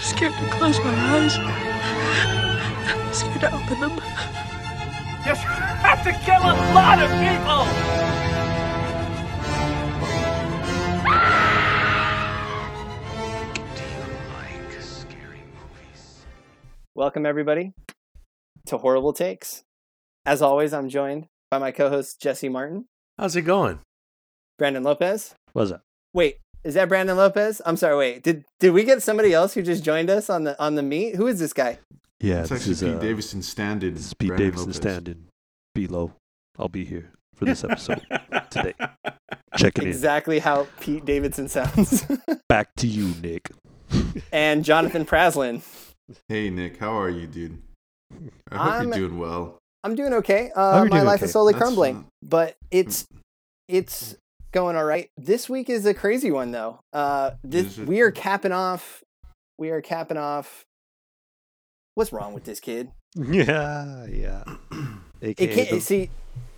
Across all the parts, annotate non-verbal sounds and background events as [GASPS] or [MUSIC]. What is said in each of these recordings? scared to close my eyes. I'm scared to open them. You're gonna have to kill a lot of people! Welcome, everybody, to Horrible Takes. As always, I'm joined by my co host, Jesse Martin, How's it going? Brandon Lopez. What's up? Wait, is that Brandon Lopez? I'm sorry, wait. Did did we get somebody else who just joined us on the on the meet? Who is this guy? Yeah, That's this actually is, Pete uh, Davidson standing. this is Pete Brandon Davidson Lopez. standing below. I'll be here for this episode today. Checking Exactly how Pete Davidson sounds. [LAUGHS] in. Back to you, Nick. and Jonathan Praslin. Hey Nick, how are you, dude? I hope I'm- you're doing well. I'm doing okay. Oh, Uh, you're my doing life okay. is slowly That's crumbling, fine. but it's it's going all right. This week is a crazy one though. Uh, this Is it? we are capping off. We are capping off. What's wrong with this kid? Yeah, yeah. It can't see.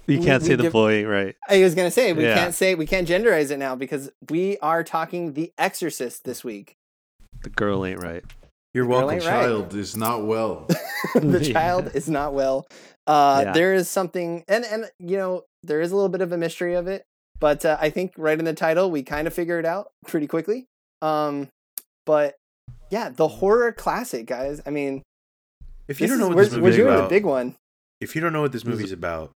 you we- can't we say the div- boy, right? I was gonna say we Yeah. can't say we can't genderize it now because we are talking The Exorcist this week. The girl ain't right. Your girl welcome ain't right. child is [LAUGHS] not well. [LAUGHS] [LAUGHS] the Yeah. child is not well. Uh, Yeah. There is something, and and you know there is a little bit of a mystery of it, but uh, I think right in the title we kind of figure it out pretty quickly. Um, but yeah, the horror classic, guys. I mean, If you this don't is- know what we're, this we're movie's doing a about, big [LAUGHS] one. if you don't know what this movie's about,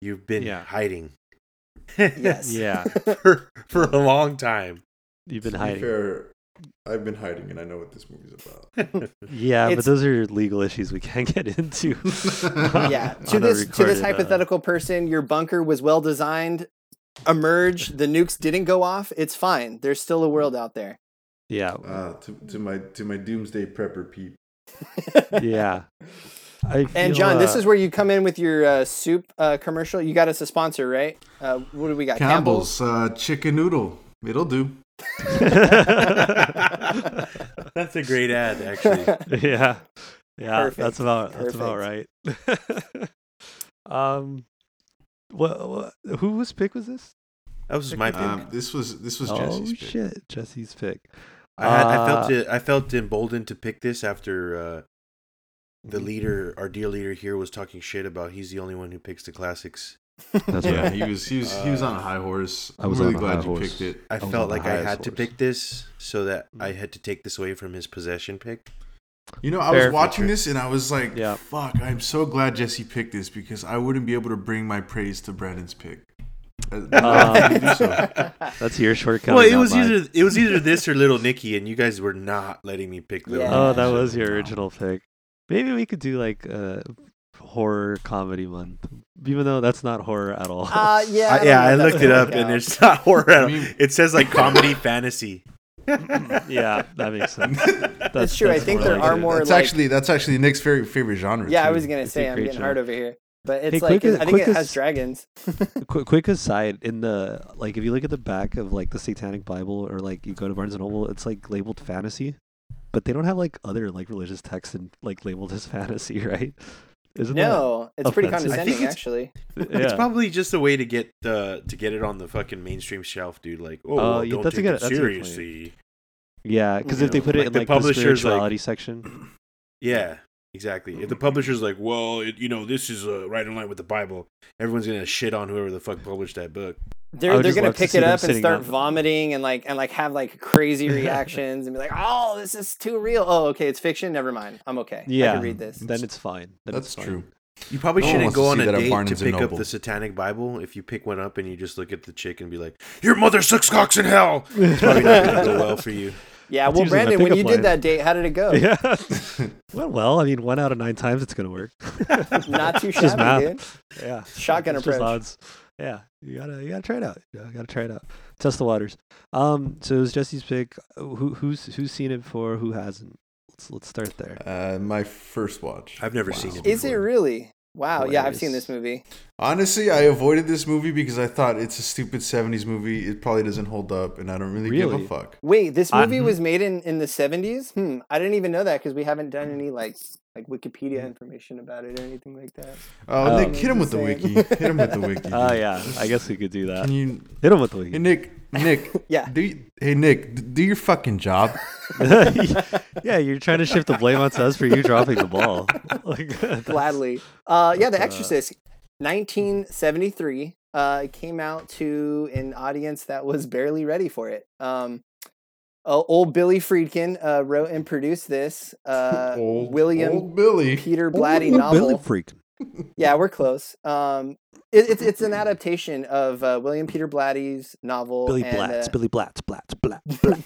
you've been Yeah. hiding. [LAUGHS] Yes. Yeah, for, for a long time. you've been To be hiding. fair, I've been hiding and I know what this movie's about. Yeah, It's- but those are legal issues we can't get into. [LAUGHS] yeah. [LAUGHS] on To this to a this recorded, uh, hypothetical person, your bunker was well designed. Emerge. The nukes didn't go off. It's fine. There's still a [LAUGHS] world out there. yeah, [LAUGHS] Uh, to, to my to my doomsday prepper peep. yeah. I And feel, John, this uh, is where you come in with your uh, soup uh, commercial. You got us a sponsor, right? Uh, what do we got? Campbell's uh, chicken noodle. It'll do. [LAUGHS] [LAUGHS] That's a great ad, [LAUGHS] actually. [LAUGHS] yeah, yeah. Perfect, That's about that's about right. [LAUGHS] um, what, what? Whose pick was this? That was my pick. Um, this was this was oh Jesse's pick. shit, Jesse's pick. I, had, I uh, felt it, I felt emboldened to pick this after uh, the Mm-hmm. leader, our dear leader here, was talking shit about he's the only one who picks the classics. That's Yeah, right. [LAUGHS] he was he was he was on a high horse. I was I'm really on a glad high you horse. picked it. I was on felt the like I highest had to horse. pick this so that I had to take this away from his possession pick. You know, I Fair was watching feature. this and I was like, Yeah. fuck, I'm so glad Jesse picked this because I wouldn't be able to bring my praise to Brandon's pick. I- Um, I couldn't [LAUGHS] do so. That's your shortcut. well, it was either it was either this or Little Nicky, and you guys were not letting me pick Little. Yeah. Oh, that Nicky, so- was your No. original pick. Maybe we could do like a horror comedy month, even though that's not horror at all. Uh, yeah, I, don't yeah, know I if that's looked it gonna up work and out. it's not [LAUGHS] horror. I mean- it says like comedy fantasy. yeah, that [LAUGHS] makes sense. That's true. I think more there like are it. more- That's like- actually that's actually Nick's favorite favorite genre. Yeah, I too. was gonna It's a say I'm great getting show. hard over here, but it's Hey, like quick as- I think quick it as- has [LAUGHS] dragons. Quick, quick aside, in the like, if you look at the back of like the Satanic Bible or like you go to Barnes and Noble, it's like labeled fantasy, but they don't have like other like religious texts and like labeled as [LAUGHS] fantasy, right? Isn't no, it's pretty offensive? I think condescending, it's- actually. that It's yeah. probably just a way to get uh, to get it on the fucking mainstream shelf, dude. Like, oh, Oh, well, you- don't that's a take good- it that's a good point. seriously. yeah? Because You if they know, put it like in the like the, publisher's, like- spirituality section, Yeah, exactly. If the publisher's like, well, it, you know, this is uh, right in line with the Bible, everyone's gonna shit on whoever the fuck published that book. They're would they're just gonna love to pick see it them up and sitting start on- vomiting and like and like have like [LAUGHS] crazy reactions and be like, oh, this is too real. Oh, okay, it's fiction. Never mind. I'm okay. I Yeah. can read this. then it's fine. Then That's it's fine. true. You probably No one shouldn't wants to go on see a that at date to Barnes and pick up Noble. the Satanic Bible. If you pick one up and you just look at the chick and be like, "Your mother sucks cocks in hell," it's probably not gonna go well for you. Yeah. That's Well, usually my Brandon, when pickup you line. did that date, how did it go? [LAUGHS] [LAUGHS] Yeah. [LAUGHS] well, well, I mean, one out of nine times it's gonna work. Not too It's just math. shabby, dude. Yeah. [LAUGHS] Shotgun It's just approach. odds. Yeah, you gotta you gotta try it out. You know, gotta try it out. Test the waters. Um, so it was Jesse's pick. Uh, Who who's who's seen it before? Who hasn't? Let's let's start there. Uh, my first watch. I've never seen it. Is it really? Wow. Yeah, I've Hilarious. seen this movie. Honestly, I avoided this movie because I thought it's a stupid '70s movie. It probably doesn't hold up, and I don't really, give Really? a fuck. Wait, this I- hmm movie was made in in the seventies. Hmm. I didn't even know that because we haven't done any [LAUGHS] like like Wikipedia information about it or anything like that. Oh, Oh. Nick, hit him with the Just wiki. saying. [LAUGHS] Uh, Hit him with the wiki. Oh dude. yeah, I guess we could do that. Can you? Hit him with the Hey lead. Nick, Nick. [LAUGHS] Yeah. Do you, hey Nick, d- do your fucking job. [LAUGHS] yeah, you're trying to shift the blame onto us for you dropping the ball. [LAUGHS] Like, that's- Gladly. Uh, yeah, The that's, uh, Exorcist, 1973. Uh, it came out to an audience that was barely ready for it. Um, uh, old Billy Friedkin uh, wrote and produced [LAUGHS] this. Uh, Old- William old Billy. Peter Blatty Ooh, novel. Billy freak. Yeah, we're close. Um, it, it's it's an [LAUGHS] adaptation of uh, William Peter Blatty's novel. Billy and, Blatz. uh, Billy Blatz. Blatz. [LAUGHS] Blatz. Blatz.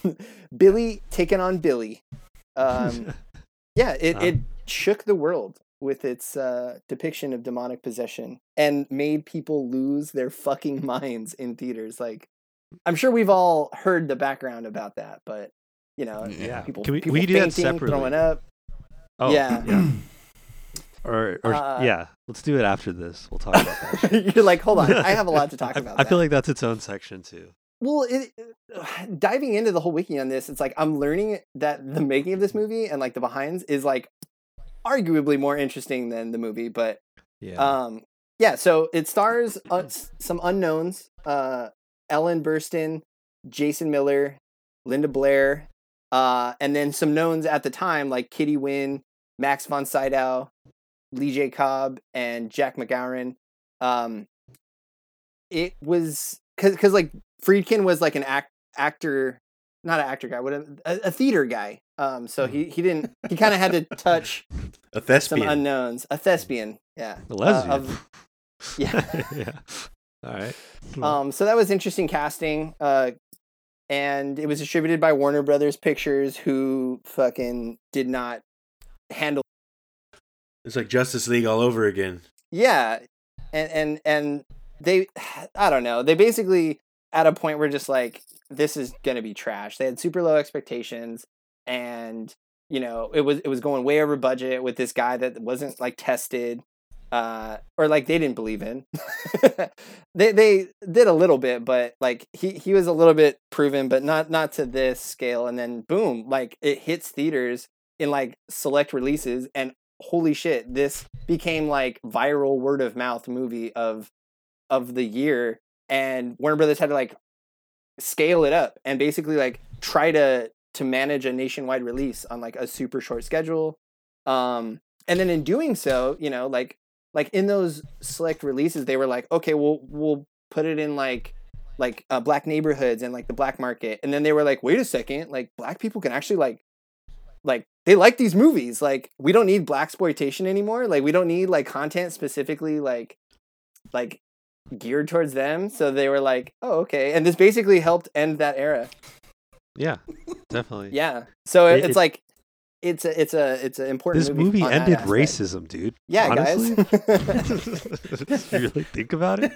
Billy taking on Billy. [LAUGHS] Um, yeah, it, Uh-huh. it shook the world with its uh, depiction of demonic possession and made people lose their fucking minds in theaters. Like, I'm sure we've all heard the background about that, but you know, Yeah. people, Can we- people we do that fainting, throwing separately? up. [LAUGHS] Oh, Yeah. Or, or Uh, yeah, let's do it after this. We'll talk about [LAUGHS] that. shit. You're like, hold on, I have [LAUGHS] a lot to talk I- about. I feel that." like that's its own section too. well it, [SIGHS] it- diving into the whole wiki on this it's like i'm learning that the making of this movie and like the behinds is like arguably more interesting than the movie but Yeah. um yeah so it stars uh, s- some unknowns uh ellen burstyn jason miller linda blair uh and then some knowns at the time like kitty Wynn, max von sydow lee j cobb and jack mcgowan um it was because because like friedkin was like an act actor not an actor guy what a, a, a theater guy um so he he didn't he kind of had to touch A some thespian. unknowns. A thespian, yeah. the lesbian. Uh, of- [LAUGHS] yeah. yeah. All right. um, so that was interesting casting. Uh, and it was distributed by Warner Brothers Pictures, who fucking did not handle. it's like Justice League all over again. Yeah, and and and they, [SIGHS] I don't know. They basically at a point were just like, this is gonna be trash. They had super low expectations, and you know it was it was going way over budget with this guy that wasn't like tested uh or like they didn't believe in [LAUGHS] they they did a little bit but like he he was a little bit proven but not not to this scale and then boom like it hits theaters in like select releases and holy shit this became like viral word of mouth movie of of the year and Warner Brothers had to like scale it up and basically like try to to manage a nationwide release on like a super short schedule um and then in doing so you know like like in those select releases they were like okay we'll we'll put it in like like uh, black neighborhoods and like the black market and then they were like wait a second like black people can actually like like they like these movies like we don't need black exploitation anymore like we don't need like content specifically like like geared towards them so they were like oh okay and this basically helped end that era yeah. Definitely. [LAUGHS] yeah so it, It- it's it- like it's a it's a it's an important This movie on that ended aspect. racism, [LAUGHS] dude. [LAUGHS] yeah guys if you really think [LAUGHS] about it.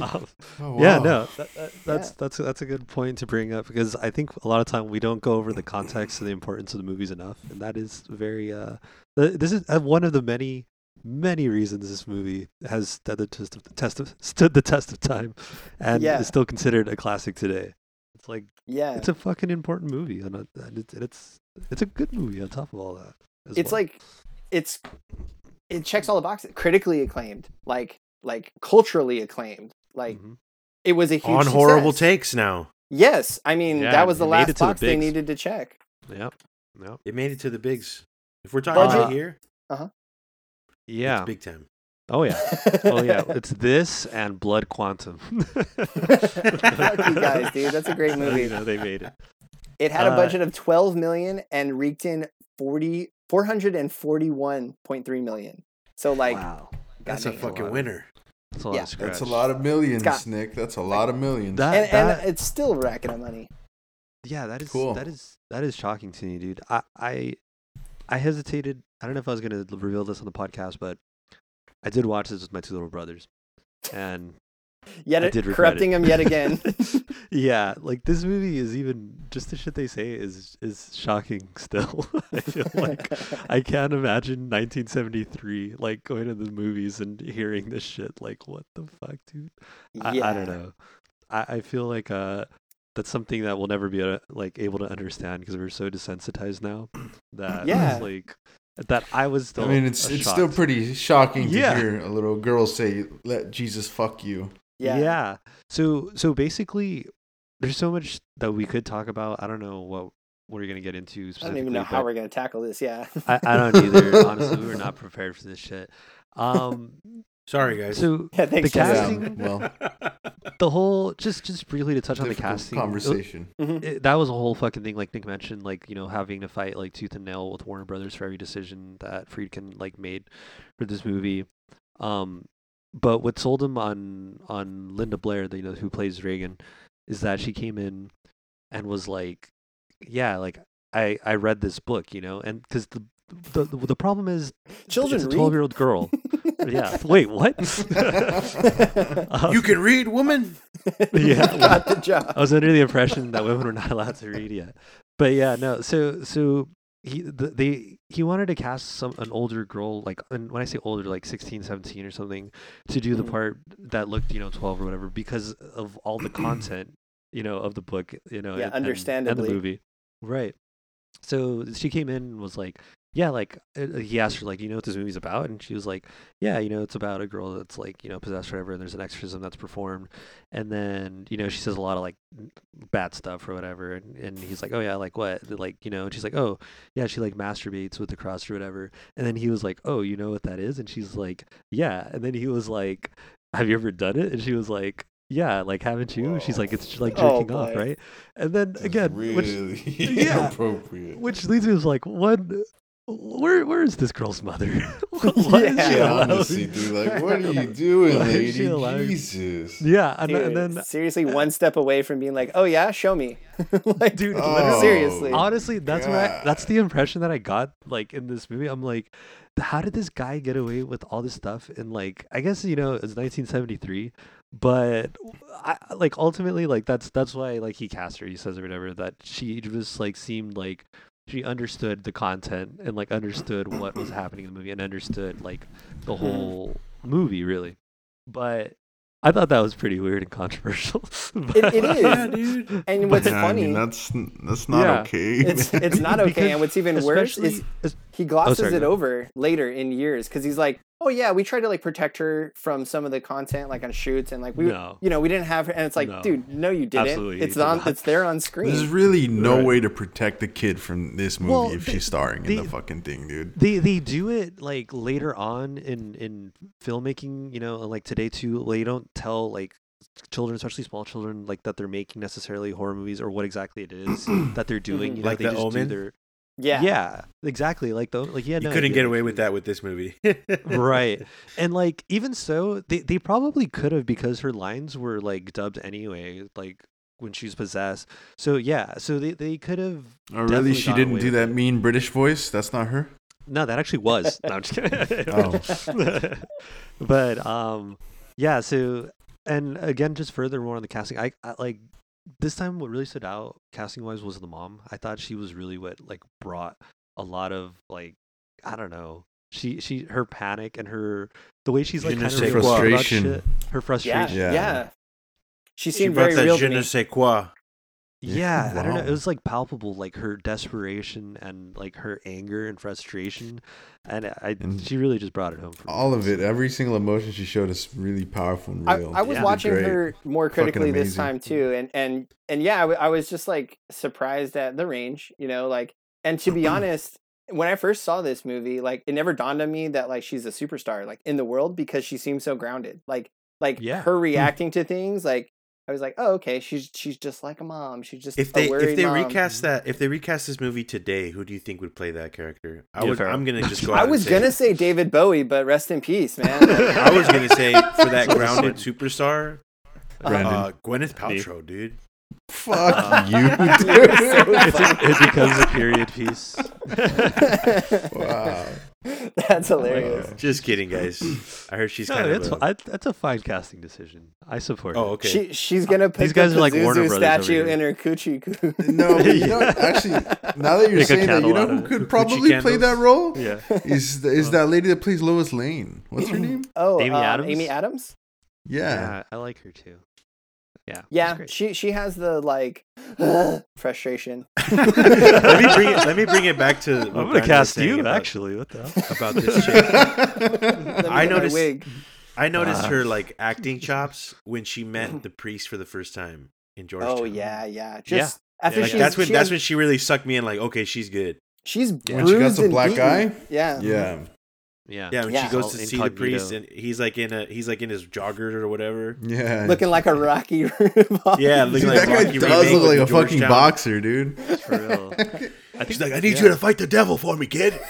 Um, Oh, Yeah, wow. no, that, that, that's that's that's a good point to bring up because I think a lot of time we don't go over the context and the importance of the movies enough, and that is very. Uh, th- this is uh, one of the many many reasons this movie has stood the test of, test of stood the test of time, and Yeah. is still considered a classic today. It's like [LAUGHS] yeah it's a fucking important movie, and, it- and it's- and it's it's a good movie on top of all that. as it's well. like it's it checks all the boxes critically acclaimed like like culturally acclaimed like Mhm. it was a huge On horrible success. takes now. yes i mean Yeah, that was the it made last it to the box they bigs. needed to check yeah, yeah, It made it to the bigs. If we're talking Budget. about here, yeah. yeah. it's big time. Oh yeah. oh [LAUGHS] yeah, it's this and Blood Quantum. [LAUGHS] Fuck you guys, dude. That's a great movie. You know, they made it. it had a Uh, budget of 12 million and reeked in 40 441.3 million so like wow, That's a goddamn. fucking Wow. winner. that's a lot yeah. of scratch. That's a lot of millions, Scott. Nick. That's a lot of millions. That, and, that- and it's still racking up money yeah, that is Cool. that is that is shocking to me, dude. I I I hesitated. I don't know if I was gonna reveal this on the podcast, but I did watch this with my two little brothers, and yet I did regret corrupting it. him yet again [LAUGHS] yeah, like this movie is even just the shit they say is is shocking still. [LAUGHS] [LAUGHS] I feel like I can't imagine 1973 like going to the movies and hearing this shit. Like what the fuck, dude? I, I Yeah. don't know. I, I feel like uh that's something that we'll never be uh, like able to understand because we're so desensitized now [CLEARS THROAT] that it's Yeah. like that I was still I mean, it's uh, it's still shocked. pretty shocking Yeah. to hear a little girl say, "Let Jesus fuck you." Yeah. So so basically there's so much that we could talk about. I don't know what we're gonna get into. I Specifically, don't even know how but- we're gonna tackle this. Yeah, I, I don't [LAUGHS] either. Honestly, we were not prepared for this shit. Um, Sorry, guys. so yeah. Thanks. The Jesse. casting- well, [LAUGHS] the whole just just briefly to touch on the difficult casting it- [LAUGHS] conversation. it- Eh, that was a whole fucking thing. Like Nick mentioned, like you know having to fight like tooth and nail with Warner Brothers for every decision that Friedkin like made for this movie. Um, but what sold him on on Linda Blair, the, you know, who plays Reagan, is that she came in and was like, yeah, like I I read this book, you know, and because the, the the problem is Children it's a read. twelve year [LAUGHS] old girl. Mm-hmm. yeah. Wait, what? [LAUGHS] Um, you can read, woman. yeah. Got the [LAUGHS] job. I was under the impression that women were not allowed to read yet. But yeah, no. So so he the, they he wanted to cast some an older girl like and when I say older like 16, 17 or something to do the Mhm. part that looked, you know, 12 or whatever because of all the content, you know, of the book, you know, Yeah, and- and- and understandably. the movie. Right. So she came in and was like, yeah, like uh, he asked her like, you know what this movie's about? And she was like, yeah, you know, it's about a girl that's like, you know, possessed forever and there's an exorcism that's performed. And then, you know, she says a lot of like n- bad stuff or whatever. And, and he's like, oh yeah, like what? Like, you know, and she's like, oh yeah, she like masturbates with the cross or whatever. And then he was like, oh, you know what that is? And she's like, yeah. And then he was like, have you ever done it? And she was like, yeah, like haven't you? She's like, it's like Oh, jerking off, boy. right? And then That's again, really which [LAUGHS] yeah. inappropriate. which leads me to like, what? Where where is this girl's [LAUGHS] mother? [LAUGHS] Why is Yeah. she yeah, allowed- honestly, dude, like, what are you doing, Why is lady? she allowed- Jesus. [LAUGHS] Yeah, and, and Dude, then [LAUGHS] seriously, one step away from being like, "Oh yeah, show me," [LAUGHS] like, Dude, literally. seriously. Oh. honestly, that's what I, that's God. the impression that I got like in this movie. I'm like, how did this guy get away with all this stuff? And like, I guess you know it's 1973, but I, like ultimately, like that's that's why like he cast her. He says or whatever that she just like seemed like she understood the content and like understood what was happening in the movie and understood like the Hmm. whole movie really, but. I thought that was pretty weird and controversial. [LAUGHS] It- it is. Yeah, dude. and But- what's Yeah, funny, I mean, that's that's not Yeah. okay. it's [LAUGHS] it's not okay. Because and what's even worse is Especially- es- he glosses Oh, sorry, go it ahead. over later in years because he's like, "Oh yeah, we tried to like protect her from some of the content like on shoots and like we, No. you know, we didn't have." her And it's like, No. dude, no, you didn't. Absolutely, it's you did on, not. it's there on There's screen. really no Right. way to protect the kid from this movie Well, if they- she's starring they- in the fucking thing, dude. they they do it like later on in in filmmaking you know and, like today too like, they don't tell like children especially small children like that they're making necessarily horror movies or what exactly it is that they're doing you know, Like they The just Omen? do their Yeah, exactly like though like yeah You no, couldn't dude, get like, away with you- that with this movie. [LAUGHS] Right. and like even so they, they probably could have because her lines were like dubbed anyway like when she's possessed so yeah so they, they could have Oh, really? definitely She got didn't away do with that it. mean British voice? That's not her. No, that actually was. No, I'm just kidding. [LAUGHS] Oh. [LAUGHS] but um, yeah. So, and again, just furthermore on the casting, I, I like this time. What really stood out casting wise was the mom. I thought she was really what like brought a lot of like I don't know. She she her panic and her the way she's like Je ne kind of sais quoi. Frustration. her yeah, frustration. yeah, Yeah. She she seemed brought very that real je to ne me. sais quoi. Yeah, I don't know. It Wow. was like palpable, like her desperation and like her anger and frustration, and I And she really just brought it home. For me, All of honestly. it, every single emotion she showed is really powerful and I, real. I was She did watching great. her more Fucking critically this amazing. time too, and and and yeah, I, w- I was just like surprised at the range, you know, like. And to [CLEARS THROAT] be honest, when I first saw this movie, like it never dawned on me that like she's a superstar like in the world because she seems so grounded. Like like Yeah. her Hmm. reacting to things, like I was like, oh okay, she's she's just like a mom. She's just If they a worried if they mom. recast that if they recast this movie today, who do you think would play that character? I Yeah, would. fair. I'm gonna just go. Out I was and gonna Say, say David Bowie, but rest in peace, man. [LAUGHS] I was gonna say for that grounded superstar, Brandon. uh, Gwyneth Paltrow, dude. Fuck you, [LAUGHS] You're [LAUGHS] so dude. it's a, it becomes a period piece. [LAUGHS] wow. That's Oh hilarious. Wow. Just kidding, guys. I heard she's kind no, of. it's a- I, that's a fine casting decision. I support. oh, it. okay. She she's gonna put These guys the are like Pazuzu Warner Brothers over statue here. in her coochie [LAUGHS] coo. No, but [LAUGHS] you know, actually, now that you're Make a saying that, candle you know out of who it. could Gucci probably play candles. that role? Yeah. Is is that lady that plays Lois Lane? What's her name? Oh, Amy um, Adams? Amy Adams. Yeah. yeah, I like her too. Yeah. she's Yeah, great. she she has the like [GASPS] [LAUGHS] frustration. let me bring it. Let me bring it back to. what I'm gonna Brandon was cast saying you about- actually. What [LAUGHS] the? Hell? about this chick. Let me I get my noticed- Wig. I noticed [LAUGHS] Ah. her like acting chops when she met the priest for the first time. in Georgetown. Oh yeah, yeah. Just after Like, she's, that's when she that's has- when she really sucked me in. Like, okay, she's good. she's bruised When she got the and black beaten. eye? Yeah. [LAUGHS] Yeah. Yeah. Yeah, when Yeah. she goes All to see the priest, incognito. and he's like in a he's like in his jogger or whatever. Yeah. Looking like [LAUGHS] a Rocky. [LAUGHS] Balboa. Yeah, looking Dude, like that guy Rocky does remake look with like the a fucking Georgetown- boxer, dude. For real. I She's think- like, I need yeah. you to fight the devil for me, kid.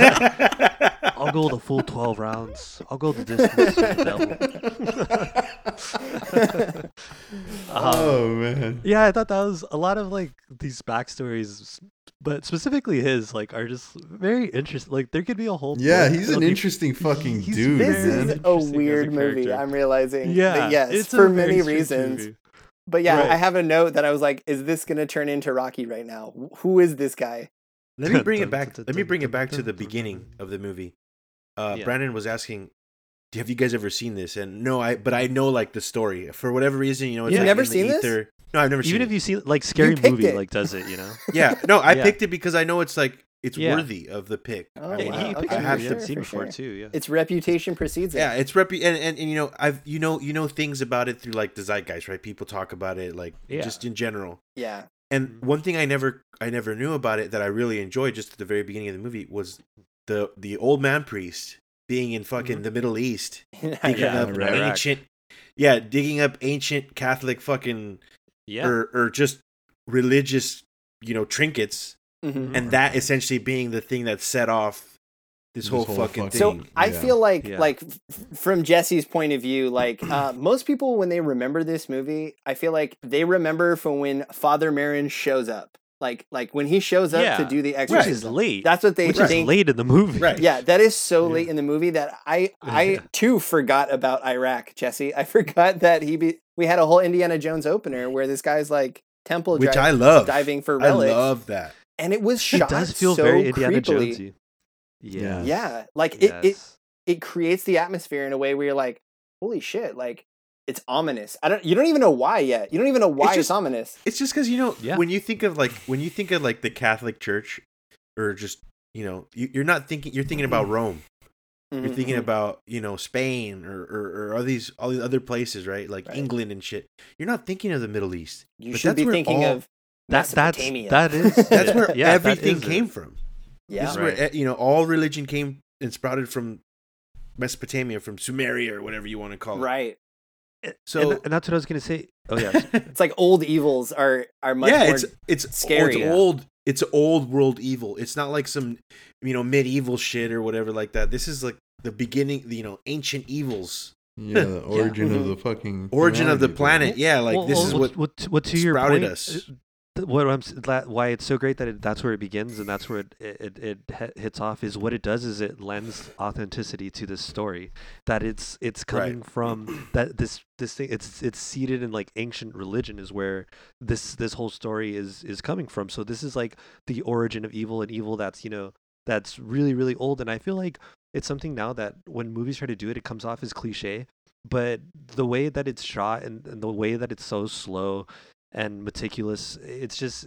I'll go the full 12 rounds. I'll go the distance. with the devil. Um, oh man. yeah, I thought that was a lot of like these backstories, but specifically his, like, are just very interesting. Like, there could be a whole. Yeah, book he's an of you- interesting fucking he's dude, This very man. [LAUGHS] is a interesting as weird movie. character. I'm realizing. Yeah, But yes, it's a for very many strange reasons. movie. But yeah, Right. I have a note that I was like, "Is this gonna turn into Rocky right now? Wh- Who is this guy?" Let [LAUGHS] me bring it back. Let me bring it back to the beginning of the movie. Uh, Yeah. Brandon was asking, "Do- "Have you guys ever seen this?" And no, I but I know like the story for whatever reason. You know, it's You've like never in the seen this? ether. No, I've never Even seen. if it. you [LAUGHS] see like scary picked movie, it. like does it, you know? yeah, no, I Yeah. picked it because I know it's like it's Yeah. worthy of the pick. [LAUGHS] Oh, I Yeah, wow. wanna- he okay. picked I it, have yeah, to seen for before sure. too. Yeah, Its reputation precedes it. Yeah, it's rep and, and and you know I've you know you know things about it through like the zeitgeist, right? People talk about it like Yeah. just in general. yeah. And one thing I never I never knew about it that I really enjoyed just at the very beginning of the movie was the the old man priest being in fucking the Middle [LAUGHS] East [LAUGHS] digging Yeah, up Iraq. ancient yeah digging up ancient Catholic fucking yeah. or or just religious you know trinkets Mm-hmm. Mhm. and that essentially being the thing that set off Mm-hmm. this, whole, fucking thing. So I Yeah. feel like, Yeah. like f- from Jesse's point of view, like [CLEARS THROAT] uh, most people when they remember this movie, I feel like they remember from when Father Marin shows up, like like when he shows up to Yeah. do the which exorcism. is late. That's what they which is think. late in the [LAUGHS] movie. Right. Yeah, that is so Yeah. late in the movie that [LAUGHS] I I too forgot about Iraq, Jesse. I [LAUGHS] forgot that he be, we had a whole Indiana Jones opener where this guy's like temple which drive- I love. diving for I relics, love that. and it was It shot does feel so very Indiana creepily. Jonesy. Yeah. Yeah, like it, it Yes. it creates the atmosphere in a way where you're like, holy shit, like it's ominous. I don't you don't even know why yet. You don't even know why it's, just- ominous. It's just because you know Yeah. when you think of like when you think of like the Catholic Church, or just you know you, you're not thinking you're thinking about Rome. Mm-hmm. You're thinking about you know Spain or or, or all these all these other places, right? Like Right. England and shit. You're not thinking of the Middle [LAUGHS] East. you but should that's be where thinking all- of That that's Mesopotamia. [LAUGHS] that is That's [LAUGHS] it. where Yeah, that everything is it. came from. This yeah. is Right. where eh, you know all religion came and sprouted from Mesopotamia, from Sumeria or whatever you want to call it. Right. So So and, that's what I was gonna say. Oh yeah. It's like old evils are are much yeah, more it's it's scary. scary. It's Yeah. old. It's old world evil. It's not like some you know medieval shit or whatever like that. This is like the beginning. You know, ancient evils, Yeah, the origin of Mhm. the fucking [LAUGHS] origin of the humanity, planet. Yeah, like Well, this well, is what what. what to, what to your sprouted point. us. uh, th- What I'm s- la- why it's so great that it, that's where it begins and that's where it it, it it hits off is what it does is it lends authenticity to this story that it's it's Right. coming from [CLEARS THROAT] that this this thing it's it's seated in like ancient religion is where this this whole story is is coming from so this is like the origin of evil and evil that's you know that's really really old and I feel like it's something now that when movies try to do it it comes off as cliche but the way that it's shot and, and the way that it's so slow and meticulous it's just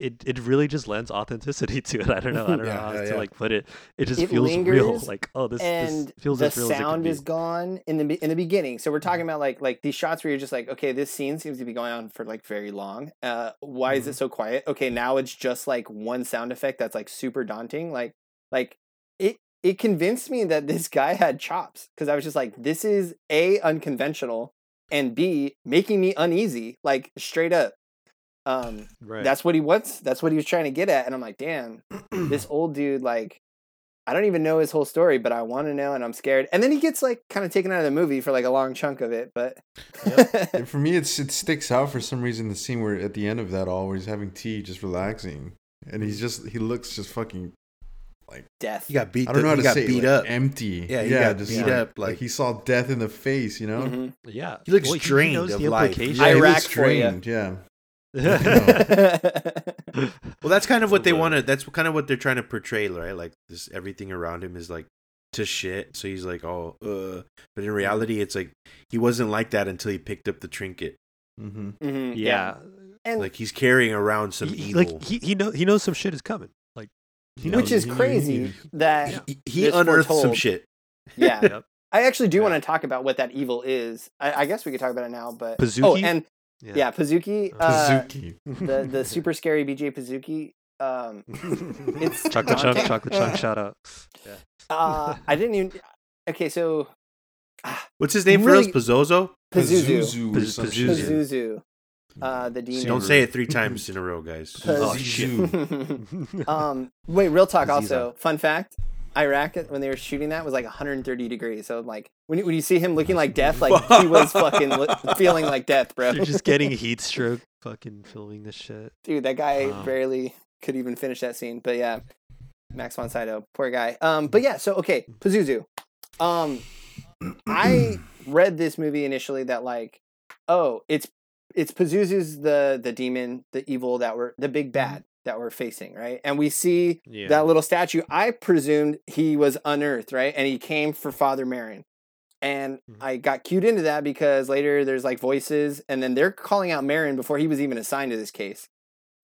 it it really just lends authenticity [LAUGHS] to it i don't [LAUGHS] know i don't know Yeah, how yeah, to yeah. like put it it just It feels real lingers, like oh this, and this feels the as real sound as is it Mm-hmm. gone in the be- in the beginning. So we're talking about like like these shots where you're just like, okay, this scene seems to be going on for like very long. Uh, why is it Mm-hmm. so quiet? Okay, now it's just like one sound effect that's like super daunting. Like like it it convinced me that this guy had chops because I was just like, this is a unconventional and b making me uneasy. Like straight up. Um, could be. right that's what he wants. That's what he was trying to get at. And I'm like, damn, this old dude, like, I don't even know his whole story, but I want to know, and I'm scared. And then he gets like kind of taken out of the movie for like a long chunk of it, but [LAUGHS] And [LAUGHS] For me, it's it sticks out for some reason. The scene where at the end of that all, where he's having tea, just relaxing, and he's just he looks just fucking. death. He got beat. I don't know how he to got say it, beat up. like, empty. Yeah, he got beat like, up, like- Mm-hmm. he saw death in the face. You know, Mhm. yeah He looks he drained knows of the life. implications. yeah, [LAUGHS] he Iraq looks for ya. drained, Yeah, Mm-hmm. [LAUGHS] Well, that's kind of what they Absolutely. want to. That's kind of what they're trying to portray, right? Like this, everything around him is like to shit. So he's like, oh, uh. but in reality, it's like he wasn't like that until he picked up the trinket. hmm Mhm, [LAUGHS] yeah And Like he's carrying around some He- he- evil. like he, he know he knows some shit is coming like he Yeah. knows which is he- he- crazy [LAUGHS] that, he, he It's unearthed some foretold. shit. [LAUGHS] yeah, Yep. I actually do Yeah. want to talk about what that evil is. I, I guess we could talk about it now, but oh, Pazuki? and yeah, Pazuki, uh, Suzuki. the [LAUGHS] the super scary BJ Pazuki. Um, it's [LAUGHS] chocolate chunk, Dante. chocolate chunk, shout out. uh, I didn't even. Okay, so What's his name Really- for us? Pazozo? Pazuzu, Pazuzu or Paz- some Pazuzu. shit. Pazuzu, uh, the demon. Don't say it three times in a row, guys. Paz- [LAUGHS] [LAUGHS] um, wait, real talk. Also, fun fact: Iraq when they were shooting that was like 130 degrees. So like when you, when you see him looking like death, like he was fucking li- feeling like death, bro. You're just getting [LAUGHS] heat stroke fucking filming this shit. dude that guy Wow. barely could even finish that scene but yeah max von sydow poor guy um but yeah so okay pazuzu um i read this movie initially that like oh it's it's pazuzu's the the demon the evil that we're the big bad that we're facing right and we see Yeah. that little statue i presumed he was unearthed right and he came for father marin and Mhm. i got cued into that because later there's like voices and then they're calling out marin before he was even assigned to this case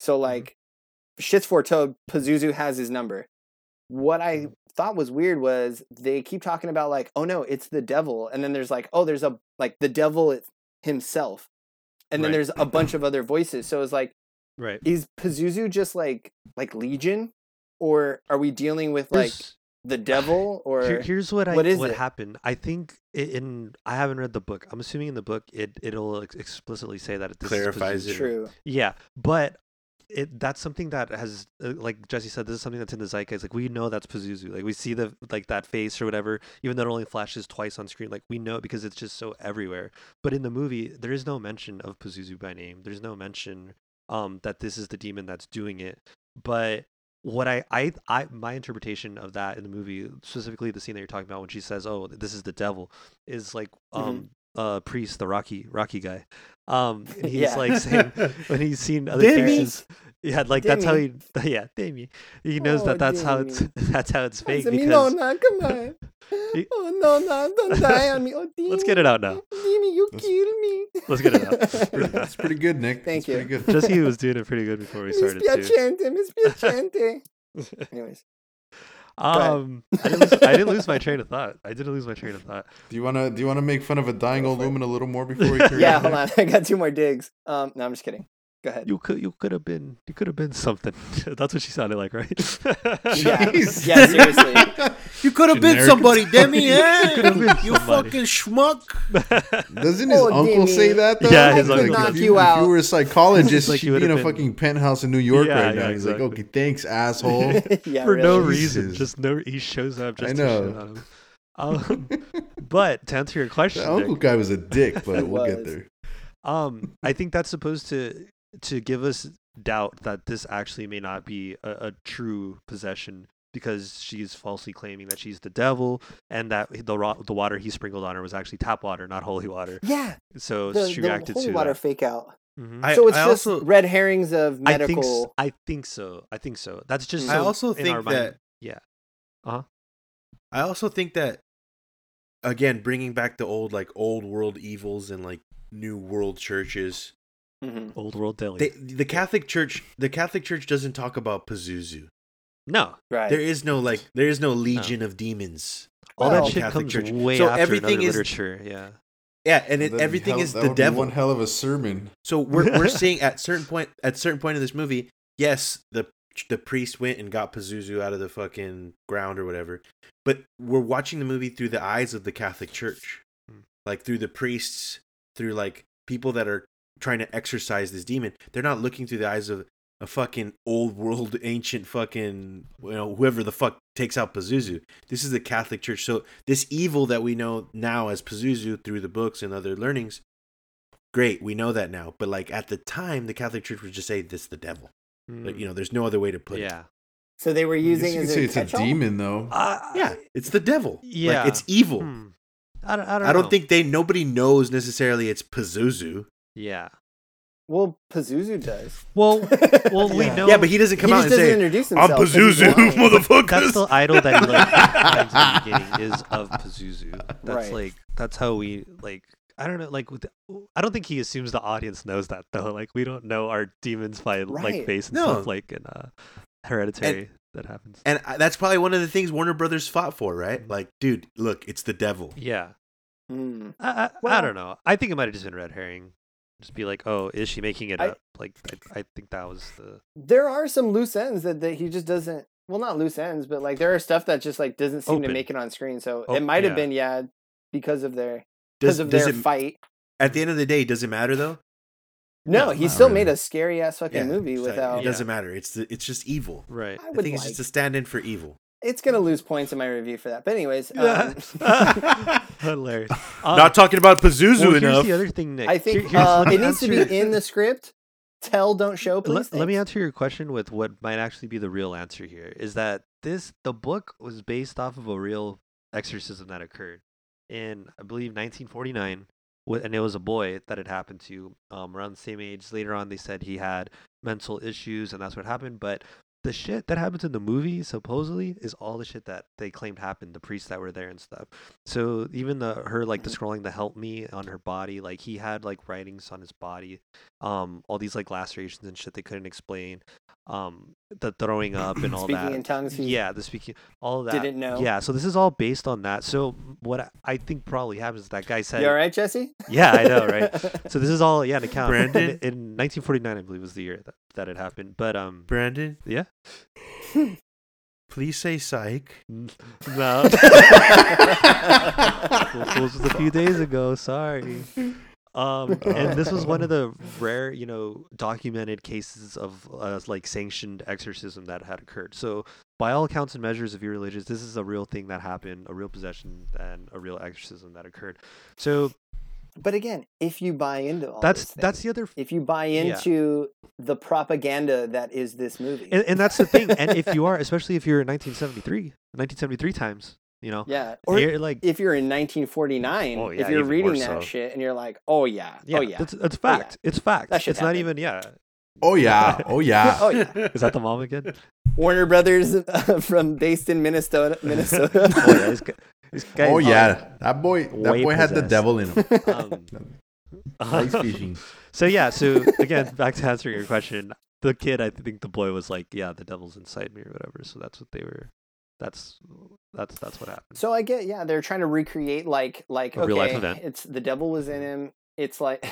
so like shit's foretold pazuzu has his number what i thought was weird was they keep talking about like oh no it's the devil and then there's like oh there's a like the devil it- himself and then Right. there's a bunch of other voices so it's like right. is Pazuzu just like like Legion, or are we dealing with like There's- the [SIGHS] devil? Or Here- here's what I what is what it? happened. I think i- in I haven't read the book. I'm assuming in the book it it'll ex- explicitly say that it this is Clarifies Pazuzu. it. true, Yeah, but it that's something that has uh, like Jesse said. This is something that's in the zeitgeist. Like we know that's Pazuzu. Like we see the like that face or whatever, even though it only flashes twice on screen. Like we know it because it's just so everywhere. But in the movie, there is no mention of Pazuzu by name. There's no mention um that this is the demon that's doing it. But what I, I I my interpretation of that in the movie, specifically the scene that you're talking about when she says, "Oh, this is the devil," is like Mhm. um uh priest, the Rocky Rocky guy. Um, and he's Yeah. like saying when he's seen other Damien. faces. Yeah, like that's how he. [LAUGHS] Yeah, Damien. He knows Oh, that that's how it's [LAUGHS] that's how it's fake I said, because Minona, come [LAUGHS] on. He- oh no, no, don't die on me. Oh, [LAUGHS] let's get it out [LAUGHS] now. Dimi, you Let's- kill [LAUGHS] me. Let's [LAUGHS] get it out. [LAUGHS] That's pretty good, Nick. Thank That's pretty you. good. [LAUGHS] Jesse was doing it pretty good before we started too. Mispiacente, [LAUGHS] mispiacente. Anyways, Um, I didn't, lose, I didn't lose my train of thought. I didn't lose my train of thought. Do you wanna do you wanna make fun of a dying old woman a little more [LAUGHS] before we carry yeah, on? hold on, I got two more digs. Um, no, I'm just kidding. Go ahead. You could you could have been you could have been something. [LAUGHS] That's what she sounded like, right? [LAUGHS] Yeah. Jeez. Yeah, seriously. [LAUGHS] [LAUGHS] You could have been Generic [LAUGHS] somebody, explain. Demi. [LAUGHS] You coulda been you somebody. fucking schmuck. [LAUGHS] Doesn't his Oh, uncle say Jimmy. that though? Yeah, his Like, uncle if does. you, Knock you If you were a [LAUGHS] psychologist, Like, you you'd be in a would've been- fucking penthouse in New York Yeah, right now. yeah, He's like, exactly. okay, [LAUGHS] thanks, asshole. yeah, for no really. reason. Jesus. Just no. He shows up just I to shit know. Oh. on him. Um, but to [LAUGHS] answer your question, the uncle Nick, guy was a dick, but we'll get was. there. um, I think that's supposed to to give us doubt that this actually may not be a, a true possession because she's falsely claiming that she's the devil and that the ro- the water he sprinkled on her was actually tap water, not holy water. Yeah, So the, Oh, she the reacted holy to water that. fake out. Mhm. I, so it's I just also, red herrings of I think s- medical. Mm. I think so. I think so. That's just. I so also in our think mind- that yeah. I also think that again, bringing back the old like old world evils and like new world churches. Mhm. old world deli. They, the Catholic Church, the Catholic Church doesn't talk about Pazuzu. no, Right. There is no like, there is no Legion of Demons. all Well, that shit Catholic comes Church. way So after everything another is- literature. Yeah. Yeah, and it, That'd be everything hell- is that the would be devil. One hell of a sermon. So we're we're seeing at certain point at certain point in this movie, yes, the the priest went and got Pazuzu out of the fucking ground or whatever, but we're watching the movie through the eyes of the Catholic Church, like through the priests, through like people that are trying to exorcise this demon. They're not looking through the eyes of a fucking old world [LAUGHS] ancient fucking you know whoever the fuck takes out Pazuzu. This is the Catholic Church. So this evil that we know now as Pazuzu through the books and other learnings great we know that now but like at the time the catholic church would just say this is the devil like Hmm. you know there's no other way to put Mm. yeah. so they were I guess using you it could as say a it's a catch-all? demon though. Uh, it yeah it's the devil Yeah. like, it's evil Hmm. I don't. I don't, i don't know. think they nobody knows necessarily it's pazuzu Yeah. Well, Pazuzu does. [LAUGHS] Well, well, we Yeah. know. yeah but he doesn't come he out just and doesn't say introduce i'm himself. 'cause he's [LAUGHS] pazuzu lying. motherfuckers that's the idol that he like finds [LAUGHS] in the beginning is of Pazuzu. That's Right. like that's how we like. I don't know. Like, with the- I don't think he assumes the audience knows [LAUGHS] that though. Like, we don't know our demons by Right. like face and No. stuff. Like in uh, Hereditary. that happens. And I, that's probably one of the things Warner Brothers fought for, right? Like, dude, look, it's the devil. Yeah, Hmm. I, I, I Well- don't know. I think it might have just been red herring. Just be like, oh, is she making it I- up? Like, I, I think that was the There are some loose ends that, that he just doesn't. Well, not loose ends, but like there are stuff that just like doesn't seem Open. to make it on screen. So Oh, it might have yeah. been yeah because of their because Does, of does their it, fight. at the end of the day, does it matter though? No, No, he not still really. made a scary ass fucking Yeah, movie it's like, without. it doesn't matter. It's the, it's just evil. [LAUGHS] right. I I would think it's like. just a stand-in for [LAUGHS] evil. It's gonna lose points in my review for that. But anyways, um, [LAUGHS] [LAUGHS] [LAUGHS] Hilarious. Uh, Not talking about Pazuzu well, here's enough. the other thing, Nick. I Here- think here's- uh, let me it needs to be answer- in the script. Tell, don't show, Let- please. let, me thanks. answer your question with what might actually be the real answer here is that this the book was based off of a real exorcism that occurred in I believe 1949 wh- and it was a boy that it happened to um, around the same age later on they said he had mental issues and that's what happened but the shit that happens in the movie supposedly is all the shit that they claimed happened the priests that were there and stuff so even the her like the Mm-hmm. scrolling the help me on her body like he had like writings on his body um all these like lacerations and shit they couldn't explain um the throwing up and all Speaking that in tongues, he yeah the speaking all of that didn't know. yeah so this is all based on that so m- what I- i think probably happens is that guy said You all right, Jesse? [LAUGHS] yeah i know right [LAUGHS] so this is all yeah an account in- Brandon? in 1949 i believe was the year that, that it happened but um Brandon, yeah please say psych. n- no this was a few days ago. Sorry. Um, and this was one of the rare, you know, documented cases of uh, like sanctioned exorcism that had occurred. So, by all counts and measures, if you're religious, this is a real thing that happened, a real possession, and a real exorcism that occurred. So But again, if you buy into all that's those things, that's the other if you buy Yeah. into the propaganda that is this movie, and, and that's the thing. And if you are, especially if you're in 1973, 1973 times, you know, yeah, or you're like, if you're in 1949, Oh, yeah, if you're even more reading that so. shit and you're like, oh yeah, yeah, oh yeah, that's, that's fact. It's fact. That shit It's not happened. [LAUGHS] even yeah. Oh yeah. Oh yeah. [LAUGHS] oh yeah, Is that the mom again? Warner Brothers [LAUGHS] uh, from based in Minnesota, [LAUGHS] Minnesota. [LAUGHS] oh yeah, this guy, this guy Oh is- yeah. That boy. That Way boy had the possessed. devil in [LAUGHS] him. Um, Ice fishing. [LAUGHS] so yeah, so again, back to answering your question, the kid, I think the boy was like, yeah, the devil's inside me or whatever. So that's what they were. That's that's that's what happened. So I get, yeah, they're trying to recreate like like A okay, real life event. Mm-hmm. it's the devil was in him. It's like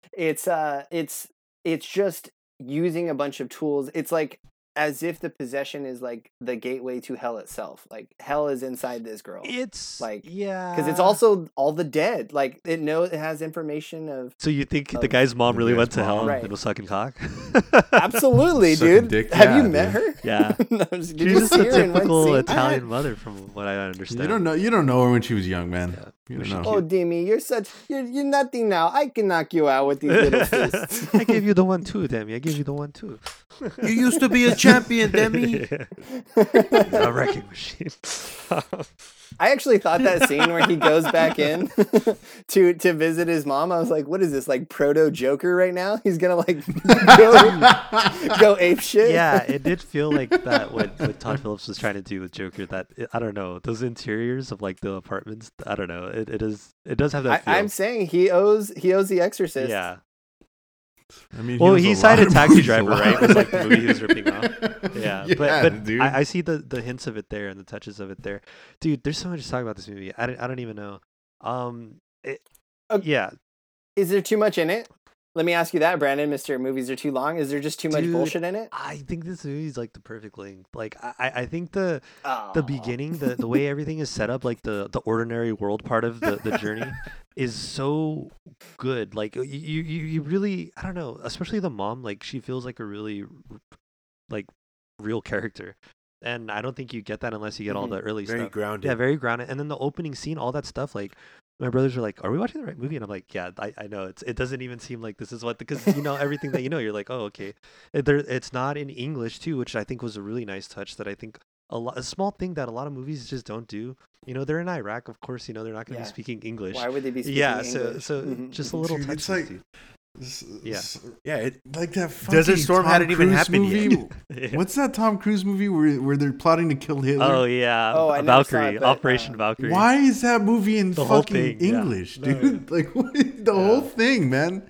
[LAUGHS] it's uh it's it's just using a bunch of tools. It's like as if the possession is like the gateway to hell itself. Like hell is inside this girl. It's Like, yeah, Cuz it's also all the dead. Like it knows it has information [LAUGHS] of So you think of- the guy's mom The really guy's went to mom. hell Oh. Right. and was sucking cock? [LAUGHS] Absolutely, dude. Sucking dick, Have you yeah, met dude. her? Yeah. [LAUGHS] No, I'm just- did She's you just see a her in one typical scene? Italian mother, from what I understand. You don't know. You don't know her when she was young, man. Yeah. You She don't know. Oh, Demi, you're such you're, you're nothing now. I can knock you out with these [LAUGHS] little fists. I gave you the one too, Demi. I gave you the one too. You used to be a champion, [LAUGHS] Demi. a wrecking machine. I actually thought that scene where he goes back in [LAUGHS] to to visit his mom. I was like, what is this like proto Joker right now? [LAUGHS] He's gonna like go, go ape shit. yeah, it did feel like that what, what Todd Phillips was trying to do with Joker. That I don't know those interiors of like the apartments. I don't know. It it is it does have I, that feel. I'm saying he owes he owes The Exorcist. yeah, I mean, Well, knows he a signed lot a of Taxi movies, a Driver, lot. right? Was like the movie he was ripping off. [LAUGHS] yeah. but but dude. I, I see the the hints of it there and the touches of it there, dude. There's so much to talk about this movie. I don't I don't even know. Um, it, Ok. yeah, Is there too much in it? Let me ask you that, Brandon. Mister Movies are too long. Is there just too much Dude, bullshit in it? I think this movie is like the perfect link. Like I I I think the Aw. the beginning, the, the way everything is set up, like the, the ordinary world part of the, the journey is so good. Like you, you, you really, I don't know, especially the mom, like she feels like a really like real character. And I don't think you get that unless you get all Mhm. the early Very stuff. grounded. Yeah, very grounded. And then the opening scene, all that stuff, like my brothers were like, "Are we watching the right movie?" And I'm like, "Yeah, I, I know. It's it doesn't even seem like this is what because you know everything that you know. You're like, oh, okay. It- There, it's not in English too, which I think was a really nice touch. That I think a lot a small thing that a lot of movies just don't do. You know, they're in Iraq, of course. You know, they're not going to Yeah. be speaking English. Why would they be? Speaking yeah, so English? so Mhm. just a little Dude, touch. it's like- S- Yeah. s- yeah, it, Like that fucking Desert Storm Tom hadn't even Cruise happened movie. [LAUGHS] Yeah. What's that Tom Cruise movie where, where they're plotting to kill Hitler? Oh yeah, Oh, I uh, never saw Valkyrie, it, but, Operation uh, Valkyrie. Why is that movie in The whole fucking thing, yeah. [LAUGHS] English, No, dude? Like what- the whole thing, man.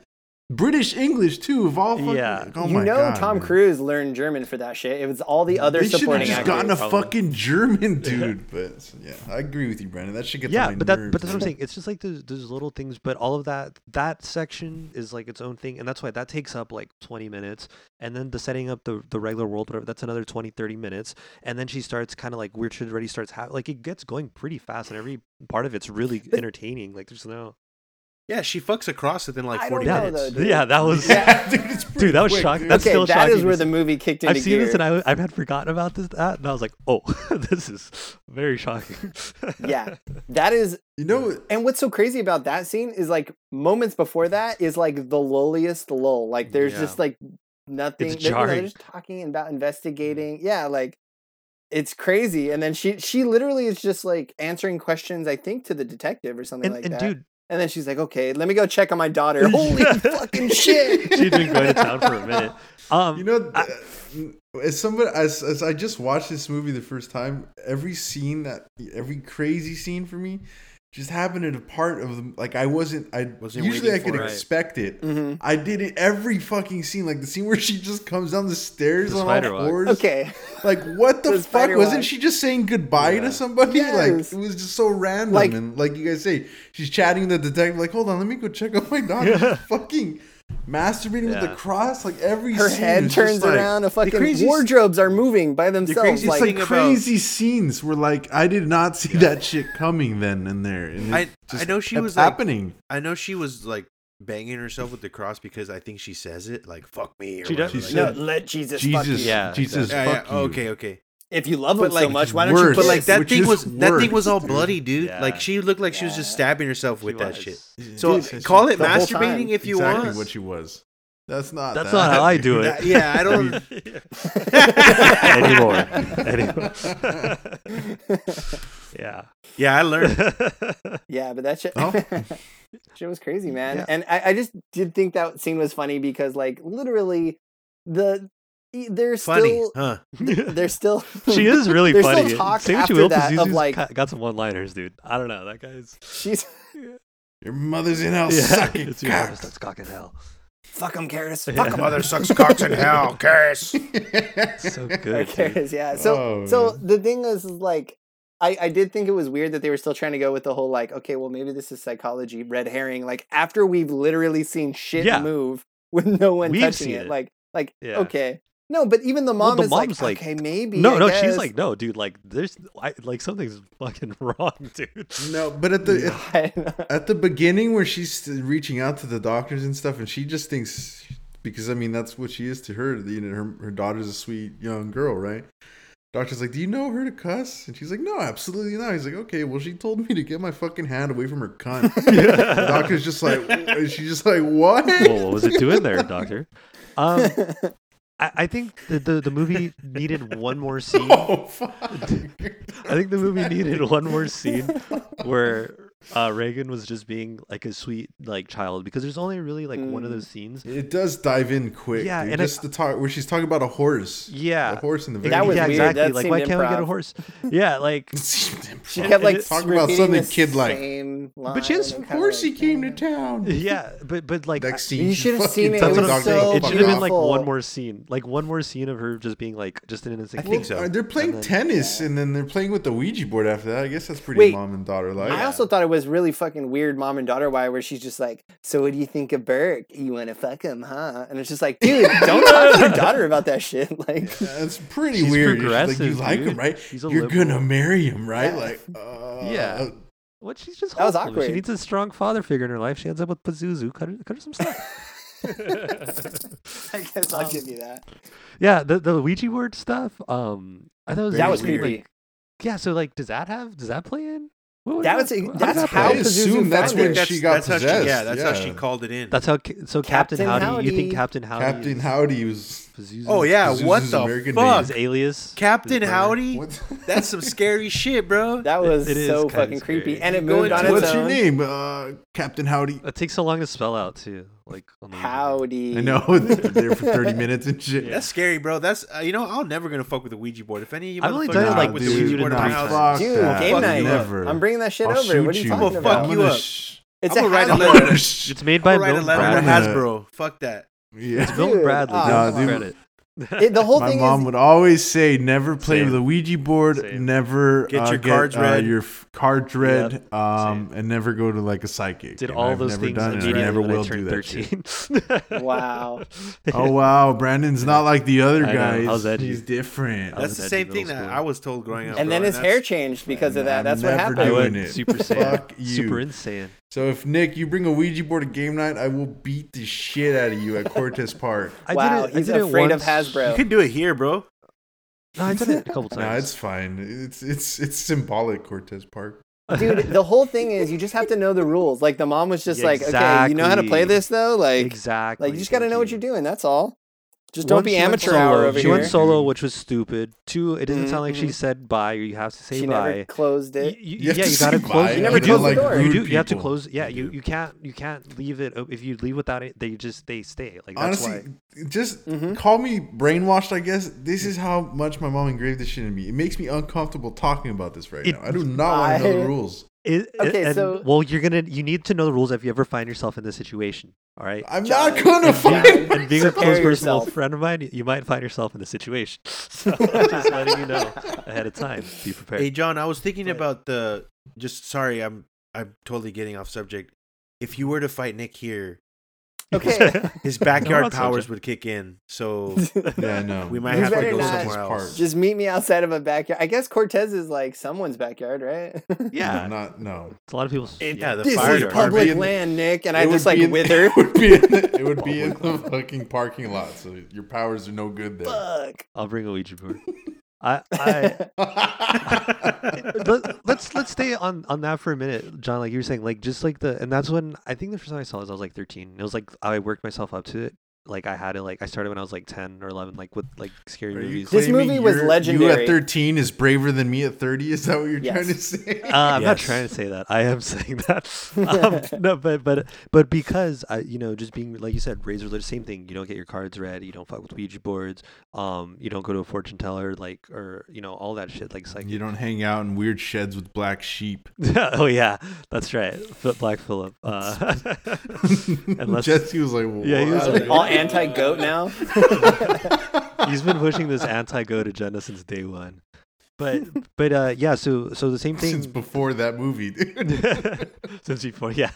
British English too, of all fucking. Yeah. Oh you my know God, Tom man. Cruise learned German for that shit. It was all the other They should have supporting just actors. gotten a probably. [LAUGHS] fucking German dude. But yeah, I agree with you, Brandon. That should get yeah, To my but that nerves, but that's what I'm man. saying. It's just like those, those little things, but all of that that section is like its own thing, and that's why that takes up like 20 minutes, and then the setting up the the regular world, whatever, that's another 20 30 minutes, and then she starts kind of like weird shit already starts happening. Like it gets going pretty fast, and every part of it's really entertaining. Like there's no Yeah, she fucks across within like I forty don't know, minutes. though, dude. yeah, that was Yeah. [LAUGHS] dude, it's pretty Dude, that was quick, shock- dude. that's Okay, still that shocking is where to the see. movie kicked into [LAUGHS] I've seen gear. this and I I had forgotten about this that, and I was like, oh, [LAUGHS] this is very shocking. Yeah. that is You know, And what's so crazy about that scene is like moments before that is like the lulliest lull. Like there's Yeah. just like nothing. It's they- you know, They're jarring. just talking about investigating. Yeah, like it's crazy. And then she she literally is just like answering questions. I think to the detective or something and, like and that. dude, and then she's like, "Okay, let me go check on my [LAUGHS] daughter." Holy fucking shit! [LAUGHS] she's been going to town for a minute. Um, you know, th- as somebody as, as I just watched this movie the first time, every scene that every crazy scene for me just happened in a part of the like I wasn't I Wasn't usually I waiting could for it. expect it. Mhm. I did it every fucking scene, like the scene where she just comes down the stairs The on all spider walk. fours. Okay, Like what the, The fuck? spider Wasn't walk. she just saying goodbye Yeah. to somebody? [LAUGHS] Yes. Like it was just so random. Like- and like you guys say, she's chatting with the detective. Like, hold on, let me go check out my daughter. Yeah. Fucking masturbating with the Yeah. cross. Like every her scene head is just, turns like- around. A fucking craziest- wardrobes are moving by themselves. craziest Like, thing It's like about- crazy scenes where like I did not see that shit coming then and there. And I- it just I know she kept was, like- happening. I know she was like banging herself with the cross because I think she says it like "fuck me." Or She does- whatever, she like- said, no, let Jesus, fuck you. Jesus, Yeah, Jesus, Yeah, yeah, fuck you. okay, okay. If you love But, him so like, much, why don't you? worse. But like kiss? that Which thing is was that thing was all worse, bloody, dude. Yeah. Like she looked like she was just Yeah. stabbing herself with she that was. shit. Yeah, So Jesus. call it The whole masturbating time. if you exactly want. what she was. That's not. That's that. not how I [LAUGHS] do it. That- [LAUGHS] yeah, I [LAUGHS] don't. anymore. anymore. yeah. Yeah, I learned. Yeah, but that shit, Oh. [LAUGHS] shit was crazy, man. Yeah. And I, I just did think that scene was funny because, like, literally, the e- they're Funny, still huh? they're still [LAUGHS] [LAUGHS] she is really There's still funny. talk Say what after you will, that of, Pazuzu's like- ca- got some one-liners, dude. I don't know. That guy's [LAUGHS] [LAUGHS] she's Your mother's in Oh, hell yeah, sucking it's your mother cock. sucks cock in hell. fuck him, Karis. Yeah. Fuck him, [LAUGHS] Mother sucks cocks in hell. Curse. [LAUGHS] So good. dude. Karis. Yeah. So Oh, so man. the thing is, is, like. I, I did think it was weird that they were still trying to go with the whole like okay well maybe this is psychology red herring like after we've literally seen shit Yeah. move [LAUGHS] with no one We've touching seen it. it. like like Yeah. okay no but even the Well, mom the is mom's like like, okay maybe No, I no, she's guess." like, no, dude, like there's I, like something's fucking [LAUGHS] wrong, dude. [LAUGHS] No, but at the [LAUGHS] I know. at the beginning where she's reaching out to the doctors and stuff, and she just thinks because I mean that's what she is to her. You know, her her daughter's a sweet young girl, right? Doctor's like, "Do you know her to cuss?" And she's like, "No, absolutely not." He's like, "Okay, well, she told me to get my fucking hand away from her cunt." the doctor's just like, she's just like, "What?" well, what was it doing there, doctor? [LAUGHS] Um, I, I think the, the the movie needed [LAUGHS] one more scene. [LAUGHS] Oh fuck! I think the movie needed one more scene where uh, Reagan was just being like a sweet like child because there's only really like one of Mm. those scenes. It does dive in quick. Yeah, Yeah, dude. and I- just the talk where she's talking about a horse. Yeah. a horse in the That was yeah, [LAUGHS] weird. exactly. That like, seemed why can't we get a improv. horse? Yeah, like She exactly. kept like And it- Talk about repeating something the kid-like. same line But yes, of and kinda course he like, came to uh, town. yeah, but but like Next I- scene, You she should've fucking seen it. It tells the that's what I'm was doctor to so saying. It fuck should have been off. like awful. one more scene, like one more scene of her just being like just an innocent. I think kid. so. They're playing And then- tennis, and then they're playing with the Ouija board after that. I guess that's pretty Wait, mom and daughter like. I also thought it was really fucking weird, mom and daughter wire, where she's just like, "So what do you think of Burke? You want to fuck him, huh?" And it's just like, dude, [LAUGHS] don't talk to your daughter about that shit. [LAUGHS] Like, That's pretty She's weird. She's like, you progressive, like dude. him, right? She's a You're liberal. gonna marry him, right? Yeah. Like, uh, Yeah. What she's just That was hopeful. She awkward. needs a strong father figure in her life. She ends up with Pazuzu. Cut her, cut her [LAUGHS] some slack. I guess I'll give you that. yeah, the the Ouija board stuff. Um, I thought it was That was interesting, creepy. like- yeah, so like, does that have? Does that play in? What was That was- how did that's that how I play in? Pazuzu assume that's found when it. That's, she got that's how possessed. she, yeah, that's how she called it in. That's how. ca- So Captain, Captain Howdy, You think Howdy. Captain Howdy? Captain is Howdy was Pazuzu's- oh yeah, Pazuzu's what the American fuck, His alias. Captain His brother. Howdy? what? That's [LAUGHS] some scary shit, bro. That was it is so kinda fucking scary. creepy, and it Go moved on into its [LAUGHS] What's own. your name, uh, Captain Howdy? It takes so long to spell out too. Like on the Ouija board. Howdy. [LAUGHS] I know they're there for thirty minutes and shit. Yeah. That's scary, bro. That's uh, you know I'm never gonna fuck with the Ouija board. If any of you I've only motherfuckers done it, fuck like, with two the Ouija to board in my three house, times. Dude, I'll game fuck night. you up. Never. I'm bringing that shit I'll over. shoot What are you you. talking I'll fuck about? I'm you gonna up. sh- It's I'm a gonna write a hazard. letter. It's made by I'll write a Milton letter to Bradley. Brad- Hasbro. Fuck that. It's Yeah. Milton Dude, Bradley. ah, give come him on. credit. It- [LAUGHS] the whole My thing mom is would always say, "Never play Same. with a Ouija board. Same. Never Get uh, your cards uh, read. Your f- cards read, um, Same. and never go to like a psychic. Did and all I've those never things done it, and immediately I never when will I do turned that. shit. [LAUGHS] 13. [LAUGHS] Wow. [LAUGHS] Oh wow, Brandon's not like the other I know. guys. How's that He's you- different. I That's was the at same middle thing that school. I was told growing up. And then bro, his hair changed because of that. I'm That's what never I happened. doing went it. super saiyan. Fuck you. Super insane. So if Nick, you bring a Ouija board to game night, I will beat the shit out of you [LAUGHS] at Cortez Park. I wow, did it, I he's did it afraid of once. You Hasbro. could do it here, bro. No, I did it a couple times. [LAUGHS] Nah, it's fine. It's it's it's symbolic Cortez Park. [LAUGHS] Dude, the whole thing is you just have to know the rules. Like the mom was just like, okay, you know how to play Exactly. this though? Like exactly. like you just gotta thank know what you. you're doing, that's all. Just don't One, be she went amateur solo. hour over she here. went solo, which was stupid. Two, it doesn't sound like she Mhm. said bye, or you have to say she [LAUGHS] never bye. closed You- it. you- You have yeah, to you say gotta bye. close. You never do. close the door. You rude do. You have to people. close. Yeah, you, do. you can't you can't leave it. op- If you leave without it, they just they stay. Like that's Honestly, just Mhm. call me brainwashed. I guess this is how much my mom engraved this shit in me. It makes me uncomfortable talking about this right It- now. I do not want to know I- the rules. why. It- Okay, and- so- well, you're gonna you need to know the rules if you ever find yourself in this situation. [LAUGHS] All right. I'm John, not gonna and find. John, and [LAUGHS] being a prepare close personal yourself. friend of mine, you might find yourself in this situation. [LAUGHS] So I'm just letting you know ahead of time. Be prepared. Hey, John, I was thinking But- about the. Just sorry, I'm I'm totally getting off subject. If you were to fight Nick here, [LAUGHS] Okay. [LAUGHS] his backyard on powers subject. would kick in. [LAUGHS] So Yeah, no. we might You have to better go not. somewhere else. Just meet me outside of a backyard. I guess Cortez is like someone's backyard, right? [LAUGHS] yeah, Not no. it's a lot of people. It- yeah, yeah, the this fire is department. public Be in- land, Nick, and It I would just be like in- wither. Oh, [LAUGHS] It would be in the, it would be in the fucking parking lot, so your powers are no good [LAUGHS] there. Fuck. I'll bring a Ouija board. I, I [LAUGHS] let, let's let's stay on on that for a minute, John. Like you were saying, like just like the and that's when I think the first time I saw this, I was like 13. It was like I worked myself up to it. Like I had it. Like I started when I was like 10 or 11, like with like scary Are you movies. This claiming movie was you're- You legendary. at 13 is braver than me at 30. Is that what you're Yes. trying to say? [LAUGHS] Uh, I'm not Yes. trying to say that. I am [LAUGHS] saying that. Um, no, but but but because I, you know, just being like you said, razor religious, same thing. You don't get your cards read. You don't fuck with Ouija boards. Um, you don't go to a fortune teller, like or you know all that shit, like psychic. you don't hang out in weird sheds with black sheep. [LAUGHS] oh yeah, that's right. Phil- Black Phillip. Uh, [LAUGHS] unless Jesse was like, Yeah, he was "What?" like- All anti [LAUGHS] goat now. he's been pushing this anti-goat agenda since day one. But but uh, yeah, so so the same thing since before that movie, dude. since before yeah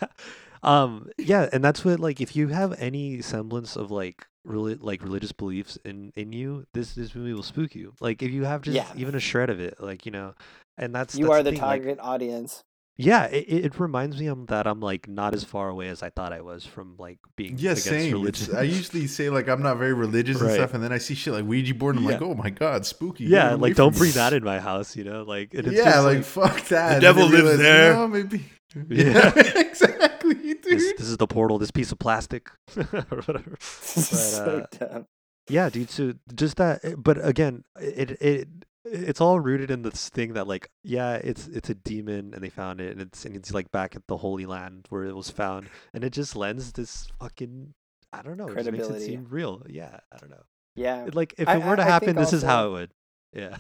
um yeah and that's what like if you have any semblance of like really like religious beliefs in in you this this movie will spook you like if you have just Yeah. even a shred of it like you know and that's You that's are the thing, like, target audience. yeah it, it it reminds me um that i'm like not as far away as i thought i was from like being yeah, [LAUGHS] against same. [LAUGHS] It's- religion I usually say like I'm not very religious and Right. stuff, and then I see shit like Ouija board, and I'm like, oh my god, spooky. Get yeah away like from don't me. bring that [LAUGHS] in my house you know like and it's yeah, just, like, fuck that. devil And then you lives realize, there. No, maybe. Yeah. Yeah, [LAUGHS] exactly, dude. [LAUGHS] this, this is the portal this piece of plastic [LAUGHS] or [LAUGHS] whatever uh, so dumb. Yeah, dude. So just that, eh, but again, it it it's all rooted in this thing that like, yeah, it's it's a demon, and they found it, and it's and it's like back at the Holy Land where it was found, and it just lends this fucking, I don't know, it just makes it Credibility. seem real. Yeah, I don't know. Yeah. It, like if I- it were to I- I happen, think this is how also- it would. Yeah.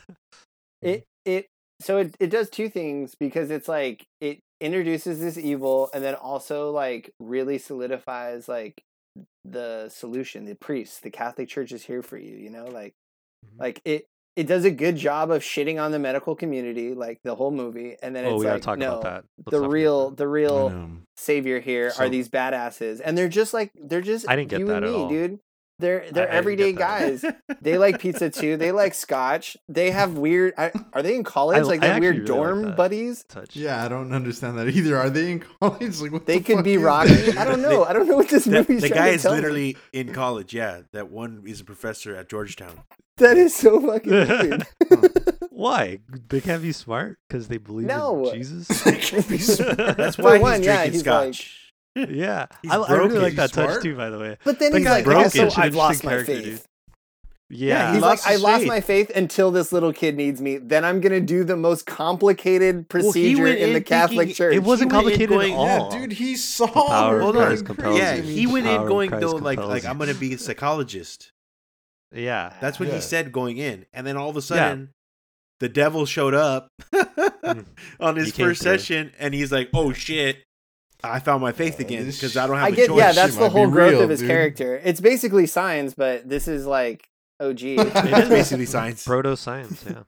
It it so it, it does two things because it's like it introduces this evil and then also like really solidifies like the solution, the priests, the Catholic Church is here for you, you know, like Mm-hmm. like it it does a good job of shitting on the medical community, like the whole movie, and then oh, it's we like gotta talk no, about that. Let's not the forget real that. the real Um, savior here So- are these badasses, and they're just like they're just I didn't get you that and at me, all. dude. They're they're I didn't everyday get that at all. guys. they like pizza too. They like scotch. They have weird. I, are they in college? I- like I that weird actually really like dorm that. buddies. touch. Yeah, I don't understand that either. Are they in college? [LAUGHS] Like, what They the could fuck be is rocking. that? [LAUGHS] I don't know. I don't know what this That- movie's the trying guy to is tell me. literally in college. Yeah, that one is a professor at Georgetown. [LAUGHS] That is so fucking weird. [LAUGHS] Why they can't be smart because they believe No. [LAUGHS] in Jesus? They could [LAUGHS] be smart. That's For why one, he's yeah, drinking he's like- scotch. yeah, He's I, I really broken. like that He's touch smart. too. By the way. But then That he's guy's like, broken. also, Such an I've lost interesting my character, faith. Yeah, He's lost like, I his lost faith. my faith until this little kid needs me. Then I'm gonna do the most complicated he procedure went in in the Catholic thinking- Church. It wasn't went in complicated going- at Yeah, all. dude, he saw. power her of Hold going Christ crazy. compels Yeah, you. he went in Power of going Christ though like compels like you. I'm gonna be a psychologist. Yeah. That's what Yeah. he said going in, and then all of a Yeah. sudden, the devil showed up [LAUGHS] on his Hmm. He came first through. session, and he's like, "Oh shit, I found my faith again this because I don't sh- I have a get, choice. yeah, This that's shit the might be whole growth real, of his dude. character. It's basically science, but this is like [LAUGHS] [LAUGHS] OG. it is [LAUGHS] basically science. Proto science, yeah.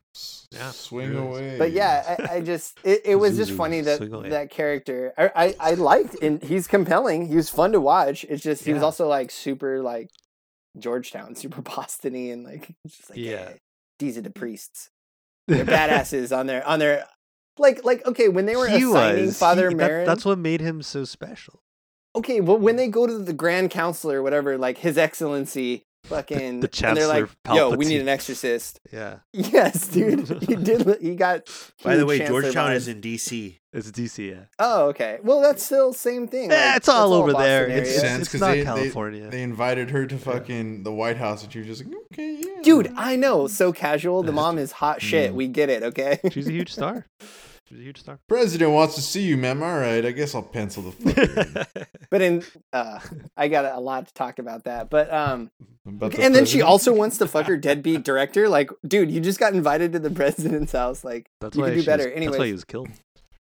Yeah, Swing there it is. away. but yeah, I, I just it, it was just Zuzu, funny that Swiggle, yeah. that character I, I I liked and he's compelling. He was fun to watch. It's just he was Yeah. also like super like Georgetown, super Bostony, and like [LAUGHS] it's just like Yeah. yeah, these are the priests. [LAUGHS] [LAUGHS] They're badasses on their on their like like okay when they were He assigning was- Father he- that- Marin. that's what made him so special. okay, well when they go to the Grand Counselor or whatever, like His Excellency, fucking the and they're like, Chancellor yo, we need Palpatine." an exorcist. [LAUGHS] Yeah, Yes, dude, he [LAUGHS] did. li- He got. By the huge way, Chancellor Georgetown vibes. is in DC. it's DC. Yeah, Oh, okay. Well, that's still same thing. Eh, like, it's all that's over there. Boston Makes area. sense, It's, it's 'cause not they- they- California. They invited her to fucking the White House, and she was just like, okay, yeah. Dude, I know. So casual. The That's mom is hot shit. We get it. Okay. She's a huge star. She's a huge star. President wants to see you, ma'am. All right, I guess I'll pencil the fucker. [LAUGHS] in." [LAUGHS] But in, uh, I got a lot to talk about that. But um, About the and then she president. also wants to fuck her deadbeat director. Like, dude, you just got invited to the president's house. Like, That's you why could do she better. Was, that's why he Anyway. was killed.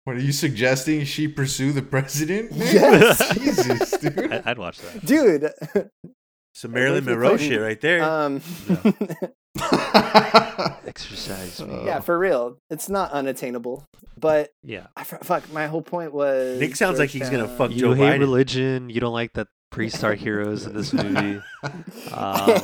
What are you suggesting? She pursue the president? Yes. [LAUGHS] Jesus, [LAUGHS] dude. [LAUGHS] I, would watch that. Dude, [LAUGHS] Some Marilyn Clinton. Monroe shit right there. [LAUGHS] uh, um, Exercise. [LAUGHS] me. yeah, for real, it's not unattainable. But yeah. I, fr- fuck, my whole point was Nick sounds like he's gonna Georgetown. [LAUGHS] fuck You Joe hate Biden. religion. You don't like that priests are heroes in [LAUGHS] this movie. Um,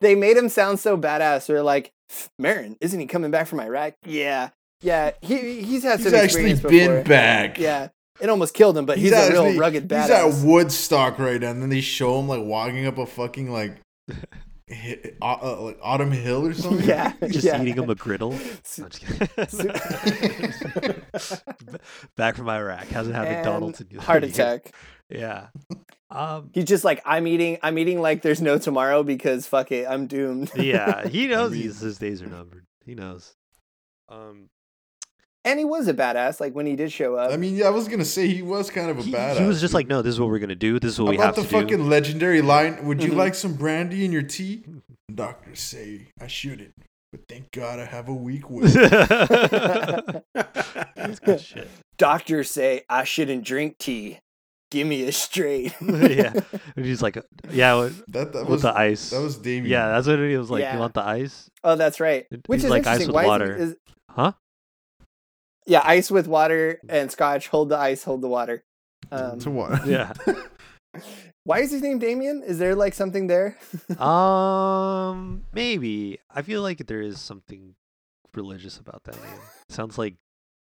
they made him sound so badass. They're like, Marin, isn't he coming back from Iraq? Yeah, yeah. He he's had He's some actually experience been before. back. Yeah, it almost killed him, but he's, a real rugged He's at badass. Woodstock right now, and then they show him like walking up a fucking like, hi- uh, uh, like Autumn Hill or [LAUGHS] something. yeah, just yeah. eating him a griddle. No, I'm [LAUGHS] just kidding. Back from Iraq. Hasn't had McDonald's in And [LAUGHS] heart years. attack. Yeah. [LAUGHS] Um, He's just like, I'm eating. I'm eating like there's no tomorrow because fuck it, I'm doomed. yeah, he knows mean- he's, his days are numbered. He knows. Um, [LAUGHS] And he was a badass. Like when he did show up. I mean, yeah, I was gonna say he was kind of a he, badass. he was just like, no, this is what we're gonna do. This is what How we about have the to fucking do. Mm-hmm. legendary line. Would you Mhm. like some brandy in your tea? Doctors say I shouldn't, but thank God I have a [LAUGHS] weak will. That's [LAUGHS] good shit. [LAUGHS] Doctors say I shouldn't drink tea. Give me a straight. [LAUGHS] yeah, and he's like, yeah, with, That, that with was the ice. that was Damien. yeah, that's what it was like. Yeah. You want the ice? Oh, that's right. It- Which he's is like ice interesting. with Why water. Is, is, Huh? Mm. yeah, ice with water and scotch. Hold the ice. Hold the water. Um, to what? Yeah. why is his name Damien? Is there like something there? um, maybe. I feel like there is something religious about that name. Sounds like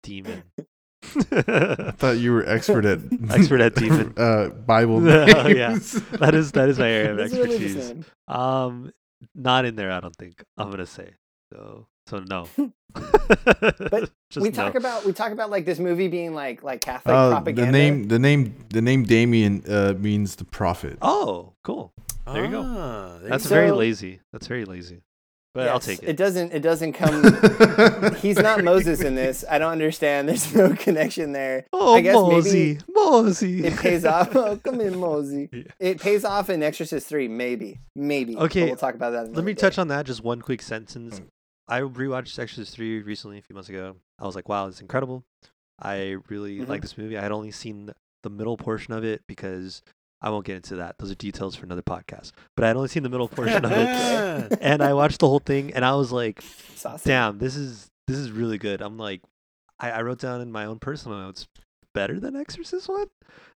demon. [LAUGHS] [LAUGHS] thought you were expert at Expert [LAUGHS] at demon. uh, Bible. No, [LAUGHS] yeah. names. that is that is my area of What's the religious expertise. name? Um, not in there. I don't think I'm gonna say so. So no. [LAUGHS] [LAUGHS] But Just we talk no. Oh, about we talk about like this movie being like like Catholic [LAUGHS] Uh, the propaganda. name, the name, the name Damien uh, means the prophet. [LAUGHS] Oh, cool. There you go. Ah, there you That's go. very So- lazy. That's very lazy. But I'll Yes, take It it. doesn't it doesn't [LAUGHS] come. He's not Moses in this. I don't understand. There's no connection there. Oh, I guess maybe Mosey, Mosey. it pays off. [LAUGHS] Oh, come [LAUGHS] in, Mosey. Yeah. It pays off in Exorcist Three, maybe, maybe. But Okay, we'll talk about that. Let me touch on that just one quick sentence. I rewatched Exorcist 3 recently, a few months ago. I was like, wow, it's incredible. I really like this movie. I had only seen the middle portion of it because I won't get into that. Those are details for another podcast. But I had only seen the middle portion [LAUGHS] of it. Ah, And I watched the whole thing and I was like, Saucy. damn, this is this is really good. I'm like, I, I wrote down in my own personal notes, better than Exorcist One,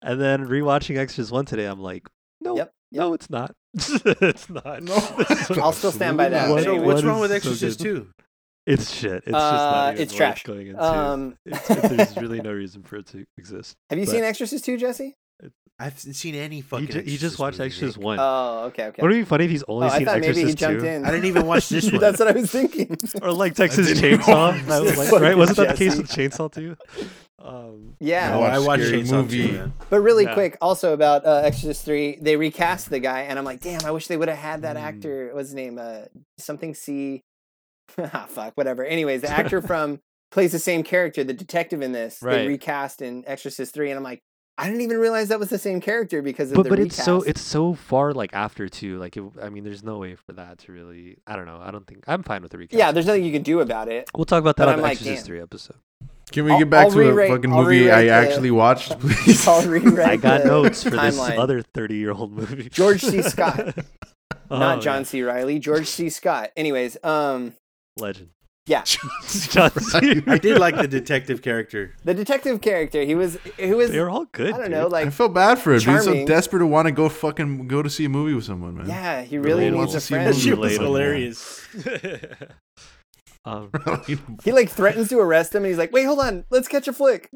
and then rewatching Exorcist One today, I'm like, no, Yep, no, it's not. [LAUGHS] it's not. [LAUGHS] [LAUGHS] No. [LAUGHS] This is- I'll still stand by that. What- but so anyway. what's what wrong is with so Exorcist good? Two? It's shit. It's just Uh, not even it's worth trash. going into. Um, It's- it's- there's really no reason for it to exist. [LAUGHS] have you but- seen Exorcist Two, Jesse? I've not seen any He, fucking. ju- he just Exorcist watched movie, Exorcist Nick. One. Oh, okay, okay. Wouldn't it be funny if he's oh, only I seen thought maybe he Exorcist jumped Two? in. I didn't even [LAUGHS] [LAUGHS] watch this one. That's what I was thinking. [LAUGHS] [LAUGHS] Or [LAUGHS] like Texas didn't Chainsaw, That [LAUGHS] know. was like- Fucking right? Wasn't that the case Jesse. with Chainsaw [LAUGHS] too? Um, yeah, No, I watched Scary Chainsaw Movie. Two, man. but really Yeah. quick, also about uh, Exorcist Three, they recast the guy, and I'm like, damn, I wish they would have had Mm. that actor. What's his name? Uh, something C. [LAUGHS] ah, fuck, whatever. Anyways, the [LAUGHS] actor from plays the same character, the detective in this. They Right. recast in Exorcist Three, and I'm like, I didn't even realize that was the same character because of but the but recast. it's so it's so far like after too. Like it, I mean, there's no way for that to really. I don't know. I don't think I'm fine with the recap. yeah, there's nothing you can do about it. [LAUGHS] We'll talk about that but on I'm the like, Exorcist damn. three episode. Can we I'll- get back I'll to a rewrite- fucking I'll movie I rewrite the- [LAUGHS] actually watched, please? I'll rewrite I got the notes for this timeline. other 30 year old [LAUGHS] movie. George C. [LAUGHS] Scott, Oh, not yeah. John C. Riley, George C. Scott. Anyways, um, Legend. Yeah. John C. I did [LAUGHS] like the detective character. the detective character, he was, he was, They're all good. I don't dude. know, like, I felt bad for him. He's so charming. desperate to want to go fucking go to see a movie with someone, man. yeah, he really Relatable. needs a Wants to see a friend. That shit was Relatable. hilarious. [LAUGHS] um, [LAUGHS] [LAUGHS] He like threatens to arrest him, and he's like, "Wait, hold on, let's catch a flick."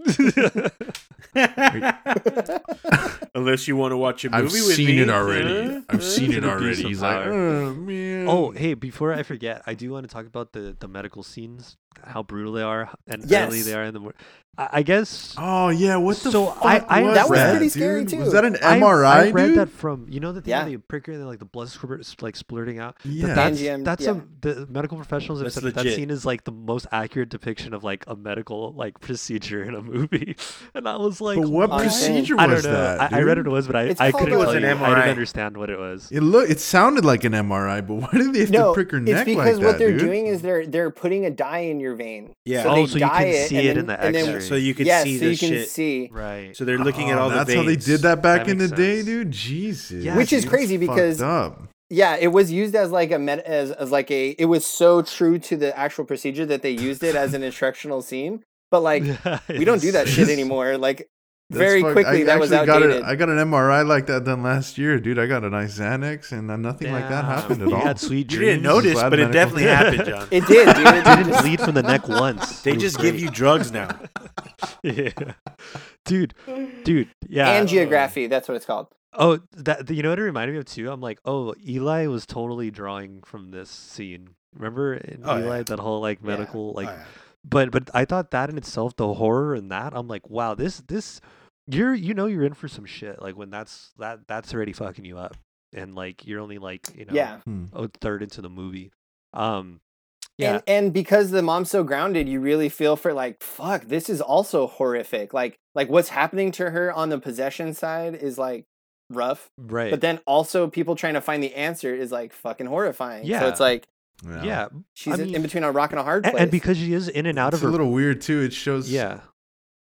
Unless you want to watch a movie I've with seen me, it already. huh? I've seen it Abuse already. of He's like, power. oh, man. oh, hey, before I forget, I do want to talk about the, the medical scenes, how brutal they are, and early Yes. they are in the morning. I, I guess Oh yeah, what the So fuck I- I- was That was pretty scary, dude? too. Was that an I- MRI, I, read dude? that from you know the thing Yeah. where they prick her and then, like the blood squirt like splurting out. That- Yeah. that's NGM, that's yeah. a, the medical professionals have That's said that that legit. scene is like the most accurate depiction of like a medical like procedure in a movie, [LAUGHS] and I was like, but what I- procedure I was don't know. that? I, I read dude? what it was, but I, It's I called couldn't It was tell an you. I didn't MRI. understand what it was. It look, it sounded like an MRI, but why did they have No, to prick her it's neck because like what that, they're dude? doing is they're they're putting a dye in your vein. Yeah. Oh, they so you can dye see and it then- in the and then- Yeah, so you can yes, see so this you can shit. see. Right. So they're looking at Uh-huh. Oh, all the that's how they veins. did that back That in the makes day, sense. dude. Jesus, Yeah, Which is dude, crazy that's fucked because- up. Yeah, it was used as like a med- as as like a it was so true to the actual procedure that they used it as an instructional scene. But [LAUGHS] like [LAUGHS] we don't do that shit anymore. Like That's very fucked- quickly I that was actually outdated. Got a, I got an MRI like that done last year, dude. I got a nice Xanax, and uh, nothing like that happened at you all. Had [LAUGHS] sweet You dreams. didn't notice, Glad but it medical- definitely happened, [LAUGHS] John. It did, [LAUGHS] dude. It Didn't just- bleed from the [LAUGHS] neck once. It They was just great. give you drugs [LAUGHS] now. [LAUGHS] yeah, dude, dude, yeah. angiography, that's what it's called. Oh, that you know what it reminded me of too. I'm like, oh, Eli was totally drawing from this scene. Remember in Oh, Eli yeah. that whole like medical like, Oh, yeah. but but I thought that in itself, the horror in that, I'm like, wow, this this, you're you know you're in for some shit. Like when that's that that's already fucking you up, and like you're only like you know Yeah. a third into the movie. Um, yeah, And and because the mom's so grounded, you really feel for like, fuck, this is also horrific. Like like what's happening to her on the possession side is like rough. right. But then also people trying to find the answer is like fucking horrifying. So Yeah. it's like [LAUGHS] yeah, she's I in- mean- in between a rock and a hard a- place. and, because she is in and out it's of her a little weird too. It shows. Yeah.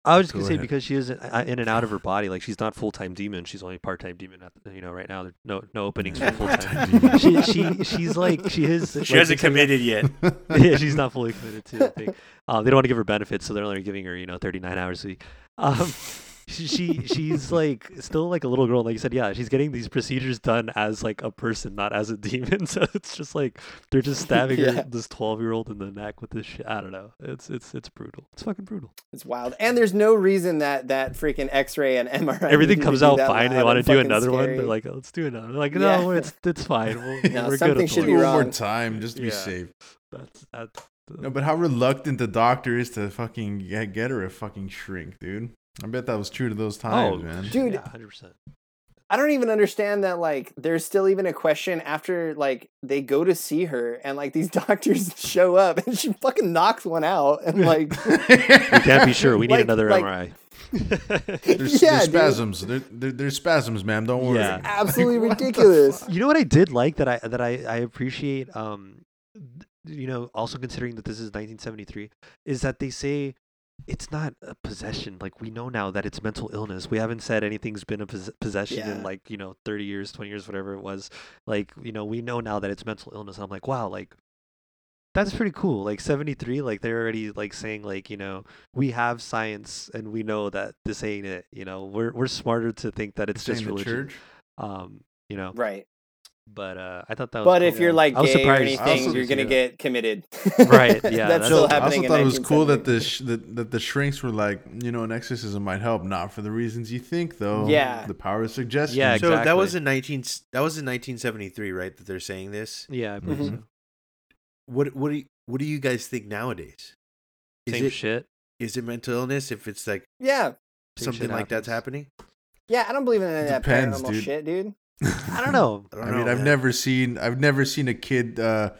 I was just Go gonna say ahead. because she is uh, in and out of her body, like she's not full time demon. She's only part time demon. At the, you know, right now there's no no openings for full Part-time time. she demon. she she's like she [LAUGHS] is. She like, hasn't committed [LAUGHS] yet. yeah, [LAUGHS] she's not fully committed to the thing. Uh, they don't want to give her benefits, so they're only giving her you know 39 hours a week. Um, she, she she's like still like a little girl, like you said. Yeah, she's getting these procedures done as like a person, not as a demon. [LAUGHS] So it's just like they're just stabbing Yeah. her, this 12 year old in the neck with this shit. I don't know. It's it's it's brutal. It's fucking brutal. it's wild. And there's no reason that that freaking X-ray and [LAUGHS] MRI. need everything to comes be out that fine. loud They want to and do fucking another one. They're scary. like, let's do another. They're like, Yeah. no, it's it's fine. [LAUGHS] We'll, No, we're good. something at should the One be one." wrong. more time, just to be Yeah. safe. That's that's. No, but how reluctant the doctor is to fucking get, get her a fucking shrink, dude. I bet that was true to those times, [LAUGHS] man. Dude. oh, hundred percent. I don't even understand that like there's still even a question after like they go to see her and like these [LAUGHS] doctors show up and she fucking knocks one out and like [LAUGHS] We can't be sure. We need Like- another like- [LAUGHS] MRI. [LAUGHS] There's, [LAUGHS] yeah, there's dude. spasms. There, there, there's spasms, ma'am. Don't worry. Yeah. absolutely Like, [LAUGHS] what the ridiculous. you know what I did like that I that I I appreciate. Um, th- you know, also considering that this is 1973, is that they say. It's not a possession. Like we know now that it's mental illness. We haven't said anything's been a pos- possession Yeah. in like you know 30 years, 20 years, whatever it was. like you know we know now that it's mental illness i'm like wow like that's pretty cool like 73 like they're already like saying like you know we have science and we know that this ain't it you know we're we're smarter to think that it's Saying just the religion church. um you know right. but uh i thought that was But if cool. you're like I was gay or surprised. I anything, also- you're gonna get committed. [LAUGHS] Right, yeah, that's that's- still I also happening. in thought it was cool that 1970. the sh- that, that the shrinks were like, you know, an exorcism might help, not for the reasons you think, though. Yeah. the power of suggestion. Yeah, So that was Exactly. in 19 that was in 1973, right? That they're saying this. yeah I believe Mhm. so. What what do you, what do you guys think nowadays? Is same it shit is it mental illness if it's like yeah, Same something shit like that's happening? happens. yeah. I don't believe in any of that Depends, paranormal [LAUGHS] dude. shit, dude. i don't know [LAUGHS] I mean, I've man. never seen I've never seen a kid uh,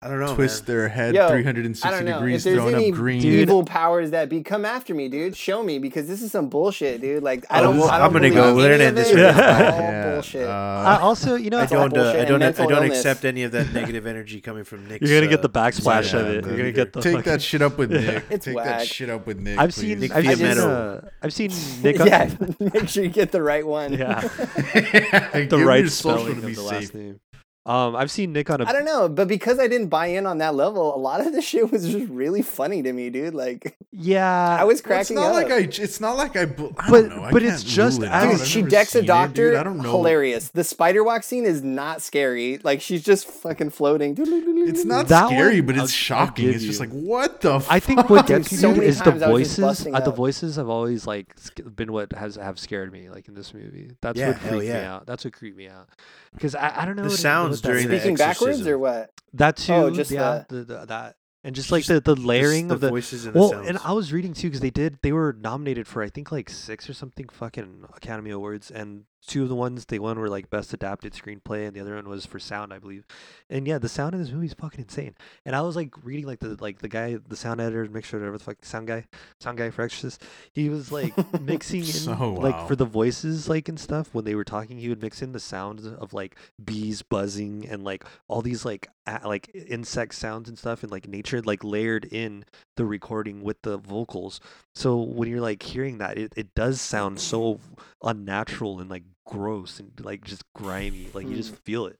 I don't know. twist man. their head Yo, I 360 don't know. degrees, If there's throwing any up green. evil powers that be, come after me, dude. Show me because this is some bullshit, dude. Like I Oh, don't. well, I don't I'm gonna believe go. any We're of gonna end [LAUGHS] this it. right It's all [LAUGHS] Yeah, bullshit. [LAUGHS] [LAUGHS] I uh, also, you know, I I It's all don't. Uh, bullshit I and don't. I mental don't illness. accept any of that negative energy coming from uh, Nick. [LAUGHS] you're gonna get the backsplash of yeah, it. You're the- gonna get the. take fucking- that shit [LAUGHS] up with Nick. It's take whack. that shit up with Nick. I've seen. please. I've seen, Fiammetto. uh, [LAUGHS] I've seen Nick. yeah, make sure you get the right one. [LAUGHS] [LAUGHS] yeah. [LAUGHS] Give the your right social spelling of the last name. Um, I've seen Nick on a I don't know, but because I didn't buy in on that level, a lot of this shit was just really funny to me, dude. Like yeah. I was [LAUGHS] Well, it's cracking not up. like I. It's not like I. bu- I But- don't know. I but it's can't just rule it as- out. Dude, Dude, I've she never decks a seen it, doctor. dude. I don't know. Hilarious. The spider walk scene is not scary. Like she's just fucking floating. It's not That scary, one, but I'll- I'll it's shocking. give It's just you. like what the. I think what fuck? gets me So dude, many is the times I was just voices. busting Uh, the up. voices have always like sc- been what has have scared me, like in this movie. That's Yeah, what hell freaked me yeah. out. That's what creeped me out. Because I, I don't know what it- sounds what that during is. the Speaking backwards exorcism. or what? that too. Oh, just yeah, the, the, that and just like the, the layering of the voices and well, the sounds. and I was reading too because they did. They were nominated for I think like six or something fucking Academy Awards, and two of the ones they won were like best adapted screenplay, and the other one was for sound, I believe. And yeah, the sound in this movie is fucking insane. And I was like reading like the like the guy, the sound editor, mixer, whatever the fuck, sound guy, sound guy for Exorcist. He was [LAUGHS] like mixing in So like wow. for the voices like and stuff when they were talking. He would mix in the sounds of like bees buzzing and like all these like a- like insect sounds and stuff and like nature like layered in the recording with the vocals. So when you're like hearing that, it, it does sound so unnatural and like gross and like just grimy. Like you just feel it.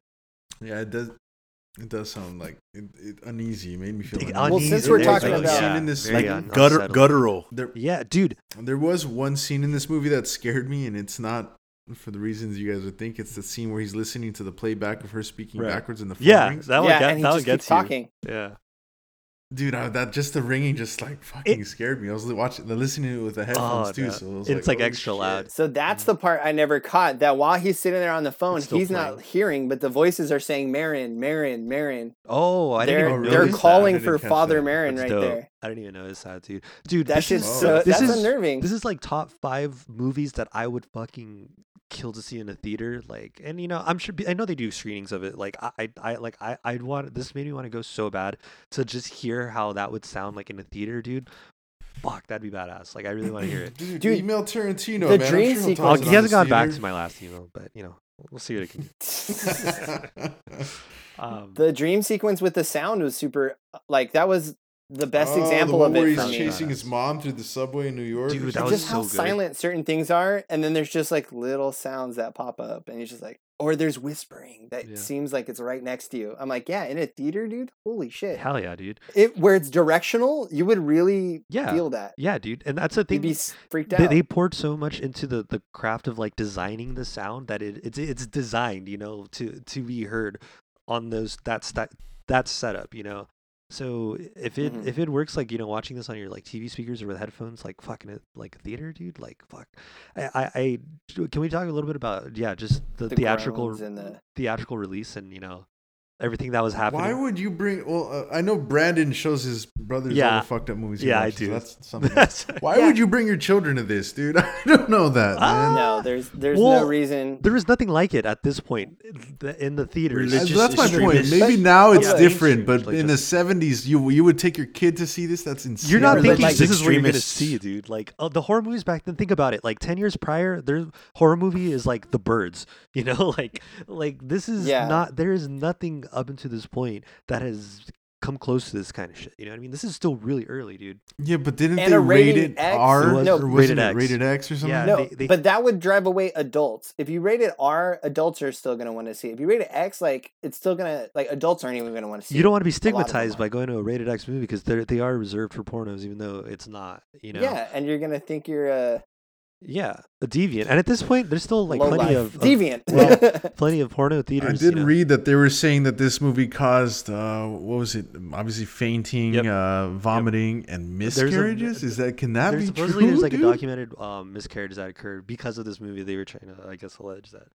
Yeah, it does. It does sound like it, it, uneasy. It made me feel. Like, uneasy. Well, since we're uneasy, talking Like, about- scene in this, Very like, un- gutter, unsettling. guttural. there, Yeah, dude. there was one scene in this movie that scared me, and it's not for the reasons you guys would think. It's the scene where he's listening to the playback of her speaking Right. backwards in the phone Yeah, rings. that one. yeah, get- and he that one just keeps gets you. talking. Yeah. dude, I, that just the ringing just like fucking It- scared me. I was li- watching, listening to it with the headphones Oh, too, no. so it was it's like, oh, extra shit. loud. So that's the part I never caught. That while he's sitting there on the phone, It's still he's not playing. hearing, but the voices are saying Marin, Marin, Marin. Oh, I they're didn't even they're notice that. I calling didn't for catch Father that. Marin That's right dope. there. I didn't even notice that, dude. Dude, That's this just is so Wow. this that's is unnerving. this is like top five movies that I would fucking kill to see in a theater. Like, and you know, I'm sure I know they do screenings of it. Like, I, I, I like I, I'd want this made me want to go so bad to just hear how that would sound like in a theater, dude. Fuck, that'd be badass. Like, I really want to hear [LAUGHS] it. [LAUGHS] Dude, Dude, email Tarantino. the man. I'm dream sure he'll sequence- toss Oh, it he on hasn't the gone back theater. to my last email, but you know, we'll see what it can. [LAUGHS] do. [LAUGHS] Um, [LAUGHS] the dream sequence with the sound was super like that was the best Oh, the example one of where it he's for me. chasing his mom through the subway in New York. Dude, or that something. was just how so good. silent certain things are, and then there's just like little sounds that pop up, and you're just like, or there's whispering that Yeah. seems like it's right next to you. I'm like, yeah, in a theater, dude, holy shit! hell yeah, dude. It where it's directional, you would really Yeah. feel that. Yeah, dude. And that's the You'd thing. be s- freaked out. they, they poured so much into the the craft of like designing the sound that it it's it's designed you know to to be heard on those that's that that setup you know so if it Mhm. if it works like you know watching this on your like tv speakers or with headphones like fucking it like theater dude like fuck i i, I d- can we talk a little bit about yeah just the, The theatrical groans and the- theatrical release and you know everything that was happening Why would you bring? Well, uh, I know Brandon shows his brothers all Yeah. the fucked up movies. Yeah, I watches, so do. that's [LAUGHS] something. That's- Why Yeah. would you bring your children to this, dude? [LAUGHS] I don't know that, man. no, there's there's no Well, reason. there was nothing like it at this point th- in the theaters Uh, Religious that's my point. extremists. Maybe But- now it's yeah. different, but Like in the just- '70s, you you would take your kid to see this. That's insane. You're not but thinking like- this is what you're gonna extremists- see, dude. Like uh, the horror movies back then. Think about it. Like ten years prior, their horror movie is like The Birds. [LAUGHS] You know, like like this is Yeah. not. There is nothing up until this point that has come close to this kind of shit. You know what I mean? This is still really early, dude. Yeah, but didn't And they a rate rated it X? R It was or rated wasn't it X. rated X or something? Yeah, No, they- they- but that would drive away adults. If you rate it R, adults are still gonna want to see. it. If you rate it X, like it's still gonna like adults aren't even gonna want to see. You it. don't want to be lot of them stigmatized are. by going to a rated X movie because they they are reserved for pornos, even though it's not. You know? Yeah, and you're gonna think you're a Yeah. A deviant, and at this point, there's still like low plenty life of, of- [LAUGHS] deviant. [LAUGHS] plenty of porno I theaters. did you know? read that they were saying that this movie caused uh, what was it? Obviously fainting, Yep. uh, vomiting, and a- miscarriages. Is that can that There's be supposedly true? there's like dude? a documented um, miscarriage that occurred because of this movie. They were trying to, I guess, allege that.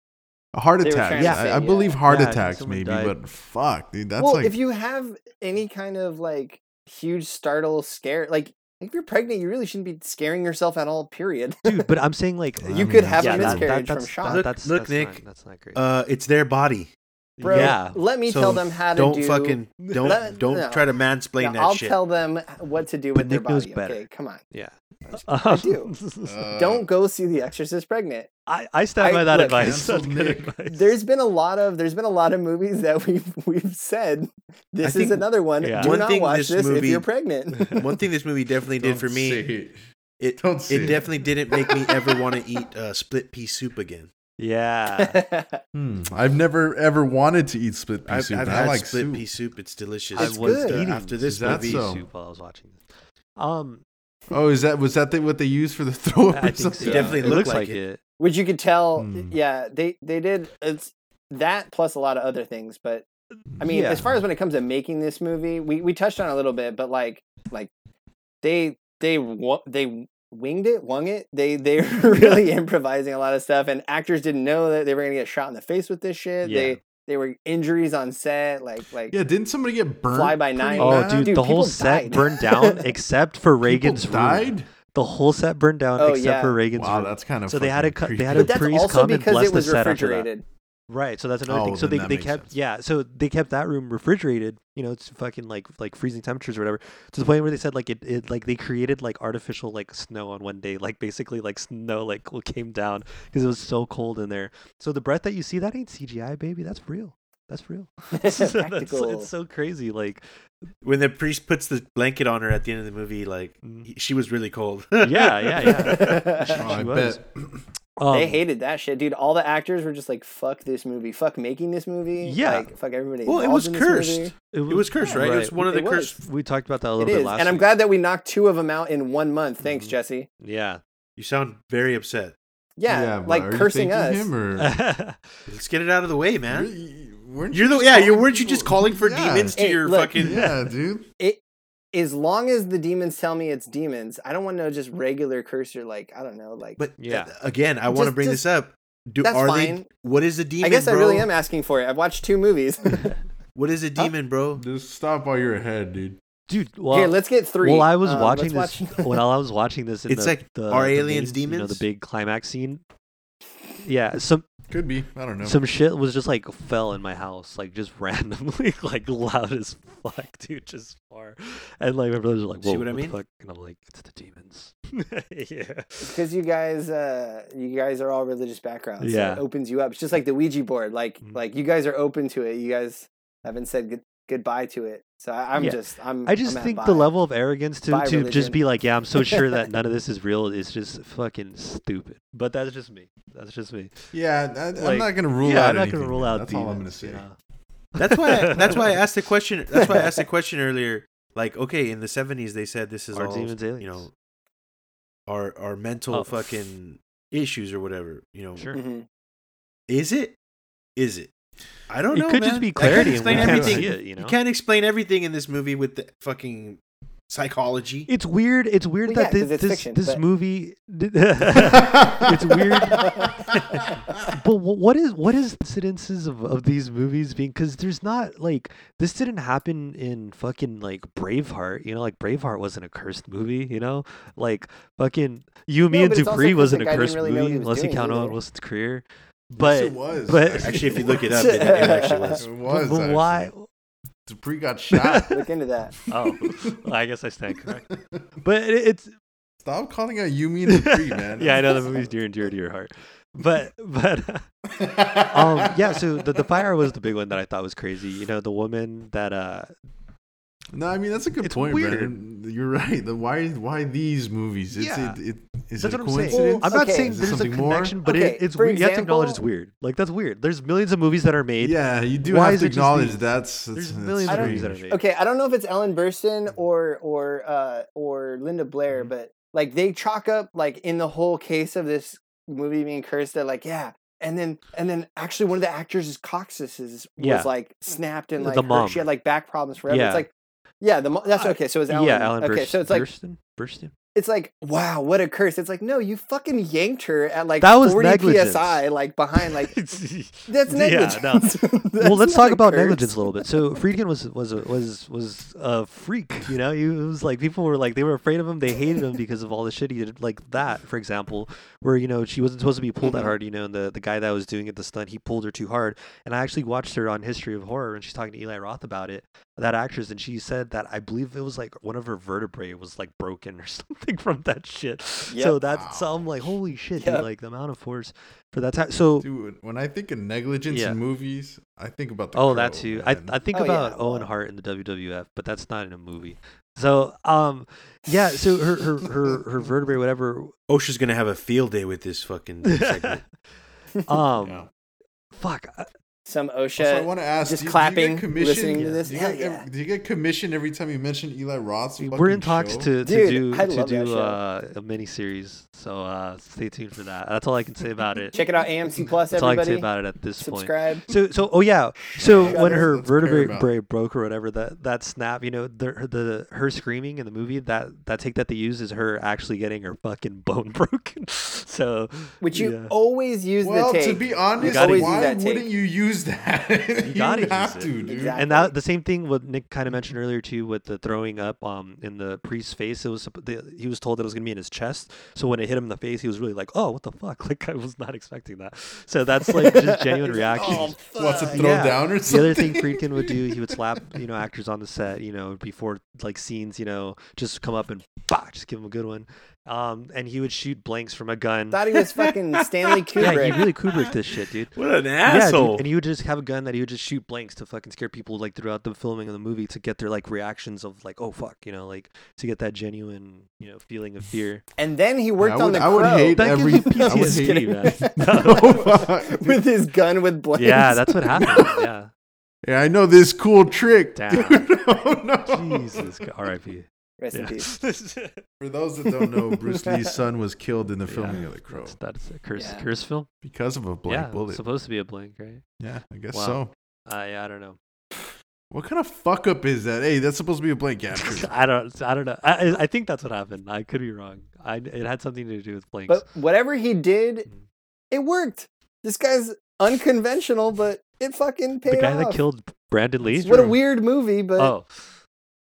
A heart They were attack. trying to Yeah, say, I, yeah. I believe heart Yeah, attacks someone maybe, died. but fuck, dude, that's well, like if you have any kind of like huge startle scare, like if you're pregnant, you really shouldn't be scaring yourself at all. Period. [LAUGHS] Dude, but I'm saying like uh, I you mean, could have yeah, a that- miscarriage that's, from shock. That, Look- that's, look, that's Nick, not, that's not great. uh, it's their body. Bro, Yeah. let me So tell them how to don't do. [LAUGHS] fucking don't Let- don't no. try to mansplain No, that I'll shit. [LAUGHS] tell them what to do But with their Nick knows body. better. Okay, come on. [LAUGHS] Yeah. Um, I do. Uh, Don't go see The Exorcist [LAUGHS] pregnant. [LAUGHS] I, I stand I- by that look, advice. cancel [LAUGHS] That's good Nick. advice. There's been a lot of there's been a lot of movies that [LAUGHS] we've we've said this is think- another one. yeah. Do One not thing watch this this, if movie- you're pregnant. [LAUGHS] One thing this movie definitely did Don't for say me, it. it Don't say it it. definitely didn't make me [LAUGHS] ever want to eat uh, split pea soup again. [LAUGHS] Yeah. Hmm, I've never ever wanted to eat split pea I've, soup. I've I had like split soup. pea soup; it's delicious. It's I was good. Uh, eating after this Is that movie. so? soup while I was watching this. [LAUGHS] Um, Oh, is that was that the, what they used for the [LAUGHS] throw up? I think so. It definitely it looked looks like like it. it. Which you could tell, uh, Hmm. yeah, they they did it's that plus a lot of other things. But I mean, Yeah. as far as when it comes to making this movie, we we touched on it a little bit, but like like they they wa- they winged it, wung it. They they [LAUGHS] were really improvising a lot of stuff, and actors didn't know that they were gonna get shot in the face with this shit. Yeah. They they were injuries on set, like like Yeah, didn't somebody get burned? Fly by pretty night. Oh, bad? dude, Dude, the whole people set died. burned [LAUGHS] down except for Reagan's People room. died. The whole set burned down Oh, except yeah. for Reagan's Wow, room. that's kind of. So they had to fucking cut- they creepy. had to but that's Priest also come and because bless it the was set after that. refrigerated. [LAUGHS] Right. So that's another Oh, thing. So then they, that they makes kept sense. yeah. So they kept that room refrigerated. You know, it's fucking like like freezing temperatures or whatever. To the point where they said like it, it like they created like artificial like snow on one day. Like basically like snow like [LAUGHS] came down because it was so cold in there. So the breath that you see that ain't CGI, baby. That's real. [LAUGHS] That's real. [LAUGHS] That's- Practical. it's so crazy. Like When the priest puts the blanket on her at the end of the movie, like Mm. he- she was really cold. [LAUGHS] yeah, yeah, yeah. [LAUGHS] [LAUGHS] Oh, I She was. bet. Um, they hated that shit, dude. All the actors were just like, "Fuck this movie, fuck making this movie, Yeah. like, fuck everybody." well, it involved was in this movie." cursed. It was cursed, yeah, right? It was one of the It cursed. was. We talked about that a It little bit is, last. and I'm week. glad that we knocked two of them out in one month. Thanks, Mhm. Jesse. Yeah. You sound very upset. Yeah, but like are you cursing thanking us. Him or, [LAUGHS] [LAUGHS] Let's get it out of the way, man. Weren't You're the just yeah. You calling weren't you just people- calling for Yeah. demons to Hey, your look. fucking? Yeah, dude. It as long as the demons tell me it's demons, I don't want to know just regular curse or like I don't know, like. But Yeah. yeah, again, I want to Just- bring just- this up. Do that's are fine. they? What is a demon? I guess I bro? really am asking for it. I've watched two [LAUGHS] movies. What is a demon, bro? Just stop while you're ahead, dude. Dude, well, Here, let's get three. Well, I was Um, watching let's this [LAUGHS] watch- [LAUGHS] while I was watching this. In It's the, like, the, are the aliens main, You know, the demons? big climax scene. Yeah, some Could be. I don't know. some shit was just like fell in my house, like just [LAUGHS] randomly, like loud as fuck, dude, just far. And like my brothers were like, See "Whoa, what I the mean? fuck?" And I'm like, "It's the demons." [LAUGHS] yeah. because you guys uh you guys are all religious backgrounds Yeah. so it opens you up it's just like the ouija board like Mhm. like you guys are open to it you guys haven't said good, goodbye to it so I, i'm Yeah. just i'm I just I'm at think bye. the level of arrogance to, Bye, to just religion. be like, yeah, I'm so sure that [LAUGHS] none of this is real is just fucking stupid. But that's just me. That's just me. yeah, I, like- I'm not gonna rule yeah, out. I'm not anything, gonna rule man. out That's demons. all I'm gonna say. yeah. That's why. that's why I asked the question. That's why I asked the question earlier. Like, okay, in the seventies, they said this is Are all demons you aliens? know, our our mental Oh. fucking issues or whatever. You know, sure. Mhm. is it? Is it? I don't it know. could man. just I be can't clarity and we explain can't everything. see it, you know? You can't explain everything in this movie with the fucking psychology. It's weird. It's weird Well, yeah, that 'cause this it's this, fiction, this but- [LAUGHS] movie. [LAUGHS] [LAUGHS] it's weird. [LAUGHS] but wh- what is what is incidences of, of these movies being? Because there's not like this didn't happen in fucking like Braveheart. You know, like Braveheart wasn't a cursed movie. You know, like fucking you, me, No, and but it's also Dupree 'cause wasn't the a guy didn't cursed really know what movie he was unless you doing count either. Owen Wilson's career. Yes, But it was. but- Actually, if you look [LAUGHS] it up, it, it actually was. it but was. why? [LAUGHS] actually. Dupree got shot. look into that Oh, I guess I stand corrected. But it, it's Stop calling out Yumi and [LAUGHS] Dupree, man. yeah, I [LAUGHS] know the movie's dear and dear to your heart. But [LAUGHS] but. uh, [LAUGHS] um yeah so the, the fire was the big one that i thought was crazy you know the woman that uh No, I mean that's a good It's point, weird. Brandon. You're right. The why why these movies? It's, Yeah. it, it, is that's it what a i'm saying coincidence? i'm not Okay. saying Is it there's a something more? connection but Okay, it, it's for weird you have to acknowledge it's example- weird like that's weird there's millions of movies that are made Yeah, you do Why have is to it just acknowledge these- that's, that's there's that's millions of don't- movies that are strange. made okay i don't know if it's ellen burstyn or or uh or linda Mm-hmm. blair but like they chalk up like in the whole case of this movie being cursed they're like yeah and then and then actually one of the actors' coccyxes was Yeah. like snapped and The like her- mom. she had like back problems forever Yeah. Uh, it's like yeah the mo- that's okay so it's ellen yeah alan okay Burst- so it's like Burstyn? Burstyn? it's like, wow, what a curse. It's like, no, you fucking yanked her at like That was 40 negligence. psi, like behind, [LAUGHS] like [LAUGHS] that's Yeah, negligence. [LAUGHS] no. That's well, let's not talk a about curse. negligence a little bit. So Friedkin was was a, was was a freak. You know, he was like people were like they were afraid of him. They hated him because of all the shit he did. Like that, for example, where you know she wasn't supposed to be pulled Mm-hmm. that hard. You know, and the the guy that was doing it the stunt he pulled her too hard. And I actually watched her on History of Horror, and she's talking to Eli Roth about it. That actress, and she said that I believe it was like one of her vertebrae was like broken or [LAUGHS] something from that shit. So Yep. that's so I'm like, holy shit, Yep. dude! Like the amount of force for that time. So Dude, when I think of negligence Yeah. in movies, I think about the Oh, Crow, that's who. I, man. I think Oh, yeah, about Owen well. Hart in the WWF, but that's not in a movie. So, um, yeah. So her her her, [LAUGHS] her vertebrae, whatever. OSHA's gonna have a field day with this [LAUGHS] fucking segment. Um, Yeah. fuck. uh, I- Some So I OSHA. want to ask, just do you, do you clapping, get commission? listening to Yeah. this. Do you, Hell get, yeah. do you get commission every time you mention Eli Roth's? We're fucking in talks show? to, to Dude, do I to love that do show. uh, a mini series. So uh, stay tuned for that. That's all I can [LAUGHS] say about it. Check it out, AMC Plus, that's all I can say everybody. about it at this point. Subscribe. So so oh yeah. So Yeah, when that's- her that's vertebrae paramount. bra- broke or whatever that that snap, you know, the her- the her screaming in the movie that that take that they use is her actually getting her fucking [LAUGHS] bone broken. so Which you yeah. always use Well, the to tape. be honest, gotta use why that take. wouldn't you use that? [LAUGHS] you, gotta use have it. to, dude. Exactly. and that the same thing what Nick kind of mentioned earlier too with the throwing up um in the priest's face. It was supp- the, he was told that it was gonna be in his chest. So when it hit him in the face, he was really like, oh what the fuck? [LAUGHS] Like I was not expecting that. So that's like just [LAUGHS] Oh, genuine reaction. What's a throw Yeah. down or the something? other thing Friedkin would do, [LAUGHS] he would slap you know actors on the set, you know, before like scenes, you know, just come up and bah, just give him a good one. Um, and he would shoot blanks from a [LAUGHS] gun. Thought he was [LAUGHS] fucking Stanley yeah, Kubrick. he really Kubrick this shit, dude. What an Yeah, dude, asshole! and he would just have a gun that he would just shoot blanks to fucking scare people like throughout the filming of the movie to get their like reactions of like oh fuck you know like to get that genuine you know feeling of [LAUGHS] fear. and then he worked I would, on the I would crow hate That every. gives you [LAUGHS] I would PTSD, hate man. [LAUGHS] [LAUGHS] Oh, [LAUGHS] fuck. with his gun with blades. Yeah, that's what happened. yeah, [LAUGHS] Yeah, I know this cool trick. [LAUGHS] Damn. Dude. Oh, no. Jesus, God, R.I.P. [LAUGHS] Rest in Yeah. peace. For those that don't know, Bruce [LAUGHS] Lee's son was killed in the filming Yeah, of The Crow That's, that's a curse Yeah. curse film. because of a blank yeah, bullet. supposed to be a blank, right? yeah, I guess Wow. so. Uh, yeah, I don't [LAUGHS] know. What kind of fuck up is that? Hey, that's supposed to be a [LAUGHS] [LAUGHS] blank capture. I don't. I don't know. I, I- I think that's what happened. I could be wrong. I it had something to do with blanks. But whatever he did, Mm. it worked. This guy's unconventional, but it fucking paid the guy off. that killed Brandon Lee. what a weird movie, but [LAUGHS] Oh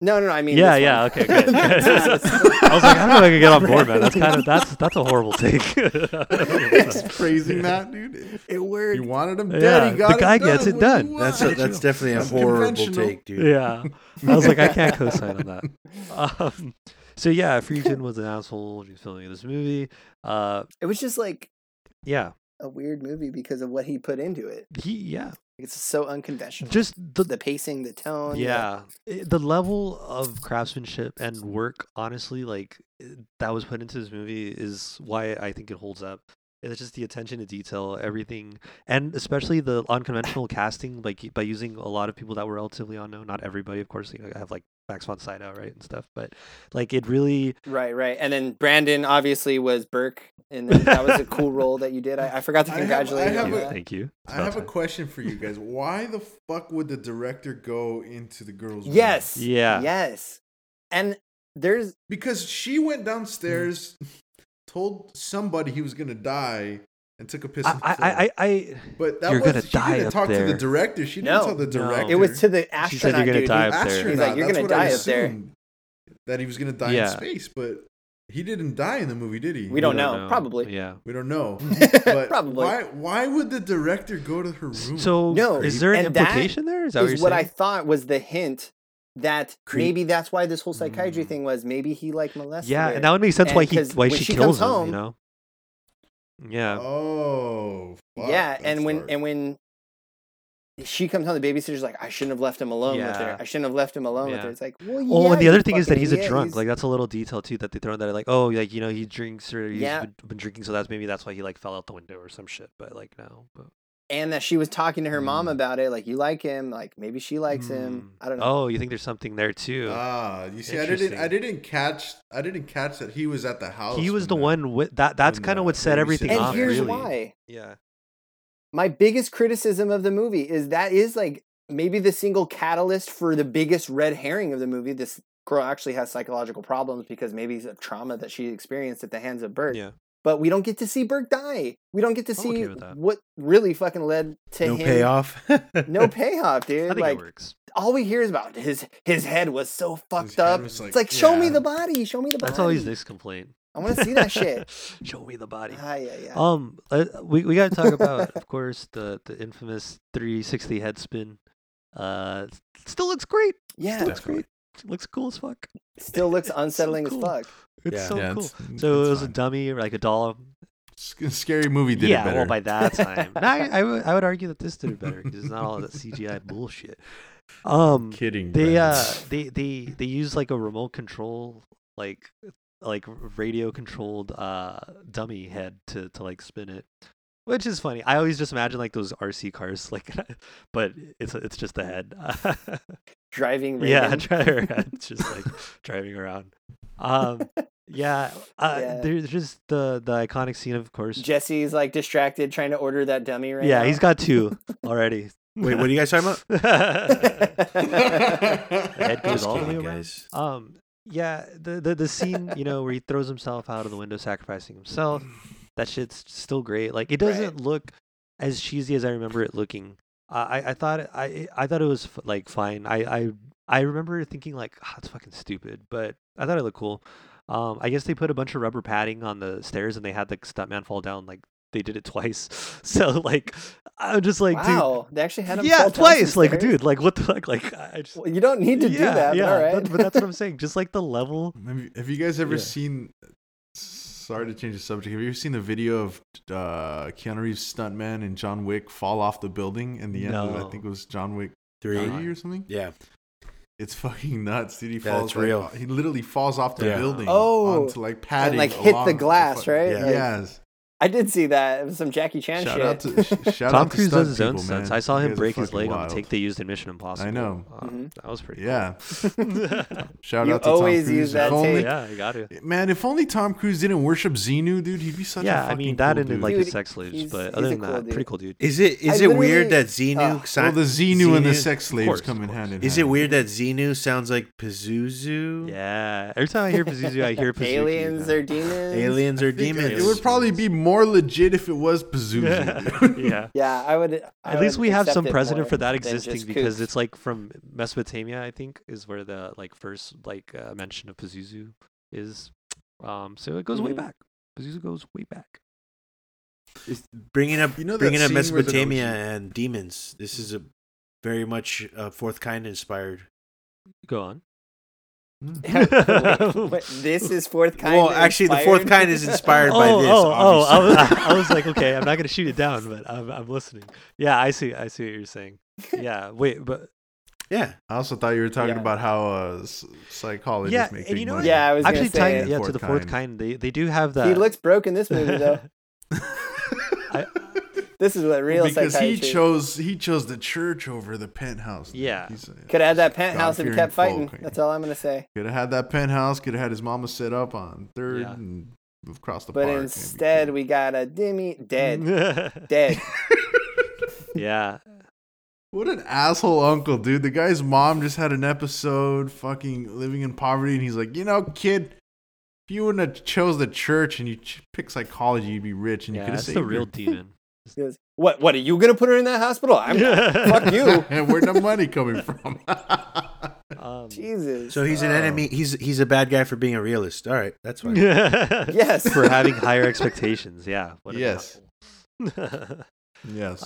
no, no, no, I mean, yeah, this yeah. one. [LAUGHS] Okay, good. [LAUGHS] That's not- I was like, I don't know if I could get on board, man. That's kind of that's that's a [LAUGHS] horrible take. it's [LAUGHS] crazy, Matt, dude. it He worked. wanted him dead. Yeah, he got the guy it done. gets it What do done. you that's a, want? that's definitely a That's horrible conventional. take, dude. yeah, I was like, I can't co-sign on [LAUGHS] that. Um, so yeah, Friedkin was an asshole. He's filming this movie. Uh, It was just like yeah, a weird movie because of what he put into it. he yeah, It's so unconventional. just the the pacing, the tone. the- yeah I- the level of craftsmanship and work honestly like i- that was put into this movie is why i think it holds up it's just the attention to detail everything and especially the unconventional casting like y- by using a lot of people that were relatively unknown not everybody of course you know, have like max von sydow right and stuff but like it really Right, right. And then Brandon obviously was Burke, and then that was a cool role that you did. I, I forgot to I have- congratulate I you. on have a- that. thank you It's I about have a time. question for you guys. Why the fuck would the director go into the girl's room? Yes. Yeah. Yes. And there's Because she went downstairs, told somebody he was gonna die, and took a piss. I, and I, fell. I, I, I but that You're was, gonna she die didn't up talk to there. the director. She didn't No. tell the No. director. it was to the astronaut. Oh, She said you're gonna dude. die He- Ah, up there. He's like, you're That's gonna what I die up there. assumed, That he was gonna die Yeah. in space, but he didn't die in the movie, did he? We don't know. Probably. yeah We don't [LAUGHS] know. But Probably. Why? Why would the director go to her room? so No, is there an and that implication there is that Is what what, you're I saying? thought was the hint that Creep. maybe that's why this whole psychiatry thing was maybe he like molested. Mm. yeah her. and that would make sense why And he 'cause why when she, she kills comes him home- you know yeah Oh. fuck, yeah, that's and when dark. and when she comes home, the babysitter's like, I shouldn't have left him alone with Yeah. her. I shouldn't have left him alone with Yeah. her. It's like, well, yeah. Oh, and the you other thing is that fucking he's a idiot. drunk. He's- Like that's a little detail too that they throw in there. Like, oh, like you know he drinks or he's Yeah. been, been drinking, so that's maybe that's why he like fell out the window or some shit. But like no, but and that she was talking to her Mm. mom about it. Like, you like him. Like, maybe she likes him. Hmm. I don't know. Oh, you think there's something there too? Ah, you see, I didn't, I Interesting. didn't catch, I didn't catch that he was at the house. he was when the that- one with that. That's when kind the of what set babysitter everything was and off. there. here's really. why Yeah. my biggest criticism of the movie is that is like maybe the single catalyst for the biggest red herring of the movie this girl actually has psychological problems because maybe of trauma that she experienced at the hands of Burke. Yeah. But we don't get to see Burke die. We don't get to I'm okay see with that. what really fucking led to no him. [LAUGHS] payoff. No payoff, dude. [LAUGHS] I think like it works. all we hear is about his his head was so fucked head up. was like- it's like show me yeah. the body, show me the body. That's always Nick's complaint. I want to see that shit. [LAUGHS] Show me the body. Ah, yeah, yeah. Um, uh, we we gotta talk about, of course, the the infamous 360 head spin. Uh, s- still looks great. yeah, Still looks great. Looks cool as fuck. still [LAUGHS] looks unsettling cool. as fuck. It's Yeah. so Yeah, cool. it's- So it's it was a fine. dummy, or like a doll. Sc- Scary movie did yeah, it better. [LAUGHS] well, by that time, No, I I would- I would argue that this did it better because it's not all that CGI bullshit. Um, kidding. they Brandon. uh they they they use like a remote control like like radio controlled uh dummy head to to like spin it which is funny i always just imagine like those rc cars [LAUGHS] like but it's it's just the head [LAUGHS] Driving Reagan. yeah try her head just like driving around um yeah, uh, Yeah. there's just the the iconic scene of course Jesse's like distracted trying to order that dummy right yeah now. [LAUGHS] he's got [LAUGHS] two already Wait, [LAUGHS] what are you guys talking [LAUGHS] about? [LAUGHS] head goes Just all the way kidding, around guys. Um, yeah, the, the the scene, you know, where he throws himself out of the window, sacrificing himself. [LAUGHS] That shit's still great. Like it Right. doesn't look as cheesy as I remember it looking. I I, I thought it, I I thought it was f- like fine. I I I remember thinking like, oh, it's fucking stupid, but I thought it looked cool. Um, I guess they put a bunch of rubber padding on the stairs and they had the stuntman fall down. Like they did it twice. [LAUGHS] So like, I'm just like, wow, they actually had him. dude, yeah, fall down twice. some Like, stairs? dude, like what the fuck? Like I I just Well, you don't need to do that. yeah, all right, that- but that's what I'm saying. Just like the level. Have you, have you guys ever Yeah. seen? Sorry to change the subject. Have you ever seen the video of uh, Keanu Reeves' stuntman and John Wick fall off the building in the end? Of, I No. think it was John Wick Three. uh, three or something. Yeah. It's fucking nuts, dude. He Yeah, falls it's like, real. He literally falls off the Yeah. building. Oh. onto like and padding, like hit along the with glass, fucking- right? Yeah. Like, yes. [LAUGHS] I did see that. It was some Jackie Chan Shout shit. out [LAUGHS] to sh- [LAUGHS] shout Tom out to Cruise stunt does his own people, stunts. man. I saw You him guys are break his fucking leg on wild. the take they used in Mission Impossible. know. Uh, Mhm. That was pretty. [LAUGHS] Yeah. Cool. Shout You out to always Tom Cruise. use that If only- tape. yeah, you got to. Man, if only Tom Cruise didn't worship Xenu, dude, he'd be such a yeah, I fucking mean that cool ended dude. like Dude, his sex slaves, he's- but he's other a than cool that, pretty dude. cool dude. Is it is I it weird literally- that Xenu Ugh. well, sound- the Xenu and the Xenu- sex slaves course, come of in course. hand in hand. Is it weird that Xenu sounds like Pazuzu? Yeah. Every time I hear Pazuzu, I hear [LAUGHS] Pazuzu. aliens [LAUGHS] or demons. Aliens or I think demons? It would probably be more legit if it was Pazuzu. dude. [LAUGHS] [LAUGHS] yeah. Yeah, I would. I At least would we have accept some it precedent more for that than existing just because kooks. it's like from Mesopotamia, I think, is where the like first like uh, mention of Pazuzu is. Um, so it goes way Mhm. back. Pazuzu goes way back. bringing up You know that bringing up scene where the- Mesopotamia and demons. This is a very much uh, fourth kind inspired. Go on. Mm. Yeah, [LAUGHS] [LAUGHS] [LAUGHS] wait, wait, this is fourth kind. well, actually, the fourth inspired? kind is [LAUGHS] inspired by oh, this. oh, oh! I was, obviously. I was like, okay, I'm not gonna shoot [LAUGHS] it down, but I'm, I'm listening. Yeah, I see, I see what you're saying. Yeah, wait, but yeah, I also thought you were talking Yeah. about how uh, s- psychologists Yeah, make and big you know money. what? yeah, I was actually actually tying gonna it say, yeah to the fourth Fourth kind, they they do have that. he looks broke in this movie [LAUGHS] [LAUGHS] though. I- This is what real Well, because he psychiatry. chose he chose the church over the penthouse. dude. Yeah. He's a- Could have had that penthouse and God-fearing kept fighting. folk, man. That's all I'm gonna say. Could have had that penthouse. Could have had his mama set up on third Yeah. and across the But park. instead, we got a Demi [LAUGHS] dead, [LAUGHS] dead. yeah, what an asshole uncle, dude! The guy's mom just had an episode, fucking living in poverty, and he's like, you know, kid, if you wouldn't have chose the church and you ch- picked psychology, you'd be rich, and you yeah, could have that's saved the real [LAUGHS] your- demon. He goes, what? What are you gonna put her in that hospital? [LAUGHS] [LAUGHS] I'm [LAUGHS] fuck you, and where'd the money coming from? [LAUGHS] Um, Jesus. so he's an Oh. enemy. He's he's a bad guy for being a realist. All right, that's [LAUGHS] fine. [LAUGHS] Yes. for having higher expectations. Yeah. what an Yes. asshole. yes.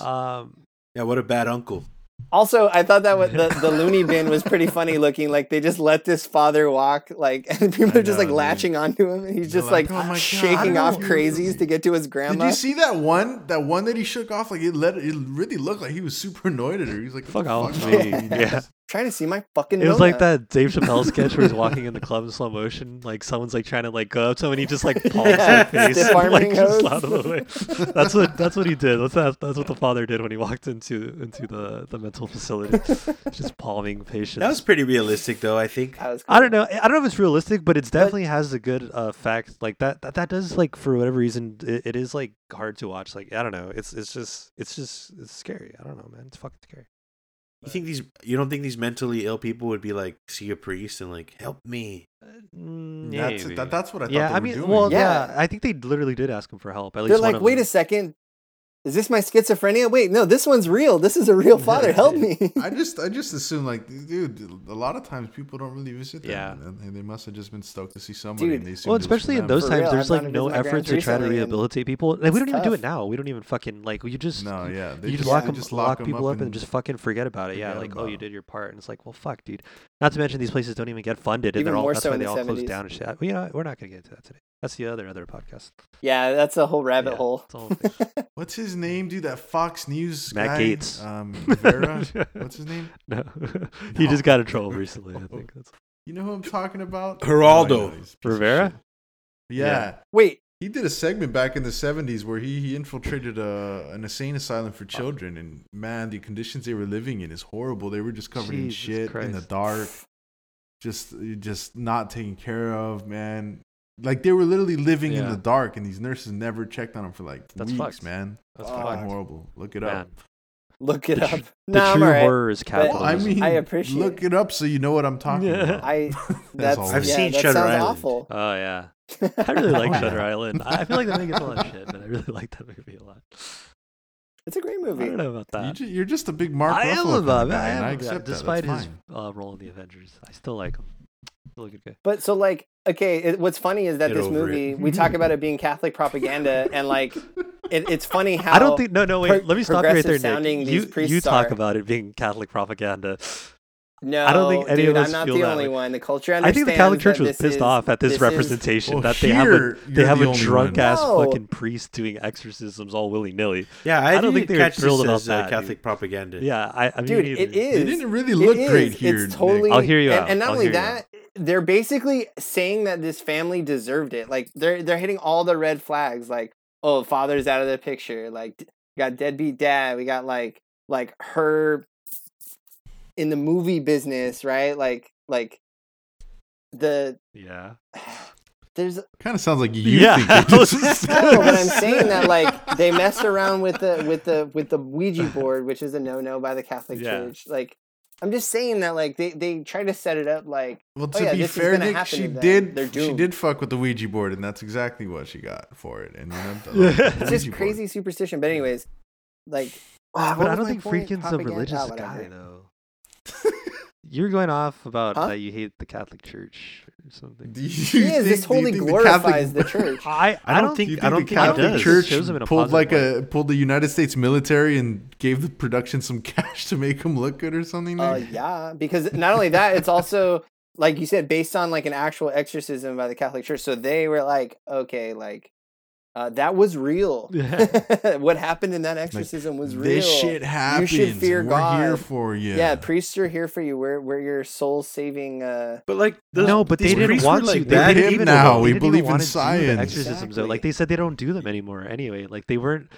[LAUGHS] um. Yeah, what a bad uncle. Also, I thought that was, the [LAUGHS] the loony bin was pretty funny looking. Like they just let this father walk, like [LAUGHS] and people I are just know, like dude. latching onto him, and he's They're just like, like, "Oh my God, I don't shaking know off if you- crazies to get to his Did grandma. you see that one? That one that he shook off? Like it let it really looked like he was super annoyed at her. He was like, Fuck off, no, me." [LAUGHS] you Yeah. just- Trying to see my fucking. It was like [LAUGHS] Nona. that Dave Chappelle sketch where he's walking in the club in slow motion, like someone's like trying to like go up to him and he just like palms Yeah, their face stiff and, [LAUGHS] like arming just hose. out of the way. That's what that's what he did. That's that, that's what the father did when he walked into into the, the mental facility. [LAUGHS] just palming patients. That was pretty realistic, though. I think. That was I don't know. I don't know if it's realistic, but it's definitely has a good uh, effect. Like that, that, that does like for whatever reason, it, it is like hard to watch. Like I don't know. It's it's just it's just it's scary. I don't know, man. It's fucking scary. You think these? You don't think these mentally ill people would be like see a priest and like help me? That's Maybe. that, that's what I thought yeah, they I were mean, doing. well, yeah. Yeah. I think they literally did ask him for help. At least They're one like, of wait them. a second. Is this my schizophrenia? Wait, no, this one's real. This is a real [LAUGHS] father. Help me. [LAUGHS] I just I just assume like dude, a lot of times people don't really visit them. Yeah. and and they must have just been stoked to see somebody. Dude. and they assumed Well, it was for especially in them. those For times, real, there's I've like gone to no visit my effort grandparents to try to recently, and rehabilitate people. Like, we it's don't even do it tough. now. We don't even fucking like you just No, yeah, they you just- just lock they them, just lock, them people up and, just fucking forget about it. Yeah, forget like oh, about you it. did your part, and it's like, well, fuck, dude. Not to mention these places don't even get funded, and Even they're all more that's so why in they the all closed 70s. down and shit. Well, you know, we're not gonna get into that today. That's the other other podcast. yeah, that's a whole rabbit Yeah, hole. it's [LAUGHS] a whole thing. What's his name, dude? That Fox News Matt guy? Gaetz. [LAUGHS] Um, Vera. What's his name? no, [LAUGHS] he just got in trouble recently. [LAUGHS] I think that's You know who I'm talking about? Geraldo. No, I know, he's a piece of Rivera? shit. Yeah. Yeah. Wait, he did a segment back in the '70s where he he infiltrated a an insane asylum for children, and man, the conditions they were living in is horrible. They were just covered in Jesus shit in the Christ. dark, just just not taken care of, man. Like they were literally living in Yeah. the dark, and these nurses never checked on them for like That's weeks, fucked. man. that's Fuck. Fucking fucked. horrible. Look it Man. up. look it The up. tr- [LAUGHS] The Nah, I'm true all right. horror is But- Well, I capitalism. mean, I appreciate Look it. it up so you know what I'm talking Yeah. about. I That's that's all. I've I've yeah, seen that Shutter sounds Island. [LAUGHS] awful. Oh yeah, I [LAUGHS] really like yeah. Shutter Island. I feel like that movie gets a lot of shit, but I really [LAUGHS] like that movie a lot. It's a great I don't movie. know about that. You ju- you're just a big Mark I am Ruffalo a kind of Bob. guy, I am and I a Bob. accept that. Despite That's his fine. uh, role in the Avengers, I still like him. Still a good guy. But so like, okay, it, what's funny is that Get this over movie we talk about [LAUGHS] it being Catholic propaganda, and [LAUGHS] like, it, it's funny how I don't think. No, no. Wait. pro- let me stop you right there, progressive sounding Nick. these You, you priests talk are. about it being Catholic propaganda. No, I don't think any dude, of us I'm not feel the that only way. one. The culture I think the Catholic understands Church that was this pissed is- off at this, is- representation Well, that they have a here, they you're have the a only drunk one. ass No. fucking priest doing exorcisms all willy nilly. Yeah, I, I don't didn't think they were catch thrilled this about as, uh, that, dude. Catholic propaganda. Yeah, I, I mean, Dude, neither. it is. They didn't really look It great is. here. It's Nick. totally. I'll hear you and, out. and not I'll only hear you that, they're basically saying that this family deserved it. Like they're they're hitting all the red flags. Like oh, father's out of the picture. Like d- we got deadbeat dad. We got like like her in the movie business, right? Like like the [SIGHS] Yeah, there's Kind of sounds like you Yeah, [LAUGHS] think I they was did just- this. [LAUGHS] no, but I'm saying that [LAUGHS] like they messed around with the with the with the Ouija board, which is a no no by the Catholic Yeah. Church. Like I'm just saying that like they they try to set it up like Well, Oh, to yeah, be this is fair, gonna Nick, happen she to them. They're did. She doomed. did fuck with the Ouija board, and that's exactly what she got for it. And you know, the- [LAUGHS] Yeah. the it's Ouija just board. crazy superstition. But anyways, like ah, what [SIGHS] but I was don't my think point? Freakin's a Propaganda- ah, religious whatever. [LAUGHS] guy though. You're going off about Huh? that you hate the Catholic Church or something. Do you He is. This think- do you totally think glorifies the, [LAUGHS] Catholic, church. I, I don't Do think you think I don't the think Catholic it does. Church Shows him in a pulled positive like light. a pulled the United States military and gave the production some [LAUGHS] cash to make them look good or something? [LAUGHS] Nick? Uh, yeah, because not only that, it's also like you said, based on like an actual exorcism by the Catholic Church. So they were like, okay, like uh, that was real. [LAUGHS] what happened in that exorcism was real. This shit happens. fear We're God. here for you. yeah. priests are here for you. We're we're your soul saving. Uh, But like, no, but they these didn't priests want were like to. They, that they didn't Him even now, they we didn't even believe in want to do the science. Exorcisms, though, like Exactly. they said, they don't do them anymore. Anyway, like they weren't.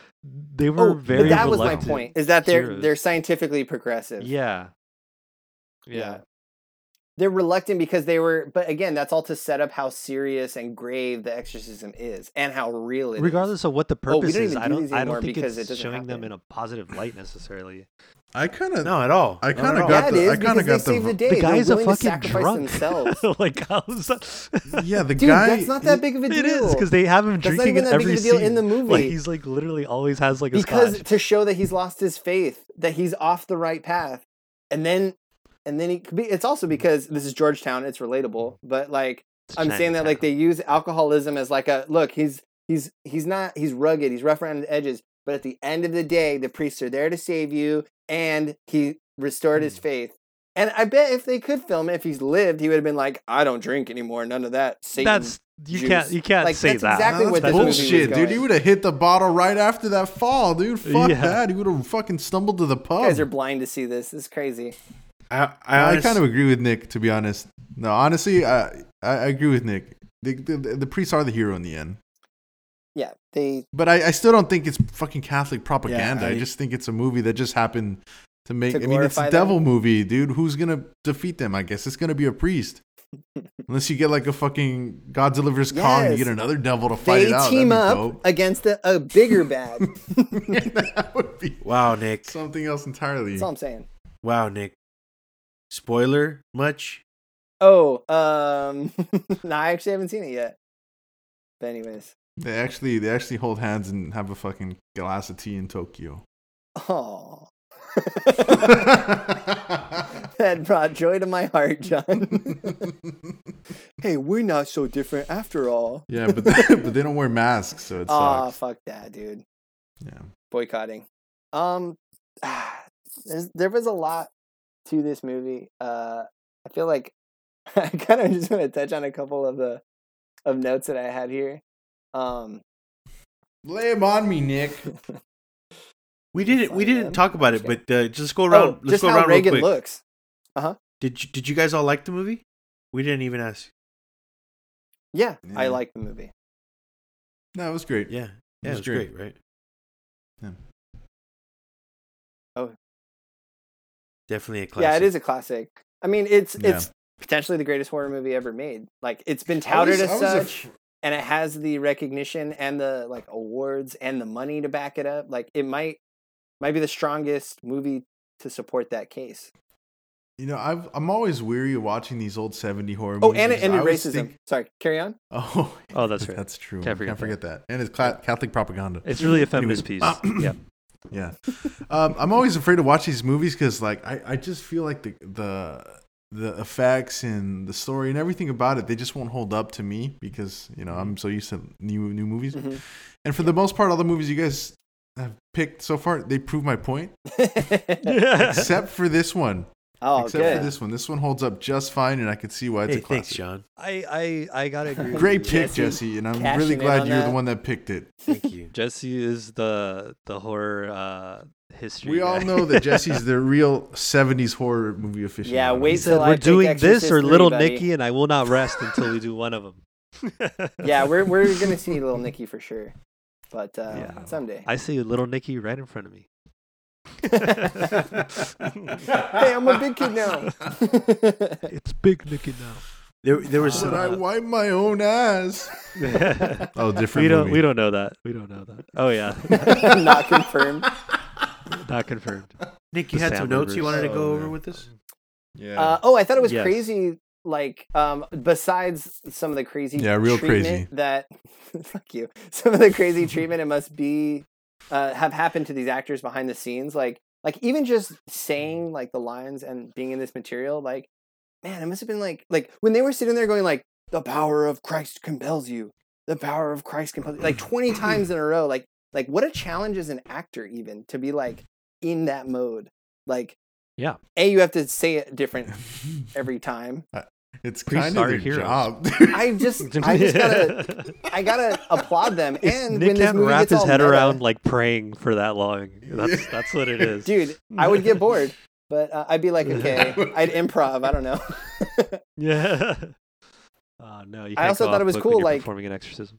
They were oh, very. but that was my reluctant. point. Is that they're heroes. they're scientifically progressive. Yeah. Yeah. They're reluctant because they were, but again, that's all to set up how serious and grave the exorcism is and how real it is. Regardless of what the Oh, we don't purpose is, even I do don't. these I anymore don't think because it it's doesn't showing them happen. in a positive light necessarily. I kind of no, at all. I Not at kinda all. got Yeah, it the- I Oh, is kinda because they got the- save the day. the guy's They're a willing to fucking sacrifice drunk. [LAUGHS] themselves. like how's that? yeah. The Dude, guy. that's not that big of a deal. [LAUGHS] It is because they have him That's not drinking even in that big every of a deal in scene. the movie. Like he's like literally always has like a because scotch. to show that he's lost his faith, that he's off the right path, and then and then he could be. It's also because this is Georgetown. It's relatable, but like It's I'm saying that like they Chinatown. use alcoholism as like a look. He's he's he's not he's rugged. He's rough around the edges, but at the end of the day, the priests are there to save you, and he restored Mm. his faith. And I bet if they could film it, if he's lived, he would have been like, "I don't drink anymore. None of that." Satan. That's you juice. can't you can't Like, say that's that. No, exactly that's what this movie was bullshit, dude. going. He would have hit the bottle right after that fall, dude. Fuck Yeah. that. He would have fucking stumbled to the pub. you guys are blind to see this. This is crazy. I, I, I honest- kind of agree with Nick, to be honest. No, honestly, I I I agree with Nick. The, the, the priests are the hero in the end, Yeah, they but I, I still don't think it's fucking Catholic propaganda. I, I- just think it's a movie that just happened to make. To I mean, it's glorify a devil movie, dude. Who's gonna defeat them? I guess it's gonna be [LAUGHS] a priest, unless you get like a fucking God delivers Kong and you Yes. get another devil to fight they it out. That'd team be up dope. [LAUGHS] against a, a bigger bad. that would be wow, Nick. something else entirely. [LAUGHS] That's all I'm saying. Wow, Nick. Spoiler much? Oh, um, [LAUGHS] no, I actually haven't seen it yet. But anyways, They actually they actually hold hands and have a fucking glass of tea [LAUGHS] in Tokyo. oh, yeah, that brought joy to my [LAUGHS] heart, John. hey, we're not so different after all. but they, [LAUGHS] [LAUGHS] but they don't wear masks, so it Ah, sucks. fuck that, dude. yeah. boycotting. Um, [SIGHS] there's, there was a lot to this movie. Uh, I feel like [LAUGHS] I kind of just want to touch on a couple of the of notes that I had here. Um, Lay 'em on me, Nick. We didn't we Fine, didn't man. talk about it, but uh, just [LAUGHS] go oh, around. just let's go how around Reagan real quick. looks. Did you, did you guys all like the movie? We didn't even ask. Yeah, I Yeah. like the movie. No, it was great. Yeah, yeah, it was was great. great, right? Yeah. Oh. definitely a classic. Yeah, it is a classic. I mean, it's Yeah. it's potentially the greatest horror movie ever made. Like, it's been I was- touted I as was a- such. and it has the recognition and the like awards and the money to back it up like it might might be the strongest movie to support that case you know, I've, I'm always weary of watching these old 70 horror oh movies. and it because I ended always racism think- [LAUGHS] sorry carry on oh, Oh, [LAUGHS] that's right. That's true. Can't Can't forget forget, that. And it's cla- Catholic propaganda. It's really a feminist [CLEARS THROAT] piece. Anyways. yeah. Yeah, um, I'm always afraid to watch these movies because, like, I, I just feel like the the the effects and the story and everything about it they just won't hold up to me because you know I'm so used to new new movies. Mhm. And for the most part, all the movies you guys have picked so far they prove [LAUGHS] my point, except for this one. [LAUGHS] oh except good for this one, this one holds up just fine, and I can see why it's Hey, a thanks, [LAUGHS] classic. John. I I I gotta agree. with Great you. pick, Jesse, Jesse, and I'm cashing really in glad on you're the that. one that picked it. Thank you. Jesse is the the horror uh, history. We all guy. [LAUGHS] know [LAUGHS] that Jesse's the real '70s horror movie aficionado. Yeah, wait He till said I we're pick doing this Exorcist or III, Little buddy." Nicky, and I will not rest until we do one of them. yeah we're, we're [LAUGHS] gonna see [LAUGHS] little nicky for sure but uh, Yeah. someday I see Little Nicky right in front [LAUGHS] of me. hey i'm a big kid [LAUGHS] now [LAUGHS] It's Big Nicky [LAUGHS] now. There, there was But some, I wipe my own ass. Oh, different. we don't movie. we don't know that. We don't know that. Oh yeah, not confirmed [LAUGHS] not confirmed. Nick. You The had some Sandler notes you wanted to verse. go Oh, over yeah. with us. Yeah. Uh, oh, I thought it was Yes. crazy. Like, um, besides some of the crazy, Yeah, real treatment crazy. that [LAUGHS] fuck you. Some of the [LAUGHS] crazy treatment it must be uh, have happened to these actors behind the scenes. Like, like even just Mm. saying like the lines and being in this material, like, man, it must have been like, like when they were sitting there going like, "The power of Christ compels you." The power of Christ compels [LAUGHS] you. Like twenty times in a row. Like, like what a challenge as an actor even to be like in that mode. Like, Yeah. A, you have to say it different [LAUGHS] every time. [LAUGHS] it's Please kind of sorry, their heroes. job. [LAUGHS] I just, [LAUGHS] I just gotta, I gotta applaud them. If And Nick when this can't movie wrap gets his all head meta- around like praying for that long. That's Yeah. that's what it is. [LAUGHS] [LAUGHS] dude, I would get bored. But uh, I'd be like, okay, I'd improv. I don't know. [LAUGHS] [LAUGHS] Yeah. Oh no! You I can't also go thought it off was book when cool, you're like- performing an exorcism.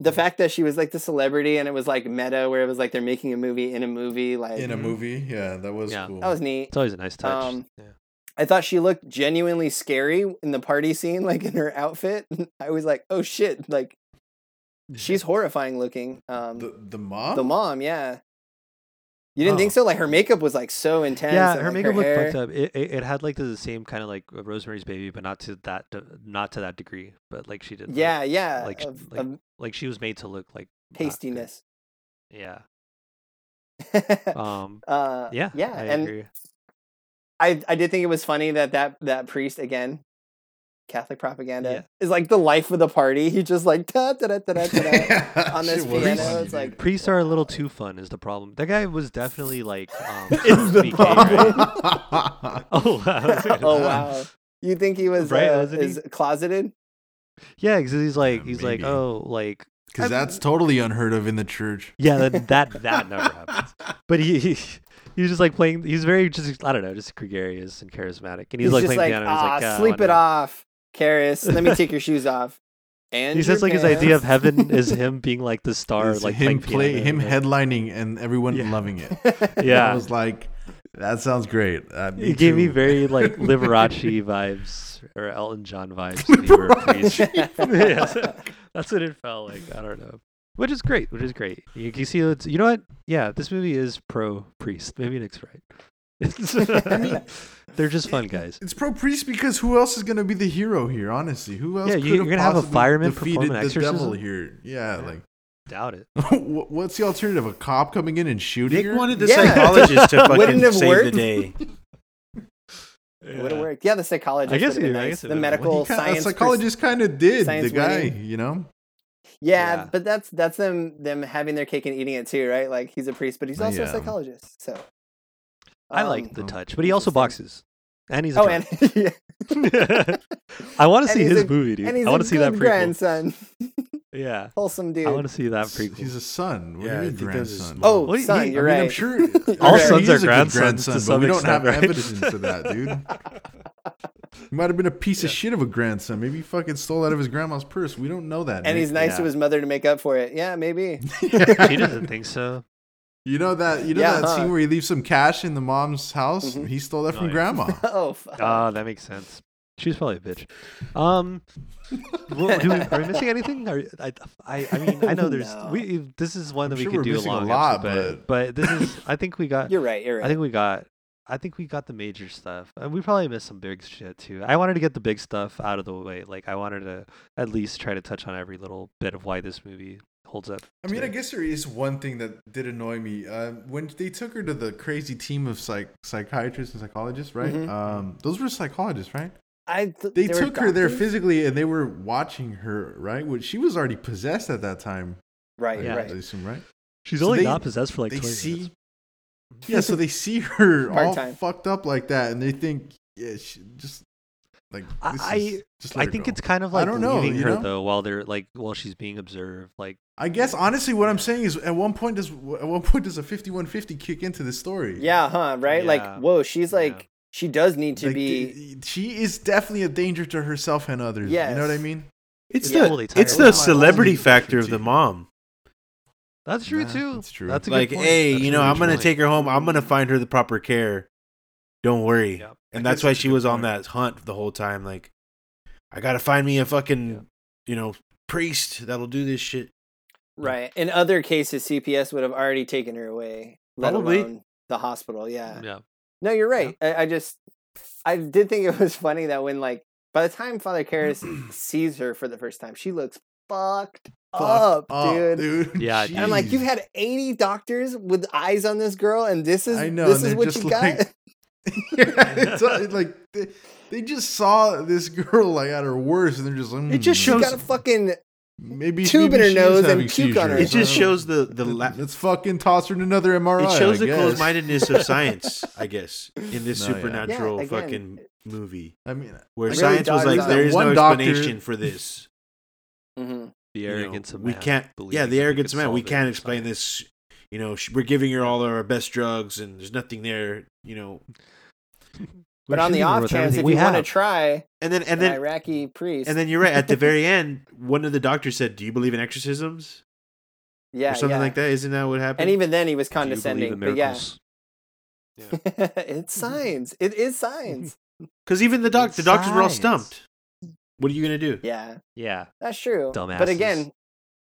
the fact that she was like the celebrity and it was like meta, where it was like they're making a movie in a movie, like In a movie, yeah, that was Yeah. cool. that was neat. It's always a nice touch. Um, yeah. I thought she looked genuinely scary in the party scene, like in her outfit. [LAUGHS] I was like, oh shit, like she's horrifying looking. Um, the the mom. The [LAUGHS] mom, yeah. You didn't think Oh. so? Like her makeup was like so intense. yeah, and, her like, makeup looked hair. fucked up. It, it it had like the same kind of like uh, Rosemary's Baby, but not to that de- not to that degree. But like she did. look- Yeah, yeah. Like, Like, sh- of, like- of like she was made to look like not good. pastiness. [LAUGHS] Yeah. uh, Um. yeah, Yeah. yeah. I and agree. I, I did think it was funny that that that priest again, Catholic propaganda Yeah. is like the life of the party. He just like [LAUGHS] da da da da da. [LAUGHS] da. on this piano, it's like- [LAUGHS] Priests are a little too fun. Is the problem? That guy was definitely like. [LAUGHS] Um, Is the BK, problem. [LAUGHS] right? [LAUGHS] Oh wow. oh wow. You think he was Right, uh, wasn't he? is closeted? [LAUGHS] Yeah, because he's like he's like Maybe. oh like because that's totally unheard of in the church. yeah that that, that [LAUGHS] never happens. But he, he he's just like playing. He's very just I don't know just gregarious and charismatic, and he's, like just like, playing piano. and ah, he's like, "Ah, sleep why it not?" off, Karis. [LAUGHS] Let me take your shoes off. And He your says like his idea of pants." [LAUGHS] heaven is him being like the star, It's like him playing play piano, him like- headlining and everyone Yeah. loving it. [LAUGHS] I Yeah, was like, that sounds great. Uh, it gave me too. very [LAUGHS] like Liberace vibes or Elton John vibes. when you were a [LAUGHS] priest. Yeah, that's what it felt like. I don't know, which is great. Which is great. You, you see, it's, you know what? Yeah, this movie is pro priest. Maybe Nick's right. [LAUGHS] They're just fun guys. It's pro priest because who else is going to be the hero here? Honestly, who else? Yeah, could you- you're gonna have a possibly fireman defeated perform an the devil exorcism? here. Yeah, like Doubt it. [LAUGHS] wh- what's the alternative? A cop coming in and shooting Nick her? wanted the Yeah. [LAUGHS] psychologist to fucking Wouldn't have save the worked. day. It would have worked. Yeah, the psychologist. I guess would have it- I nice. guess it the would've Well, [LAUGHS] medical he ki- science. A pers- psychologist kind of did the science guy, wing. you know. yeah, Yeah. but that's that's them them having their cake and eating it too, right? Like he's a priest, but he's also Yeah. a psychologist. So Uh, I um, like the um, touch, but he also interesting. boxes, and he's a Oh, drunk. and [LAUGHS] yeah, [LAUGHS] I want to and see he's his a- movie, dude. and he's I want a to see that good prequel. grandson, [LAUGHS] Yeah, wholesome dude. I want to see that He's- prequel. He's a son. What Yeah, do I you mean think that's his grandson? mom. Oh, What do you son, mean? you're I mean, right. I'm sure All he sons is are a good grandsons to but some we don't extent, have right? evidence for that, dude. He might have been a piece of shit of a grandson. Maybe he fucking stole out of his grandma's purse. We don't know that. and Nick. he's nice to Yeah. his mother to make up for it. Yeah, maybe. [LAUGHS] she doesn't think [LAUGHS] so. You know that you know Yeah, that huh. scene where he leaves some cash in the mom's house? Mhm. He stole that from Nice. grandma. [LAUGHS] oh, fuck. Ah, that makes sense. She's probably a bitch. [LAUGHS] Um, well, do we, are we missing anything? Are, I, I, I mean, I know there's. No. We this is one I'm that sure we we're could do a missing a long lot, episode, but, but this is. I think we [LAUGHS] got. you're right. You're right. I think we got. I think we got the major stuff, and we probably missed some big shit too. I wanted to get the big stuff out of the way. Like I wanted to at least try to touch on every little bit of why this movie holds up. I mean, I today. guess there is one thing that did annoy me. Uh, when they took her to the crazy team of psych- psychiatrists and psychologists, right? Mhm. Um, those were psychologists, right? I th- They there were took her there doctors? physically and they were watching her, right? Which she was already possessed at that time. Right. Yeah. I Right. assume, right? she's so only they- not possessed for like they twenty minutes. see. Yeah, so they see her [LAUGHS] Part all time. fucked up like that, and they think, yeah, she just like I- this I- is, just let I her think go. it's kind of I like don't know, leaving you her know? though while they're like while she's being observed. Like I guess honestly, what I'm saying is, at one point does at one [LAUGHS] point does a 5150 kick into the story? Yeah. Huh. Right. Like, Yeah. whoa. She's Yeah. like, she does need to Like, be. d- she is definitely a danger to herself and others. you know what I Yes. mean. It's Yeah. the Totally it's tired. the That's my celebrity only factor of the critique. mom. that's true Nah, too. that's true. That's a good Like, point. hey, That's you know, a I'm good gonna point. take her home. I'm gonna find her the proper care. Don't worry. Yep. And I that's guess why that's a she good was on point. that hunt the whole time. Like, I gotta find me a fucking you know priest that'll do this shit. Right. In other cases, CPS would have already taken her away. Let Probably. alone the hospital. Yeah. Yeah. No, you're right. I, I just, I did think it [LAUGHS] was funny that when like by the time Father Karras [CLEARS THROAT] sees her for the first time, she looks fucked, up, dude. [LAUGHS] Yeah, And I'm like, you Jeez. had [LAUGHS] 80 doctors with eyes on this girl, and this is I know, this and is they're what just you got. [LAUGHS] like- It's all- like they, they just saw this girl like at her worst, and they're just like, It just "Hmm, She shows- got a fucking maybe tube in maybe her she is nose and having puke on her. It seizures. just I don't know. shows the the la- Let's fucking toss her in another MRI. it shows I the guess. closed mindedness of science. I guess in this No, yeah. supernatural Yeah, again. fucking movie I mean, where Really science was dogs like, out. there is no One doctor- explanation for this. Mm-hmm. Mhm. The you know, arrogance of we man can't believing yeah that we the could arrogance of man we solve it can't with explain science. this you know sh- we're giving her all our best drugs and there's nothing there you know But on the shooting her off with chance, everything if we you want to have. try and then and an then Iraqi priest, and then you're right at [LAUGHS] the very end one of the doctors said do you believe in exorcisms yeah, or something yeah. like that isn't that what happened And even then, he was Do you believe condescending. in But yeah, miracles? [LAUGHS] it's signs. It is signs. because even the doc the doctors were all Science. stumped what are you gonna do yeah, Yeah. that's true. But Dumbasses. again,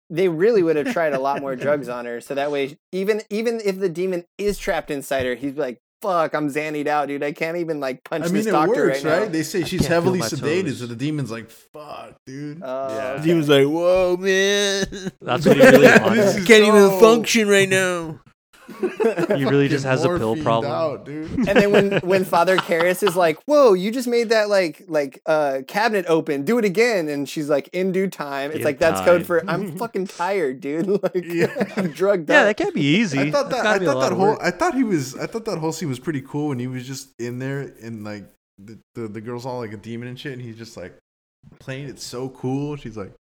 they really would have tried a lot more drugs on her, so that way, even even if the demon is trapped inside her, he's like, "Fuck, I'm zannied out, dude. I can't even like punch I mean, this it doctor works, right, right? now." They say I she's can't feel heavily my sedated, toes. so the demon's like, "Fuck, dude." Oh, Yeah. okay. he was like whoa [LAUGHS] man That's what he really [LAUGHS] wants. This is Can't even so- function right now He really just Fucking has a pill morphined problem. [LAUGHS] out, dude. and then when when Father Karras is like, "Whoa, you just made that like like uh cabinet open. Do it again." And she's like, "In due time." It's In like that's code time. for I'm fucking tired, dude. [LAUGHS] Like Yeah. I'm drugged Yeah, that [LAUGHS] up. can't be easy. I thought That's that gotta I be a thought lot that of whole work. I thought he was I thought that whole scene was pretty cool when he was just in there and like the the, the girl's all like a demon and shit, and he's just like playing it so cool. She's like,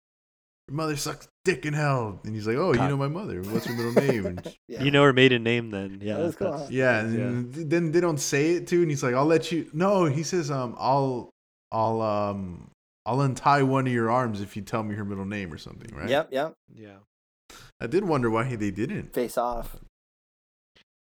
"Your mother sucks dick in hell," and he's like, "Oh, you Cock. know my mother. What's her middle name?" And [LAUGHS] she- [LAUGHS] Yeah. You know her maiden name then. Yeah. That was cool, that's- huh? yeah, and then they don't say it too, and he's like, "I'll let you." No, he says, "Um, I'll I'll um." I'll untie one of your arms if you tell me her middle name or something, right? Yep, yep. Yeah. I did wonder why he, they didn't. Face off.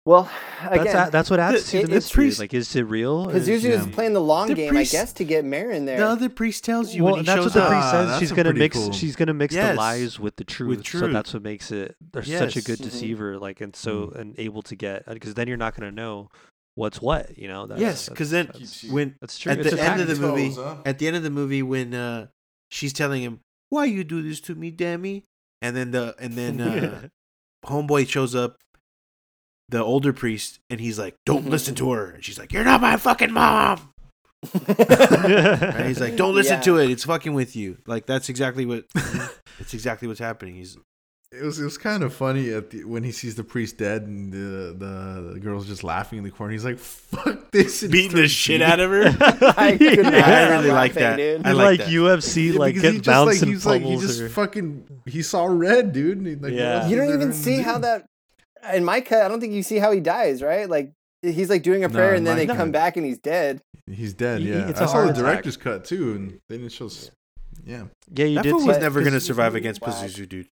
Well, That's, again, a- that's what adds to it- the it's mystery. priest- Like, is it real? or is- Pazuzu is yeah. playing the long The game, priest- I guess, to get Marin [LAUGHS] there. the [LAUGHS] other priest tells you well, when he that's shows what the up priest Ah, says. that's She's a gonna pretty mix. cool- She's gonna mix Yes. the lies with the truth. So truth. that's what makes it. They're such a Yes. Mm-hmm. Mm. good Mhm. uh, deceiver. Like, and so and able to get because then you're not gonna know what's what. You know. That's, Yes, that's- 'cause then that's- When that's true. at It's the a end of fact. the movie, Toes, huh? at the end of the movie, when uh, she's telling him, "Why you do this to me, Dammy?" and then the and then [LAUGHS] uh, homeboy shows up, the older priest, and he's like, "Don't listen to her," and she's like, "You're not my fucking mom." [LAUGHS] And he's like, "Don't listen [LAUGHS] Yeah. to it. It's fucking with you." Like that's exactly [LAUGHS] what. it's exactly what's happening. He's It was it was kind of funny at the, when he sees the priest dead and the, the the girl's just laughing in the corner. He's like, "Fuck this!" [LAUGHS] and beating the throws shit it. out of [LAUGHS] her. [LAUGHS] I, could not [LAUGHS] I stop really like laughing, that. dude. I I like that. like, UFC, Yeah, like because get bounced and he's like he pummels just or- fucking he saw red, dude. and he, like, what Yeah. else You is don't there even to see do? how that. In my cut, I don't think you see how he dies, right? Like he's like doing a No, prayer, in and then my they cut. come back and he's dead. He's dead. He- Yeah, it's a I saw heart the attack. director's cut too, and they didn't show. s- Yeah, yeah, you that did. fool see- was but- never gonna This is survive really against whack. Pazuzu, dude.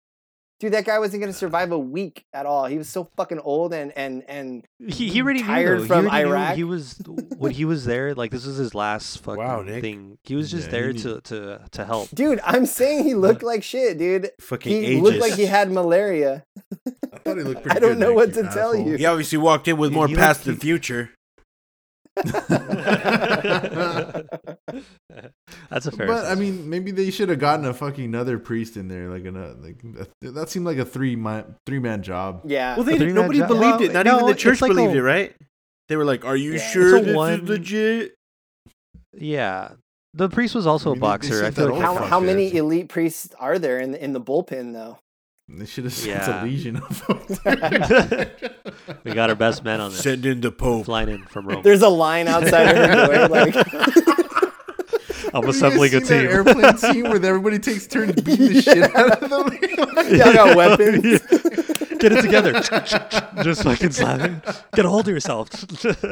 Dude, that guy wasn't gonna survive a week at all. He was so fucking old and and and He, he already knew, Tired though. He from already knew Iraq. He was when he was there. Like this was his last [LAUGHS] fucking Wow, Nick. thing. He was just Yeah, there you need- to, to to help. dude, I'm saying [LAUGHS] he looked like shit, dude. Fucking He ages. looked like he had malaria. I thought he looked [LAUGHS] pretty. I don't good, know Nick, what to you tell asshole. you. [LAUGHS] He obviously walked in with He- more he past looked- than he- future. [LAUGHS] That's a fair. But I assessment. mean, maybe they should have gotten a fucking another priest in there, like another like a, that seemed like a three man three man job. Yeah. Well, they But they're didn't- not nobody ju- believed it. Well, Not no, even the it's church like believed a- it, right? They were like, "Are you Yeah, it's sure a this one- is legit?" yeah, the priest was also I mean, a they- they boxer. sent I feel that like how fuck how yeah. many elite priests are there in the, in the bullpen though? They should have sent Yeah. a [LAUGHS] legion of them. we got our best man on this. Send in the Pope. Flying in from Rome. [LAUGHS] There's a line outside her door, like [LAUGHS] I'm Have you guys assembling a seen that team. airplane scene where everybody takes turns [LAUGHS] beating the shit out of them. [LAUGHS] y'all [LAUGHS] got weapons. Get it together. Just fucking slapping. Get a hold of yourself. [LAUGHS] Just like-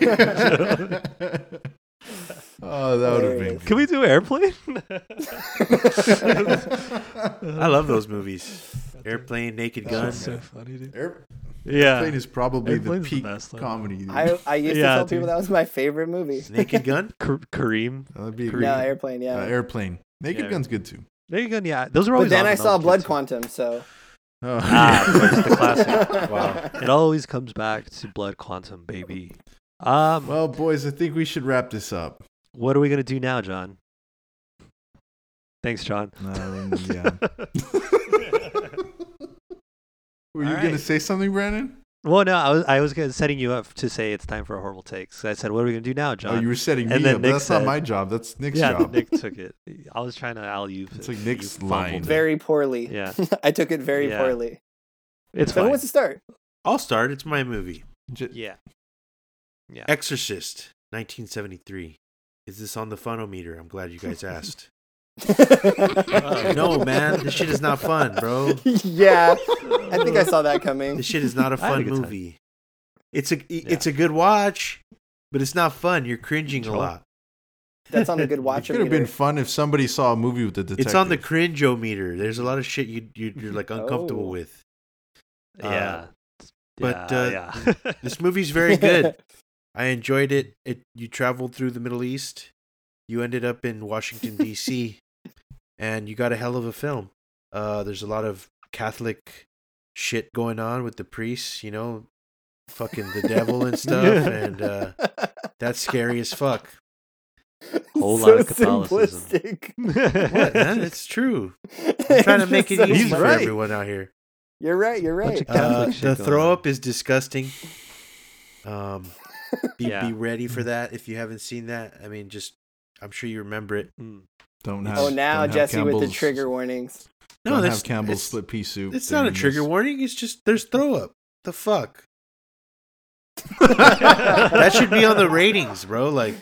[LAUGHS] oh, that would have been. Can we do airplane? I love those movies. Airplane, Naked Gun. funny, dude. [LAUGHS] Air- Yeah. Airplane is probably Airplane's the the peak best, though. comedy. dude. I I used Yeah, to tell dude. people that was my favorite movie. Naked Gun. K- Kareem. That'd be a No, great- No, airplane, yeah. uh, airplane. Naked Yeah. Gun's good too. Naked Gun, yeah. Those are always but then on I when saw was a Blood kid, Quantum, so Oh, Ah, of course, the [LAUGHS] classic. Wow. too. It always comes back to Blood Quantum, baby. Um, [LAUGHS] well, boys, I think we should wrap this up. what are we going to do now, John? Thanks, John. Um, yeah. [LAUGHS] Were you All gonna right. say something, Brandon? Well, no, I was I was gonna, setting you up to say it's time for a horrible take. So I said, "What are we gonna do now, John?" Oh, you were setting me And up. then but Nick That's said- not my job. That's Nick's [LAUGHS] yeah, job. Nick took it. I was trying to alley you. It's like Nick's line. very poorly. Yeah. [LAUGHS] I took it very Yeah. poorly. It's So who fine. [LAUGHS] wants to start? [LAUGHS] I'll start. It's my movie. J- Yeah. Exorcist, 1973. Is this on the funometer? I'm glad you guys [LAUGHS] asked. Uh, Uh, no, man, this shit is not fun, bro. yeah, I think I saw that coming. This shit is not a I had a fun good time. movie. It's a it's a good watch, but it's not fun. You're cringing a lot. That's on the good It watch. could have been fun if somebody saw a movie with the detective. It's on the cringe o meter. There's a lot of shit you, you you're like uncomfortable Oh. with. Uh, [LAUGHS] Yeah. but, uh, [LAUGHS] yeah, [LAUGHS] yeah. This movie's very [LAUGHS] good. I enjoyed it. It you traveled through the Middle East. You ended up in Washington [LAUGHS] D.C. and you got a hell of a film. Uh, there's a lot of Catholic shit going on with the priests, you know, fucking the devil and stuff, [LAUGHS] and uh, that's scary as fuck. [LAUGHS] Whole so lot of Catholicism. simplistic. [LAUGHS] What? Man? It's true. [LAUGHS] I'm trying to make it Just so easy much- for everyone out here. You're right. You're Bunch right. Uh, of Catholic shit the going throw on. up is disgusting. Um, be, Yeah. be ready for that if you haven't seen that. I mean, just I'm sure you remember it. Mm. Don't have, oh, now don't have Jesse with the Campbell's- trigger warnings. No, don't there's- have Campbell's it's- split pea soup. It's not a during this. trigger warning. It's just there's throw up. The fuck. that Mm. [LAUGHS] That should be on the ratings, bro. Like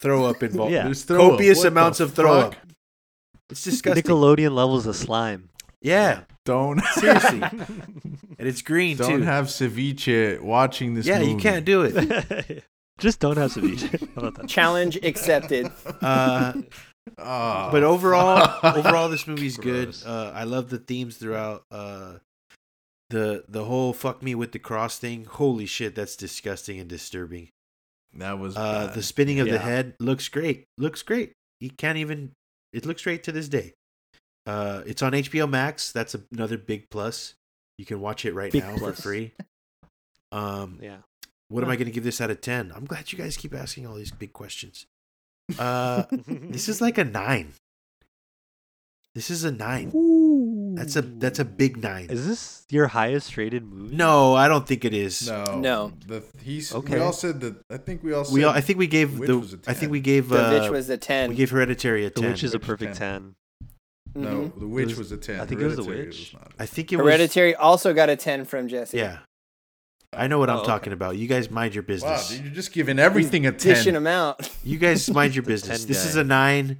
throw [LAUGHS] up involved. Yeah. There's throw up. Copious What the amounts of throw fuck? up. It's [LAUGHS] disgusting. Nickelodeon levels of [LAUGHS] slime. [LAUGHS] yeah, Don't [LAUGHS] seriously. and it's green don't too. have ceviche watching this. yeah, you movie. [LAUGHS] can't do it. Just don't have [LAUGHS] ceviche. How [LAUGHS] about that? Challenge accepted. Uh, Ah, [LAUGHS] but overall, fuck. overall, this movie's good. Gross. Uh, I love the themes throughout. Uh, the the whole fuck me with the cross thing. Holy shit, that's disgusting and disturbing. that was Uh, bad. the spinning of the Yeah. head looks great. Looks great. You can't even. It looks great to this day. Uh, it's on HBO Max. That's another big plus. You can watch it right Big now plus. for free. Um, Yeah. What am I going to give this out of 10? I'm glad you guys keep asking all these big questions. Uh, this is like a nine. This is a nine. That's a that's a big nine. [LAUGHS] Is this your highest rated movie? No, I don't think it is. No, No. The he's Okay. we all said that. I think we all said we all, I think we gave Witch was the a I 10. think we gave The uh, bitch was a ten. Mm-hmm. we gave Hereditary a The ten. Witch is a Witch is perfect 10. no. The witch was- was, a ten. I think it was The Hereditary Witch. not. I think it Hereditary also got a ten from Jesse. was yeah. I know what I'm Oh, okay. talking about. You guys mind your Wow, business. dude, you're just giving everything a Dishing ten. them out. You [LAUGHS] guys mind your The 10 business. This is guy. a nine.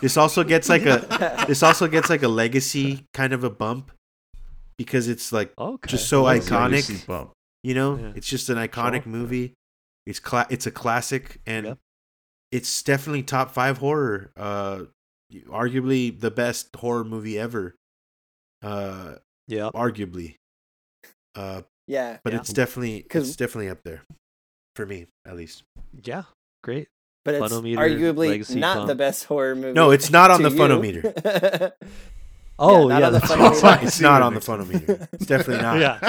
This also gets like [LAUGHS] a this also gets like a legacy kind of a bump because it's like Okay. just so Well, iconic. legacy Bump. You know, Yeah. it's just an iconic Sure. movie. It's cla- it's a classic, and Yep. it's definitely top five horror. Uh, arguably the best horror movie ever. Uh, yeah. arguably. Uh, [LAUGHS] Yeah. but Yeah. it's definitely 'Cause- it's definitely up there, for me at least. Yeah. Great. But it's Funometer, arguably Legacy not Pump. the best horror movie. No, it's not on [LAUGHS] to the you. funometer. Oh, not yeah. on the that's fucking what- Funometer. it's not on the funometer. It's definitely not. [LAUGHS] yeah.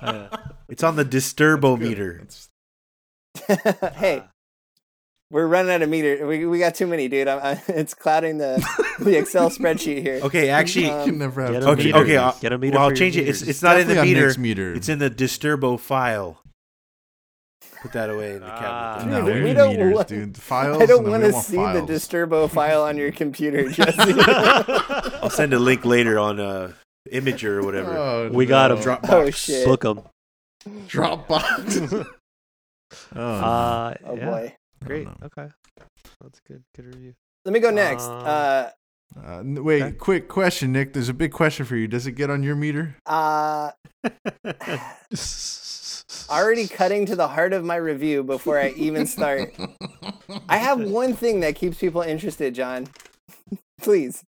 Yeah. It's on the [LAUGHS] disturbometer. [LAUGHS] [LAUGHS] hey, we're running out of meter. We, we got too many, dude. I'm, I, it's clouding the the [LAUGHS] Excel spreadsheet here. Okay, actually, Um, you can never have Get too a okay, many meter. okay. meters. I'll, Get a meter well, I'll for your change it. It's, meters. it's not in the Definitely on meter. next meter. It's in the disturbo file. Put that away in the Ah. cabinet. no, Dude, we're we in don't meters, want- dude. Files. I don't no, we want to want see files. the disturbo file on your [LAUGHS] computer, Jesse. I'll send a link later on uh, Imager or whatever. Oh, [LAUGHS] We got uh, 'em. Drop, oh shit! Book 'em. Dropbox. oh, Uh, oh yeah. boy. Great. know. Okay. That's good. Good review. Let me go next. Um, Uh, Uh, n- wait, Okay. quick question, Nick. There's a big question for you. Does it get on your [LAUGHS] meter? uh, [LAUGHS] already [LAUGHS] [LAUGHS] cutting to the heart of my review before I even start. I [LAUGHS] have one thing that keeps people interested, John. [LAUGHS] Please.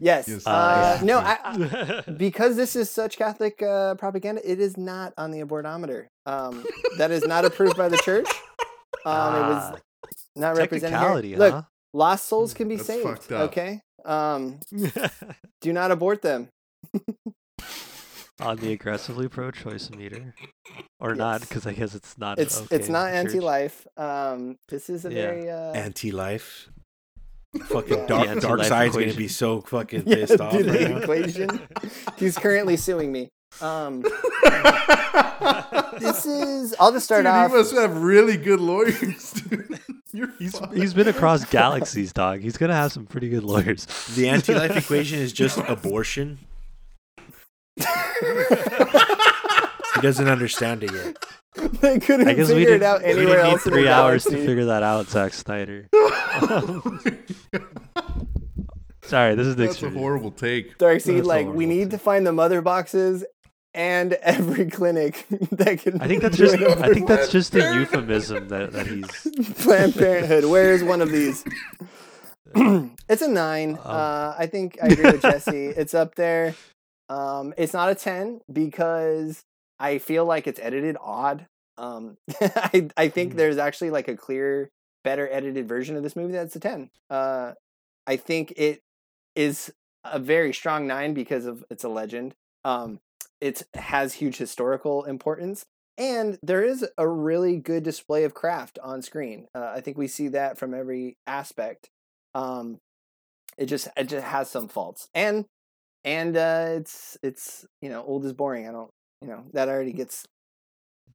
Yes. Yes, uh, please. No, I, I- because this is such Catholic uh, propaganda, it is not on the abortometer. Um, that is not approved by the [LAUGHS] church. Um, it was not represented. Ah, technicality, Here. Look, huh? lost souls can be Hmm, That's saved. fucked up. Okay. Um, do not abort them. [LAUGHS] on the aggressively pro-choice meter, or not? Yes. Because I guess it's not. It's okay it's not in church. [LAUGHS] anti-life. Um, this is a Yeah. Eh. very uh, Anti-life. Yeah. Fucking The dark, dark anti-life side's gonna equation. be so fucking Yeah, pissed off. dude, right the now. equation. [LAUGHS] He's currently suing me. Um, [LAUGHS] this is. I'll just start Dude, off. [LAUGHS] you must have really good lawyers, [LAUGHS] dude. You're He's fucked. he's been across galaxies, dog. He's gonna have some pretty good lawyers. [LAUGHS] The anti-life equation is [LAUGHS] just abortion. he doesn't understand it yet. they couldn't I guess we figure didn't, it out we didn't anywhere need else. in the three hours to galaxy. figure that out, Zack [LAUGHS] Snyder. [LAUGHS] Sorry, this is Nick's That's a review. horrible take. Darkseid, That's like, we horrible. need to find the mother boxes and [LAUGHS] every clinic [LAUGHS] that can. I think that's do [LAUGHS] just. an I think that's just a Parenthood. euphemism that, that he's. abortion. [LAUGHS] Planned Parenthood. Where is one of [LAUGHS] these? [CLEARS THROAT] it's a nine. Um, Uh, I think I agree with Jesse. It's up there. Um, it's not a ten because I feel like it's edited odd. Um, [LAUGHS] I I think there's actually like a clear, better edited version of this movie that's a ten. Uh, I think it is a very strong nine because of it's a legend. Um, it has huge historical importance, and there is a really good display of craft on screen. Uh, I think we see that from every aspect. Um, it just it just has some faults, and and uh, it's it's you know old is boring. I don't you know that already Mm. gets.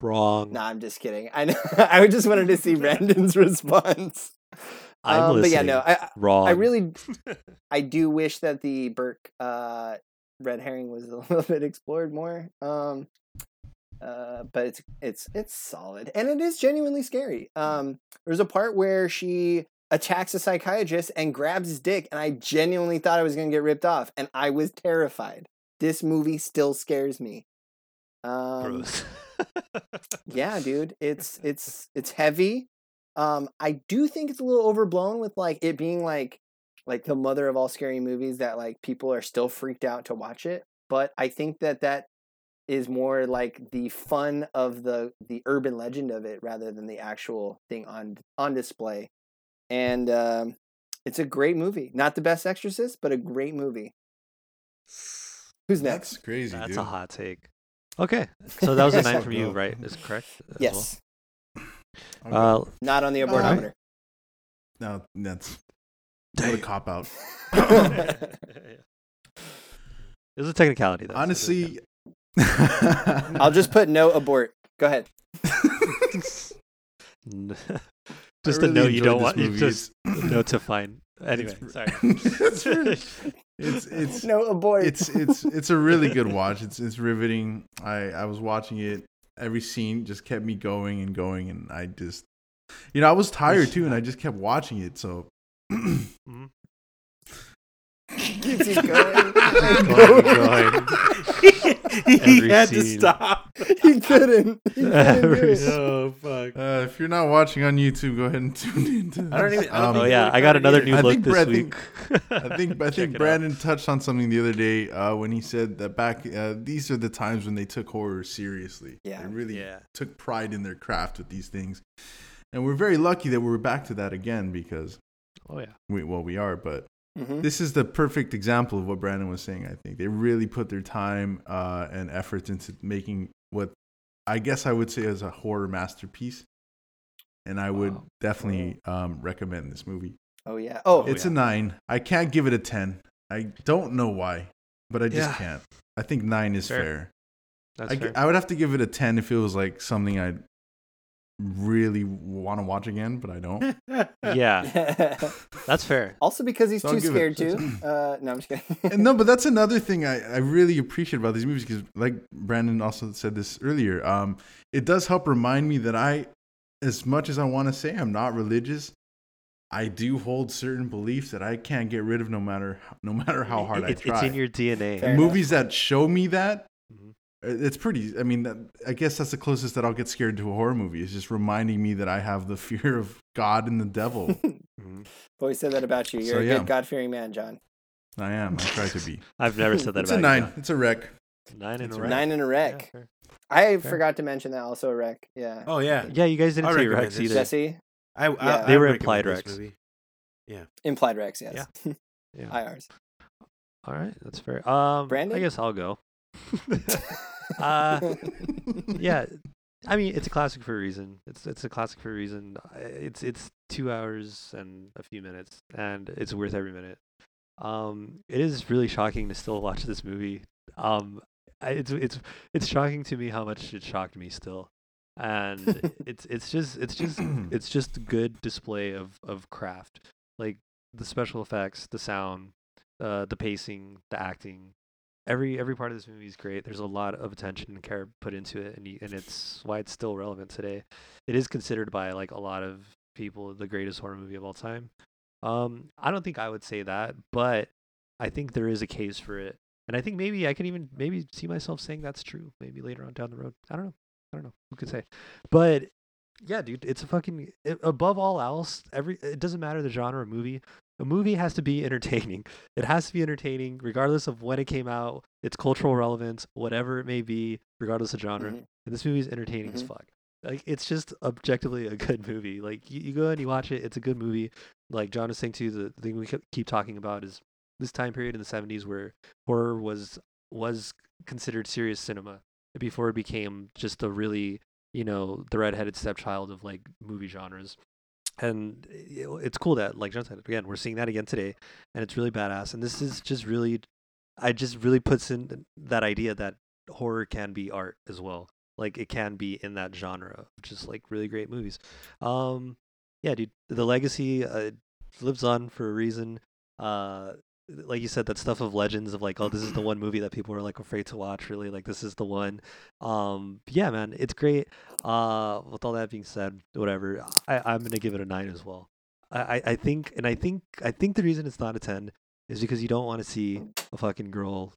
Wrong. Nah, I'm just kidding. [LAUGHS] I know, I just wanted to [LAUGHS] see Brandon's [LAUGHS] response. I'm Um, but listening. yeah, no, I, Wrong. I really, I do wish that the Burke uh, red herring was [LAUGHS] a little bit explored more. Um, uh, but it's it's it's solid, and it is genuinely scary. Um, there's a part where she attacks a psychiatrist and grabs his dick, and I genuinely thought I was gonna get ripped off, and I was terrified. This movie still scares me. Um, [LAUGHS] Gross. yeah dude [LAUGHS] it's it's it's heavy um i do think it's a little overblown with like it being like like the mother of all scary movies that like people are still freaked out to watch it but i think that that is more like the fun of the the urban legend of it rather than the actual thing on on display and um it's a great movie not the best exorcist but a great movie who's next That's crazy, That's dude. a hot take. Okay, so that was a nine That's from you, dope. right? Is correct? as well? yes Okay. Uh, Not on the All right. abortometer. no, that's what a cop out. [LAUGHS] [LAUGHS] it was Uh, a technicality. Though, so it was Honestly, [LAUGHS] I'll [LAUGHS] just put no abort. Go ahead. [LAUGHS] good. just a I no really you don't enjoyed this want. You movie. just [CLEARS THROAT] no to find. Anyway, It's- sorry. [LAUGHS] [LAUGHS] it's really- [LAUGHS] it's it's No abort. [LAUGHS] it's it's it's a really good [LAUGHS] watch. It's it's riveting. I I was watching it. Every scene just kept me going and going, and I just, you know, I was tired too, and I just kept watching it. So Keeps you [LAUGHS] going. he Every had to [LAUGHS] scene. stop. [LAUGHS] he couldn't. He couldn't do Every it. scene. Oh fuck! uh, if you're not watching on YouTube, go ahead and [LAUGHS] tune into. This. I don't even. I don't Um, think oh yeah, Billy I got Carter another either. new [LAUGHS] I look think this Brad- week. I Oh, [LAUGHS] Check think I think it out. Brandon touched on something the other day uh, when he said that back uh, these are the times when they took horror seriously. Yeah. they really Yeah. took pride in their craft with these things, and we're very lucky that we're back to that again because Oh yeah. we well we are, but Mm-hmm. Mhm. this is the perfect example of what Brandon was saying. I think they really put their time uh, and effort into making what I guess I would say is a horror masterpiece, and I would Wow. definitely um, recommend this movie. Oh yeah. Oh, it's yeah. a nine. I can't give it a ten. I don't know why, but I just Yeah. can't. I think nine is Fair. fair. That's I, g- fair. I would have to give it a ten if it was like something I would really want to watch again, but [LAUGHS] I don't. [LAUGHS] yeah, that's fair. [LAUGHS] also because he's So I'll too give scared it- too. [CLEARS THROAT] Uh, no, I'm just kidding. [LAUGHS] [LAUGHS] and no, but that's another thing I, I really appreciate about these movies because, like Brandon also said this earlier, um, it does help remind me that I, as much as I want to say I'm not religious, I do hold certain beliefs that I can't get rid of no matter no matter how hard It- I it's- try. It's in your DNA. Fair. And movies that show me that, uh, Mhm. it's pretty. I mean, that, I guess that's the closest that I'll get scared to a horror movie. It's just reminding me that I have the [LAUGHS] fear of God and the devil. Mhm. Always said that about you. You're So, a yeah. good God fearing man, John. I am. I try to be. [LAUGHS] I've never said that It's a about nine. you. It's a wreck. Nine in It's a a row. Right. Nine and a wreck. Yeah, fair. I Fair. forgot to mention that also a wreck. Yeah. Oh yeah. Yeah, you guys didn't I say recommend Rex this. either. Jesse I, I, Yeah. They I were recommend implied this wrecks. movie. implied Rex. [LAUGHS] Yes. Yeah. IRs. All right, that's fair. Um, Brandon? I guess I'll [LAUGHS] go. [LAUGHS] [LAUGHS] Uh, yeah, I mean it's a classic for a reason. It's it's a classic for a reason. I- It's it's two hours and a few minutes, and it's worth every minute. Um, it is really shocking to still watch this movie. Um, I- it's it's it's shocking to me how much it shocked me still, and it's it's just it's just it's just a good display of of craft, like the special effects, the sound, uh, the pacing, the acting, every every part of this movie is great. There's a lot of attention and care put into it, and y- and it's why it's still relevant today. It is considered by like a lot of people the greatest horror movie of all time. Um, I don't think I would say that, but I think there is a case for it, and I think maybe I can even maybe see myself saying that's true. Maybe later on down the road, I don't know. I don't know who could say, but yeah, dude, it's a fucking it, above all else. Every it doesn't matter the genre of movie. A movie has to be [LAUGHS] entertaining. It has to be entertaining, regardless of when it came out, its cultural relevance, whatever it may be, regardless of genre. Mhm. And this movie is entertaining as Mhm. fuck. Like it's just objectively a good movie. Like you, you go and you watch it, it's a good movie. Like John is saying too, the thing we ke- keep talking about is this time period in the '70s where horror was was considered serious cinema before it became just a really you know the redheaded stepchild of like movie genres and it- it's cool that like john said again we're seeing that again today and it's really badass and this is just really i just really puts in th- that idea that horror can be art as well like it can be in that genre of just like really great movies um yeah dude the legacy uh, lives on for a reason uh like you said that stuff of legends of like oh this is the one movie that people are like afraid to watch really like this is the one um yeah man it's great uh with all that being said whatever i i'm gonna give it a nine as well i i, I think and i think i think the reason it's not a 10 is because you don't want to see a fucking girl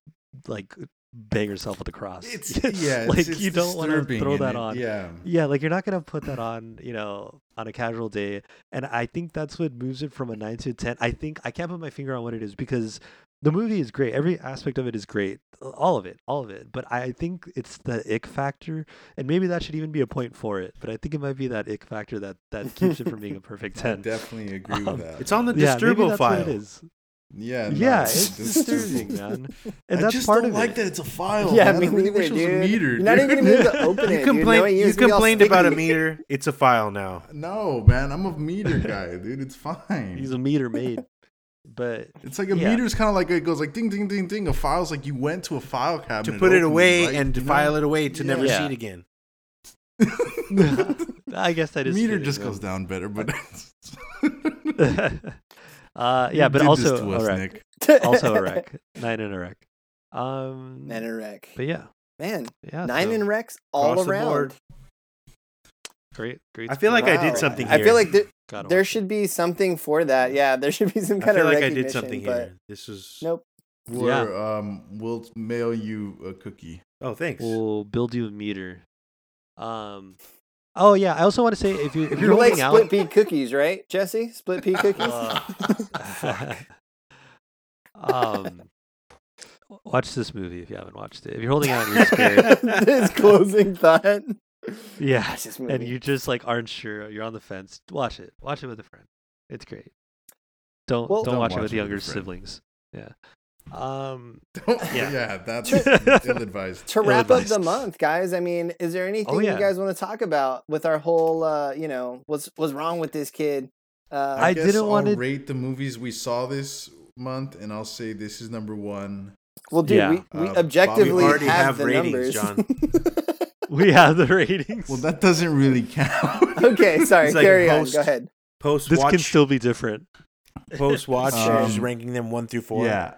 like bang herself with a cross [LAUGHS] It's [LAUGHS] yeah. like it's, it's you don't want to disturbing throw and that it- on Yeah. yeah, like you're not gonna put that on, you know, on a casual day. And I think that's what moves it from a nine to a ten. I think I can't put my finger on what it is because the movie is great. Every aspect of it is great. All of it, all of it. But I think it's the ick factor, and maybe that should even be a point for it. But I think it might be that ick [LAUGHS] factor that that keeps it from being a perfect I ten. definitely agree Um, with that. It's on the Yeah, maybe Disturbo that's file. what it is. Yeah. no, yeah, it's it's- it's disturbing, [LAUGHS] stupid. man. And I that's just part don't of like it. that it's a file. yeah, Oh, man. me I really neither, wish it was a dude. meter, You're not dude. even gonna be able to open it. You dude. No, it complained. You used to be all complained about a sticky. [LAUGHS] meter. It's a file now. [LAUGHS] No, man, I'm [LAUGHS] a meter guy, dude. It's fine. He's a meter maid, [LAUGHS] but it's like a yeah. meter's kind of like it goes like ding, ding, ding, ding. A file's like you went to a file cabinet To put it opened away right, and you know? [LAUGHS] file it away to never Yeah. see it again. I guess that is meter fitting, just yeah. goes down better, but [LAUGHS] [LAUGHS] uh, yeah, You but did also this to us, Iraq, Nick. also [LAUGHS] Iraq, nine in Iraq. Um, Men in wreck. but yeah, Man, yeah, nine so in wrecks all Across the around. board. great, great. I feel like I Wow. did [LAUGHS] something. I here. feel like there, God, there should be something for that. Yeah, there should be some I kind feel of like I recognition. did something but here. This was. nope. Or Yeah. um, we'll mail you a cookie. [LAUGHS] Oh, thanks. we'll build you a meter. Um, oh yeah, I also want to say if you if You you're like holding split out, pea cookies, right, Jesse? Split [LAUGHS] pea cookies. [LAUGHS] [LAUGHS] Uh, [LAUGHS] um, watch this movie if you haven't watched it. If you're holding out, and [LAUGHS] you're scared. this closing thought. yeah, Gosh, this and movie. you just like aren't sure, you're on the fence. Watch it. Watch it with a friend. It's great. Don't Well- don't, Don't watch, watch it with it with a younger friend. siblings. Yeah. Um. yeah. Yeah. that's To- ill-advised. to wrap up ill-advised. the month, guys. I mean, is there anything Oh, yeah. you guys want to talk about with our whole? Uh, you know, what's what's wrong with this kid? Uh, I guess didn't I'll wanna- rate the movies we saw this month, and I'll say this is number one. well, dude, yeah. we, we Uh, objectively Bobby, have, we already have the ratings, numbers. John. We have the [LAUGHS] ratings. Well, that doesn't [LAUGHS] really [LAUGHS] count. okay, sorry. It's like carry on. host- Go ahead. Post this can watch. still be different. [LAUGHS] Post [LAUGHS] watch. Um, just ranking them one through four. Yeah.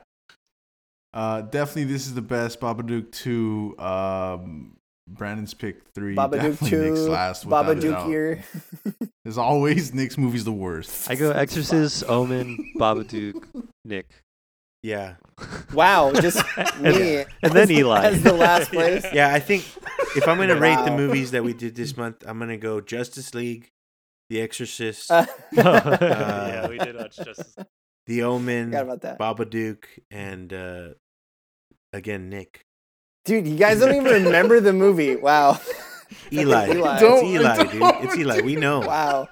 Uh, definitely, this is the best. Babadook two. Um, Brandon's pick three. Babadook definitely two. Nick's last. without a Babadook [LAUGHS] doubt. here. As always, Nick's movie's the worst. I go Exorcist, Omen, Babadook, Nick, Yeah. [LAUGHS] Wow, just me and then as- Eli. as the [LAUGHS] last place. Yeah. I think if I'm gonna rate the Wow. movies that we did this month, I'm gonna go Justice League, The Exorcist, Uh, [LAUGHS] yeah, we did watch Justice. The Omen, forgot about that. Babadook, and uh, again Nick. Dude, you guys don't even remember the movie. [LAUGHS] Wow. Eli. Eli. It's Don't- Eli, dude. don't, It's Eli. We know. Wow.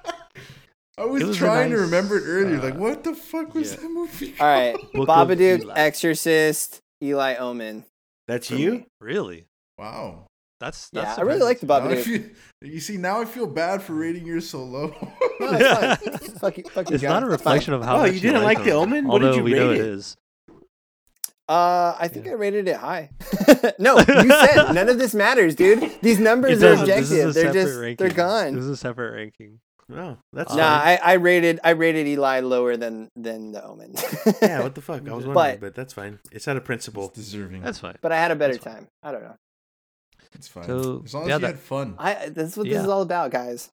I was, It was a trying to nice, remember it earlier. like, uh, what the fuck was yeah. that movie? All right. [LAUGHS] Book of Babadook, Eli. Exorcist, Eli Omen. That's you? Really? Wow. That's, Yeah, that's I really like the Now I Babadook. feel, you see, now I feel bad for rating yours so low. [LAUGHS] [LAUGHS] No, it's fine. [LAUGHS] fuck you, fuck you It's guys. not It's fine. a reflection of how oh, much you didn't like The them, Omen? What Although did you we rate know it? it is. Uh, I think Yeah. I rated it high. [LAUGHS] [LAUGHS] no, you said none of this matters, dude. These numbers It are doesn't. This is objective. They're a separate just ranking. they're gone. This is a separate ranking. Oh, that's Uh, nah, fine. I, I rated I rated Eli lower than than the Omen. [LAUGHS] yeah, what the fuck? I was wondering, But- but, that's fine. It's out of principle. It's deserving. That's fine. [LAUGHS] but I had a better That's fine. time. I don't know. It's fine. So, as long as yeah, you that- had fun. I that's what this Yeah. is all about, guys.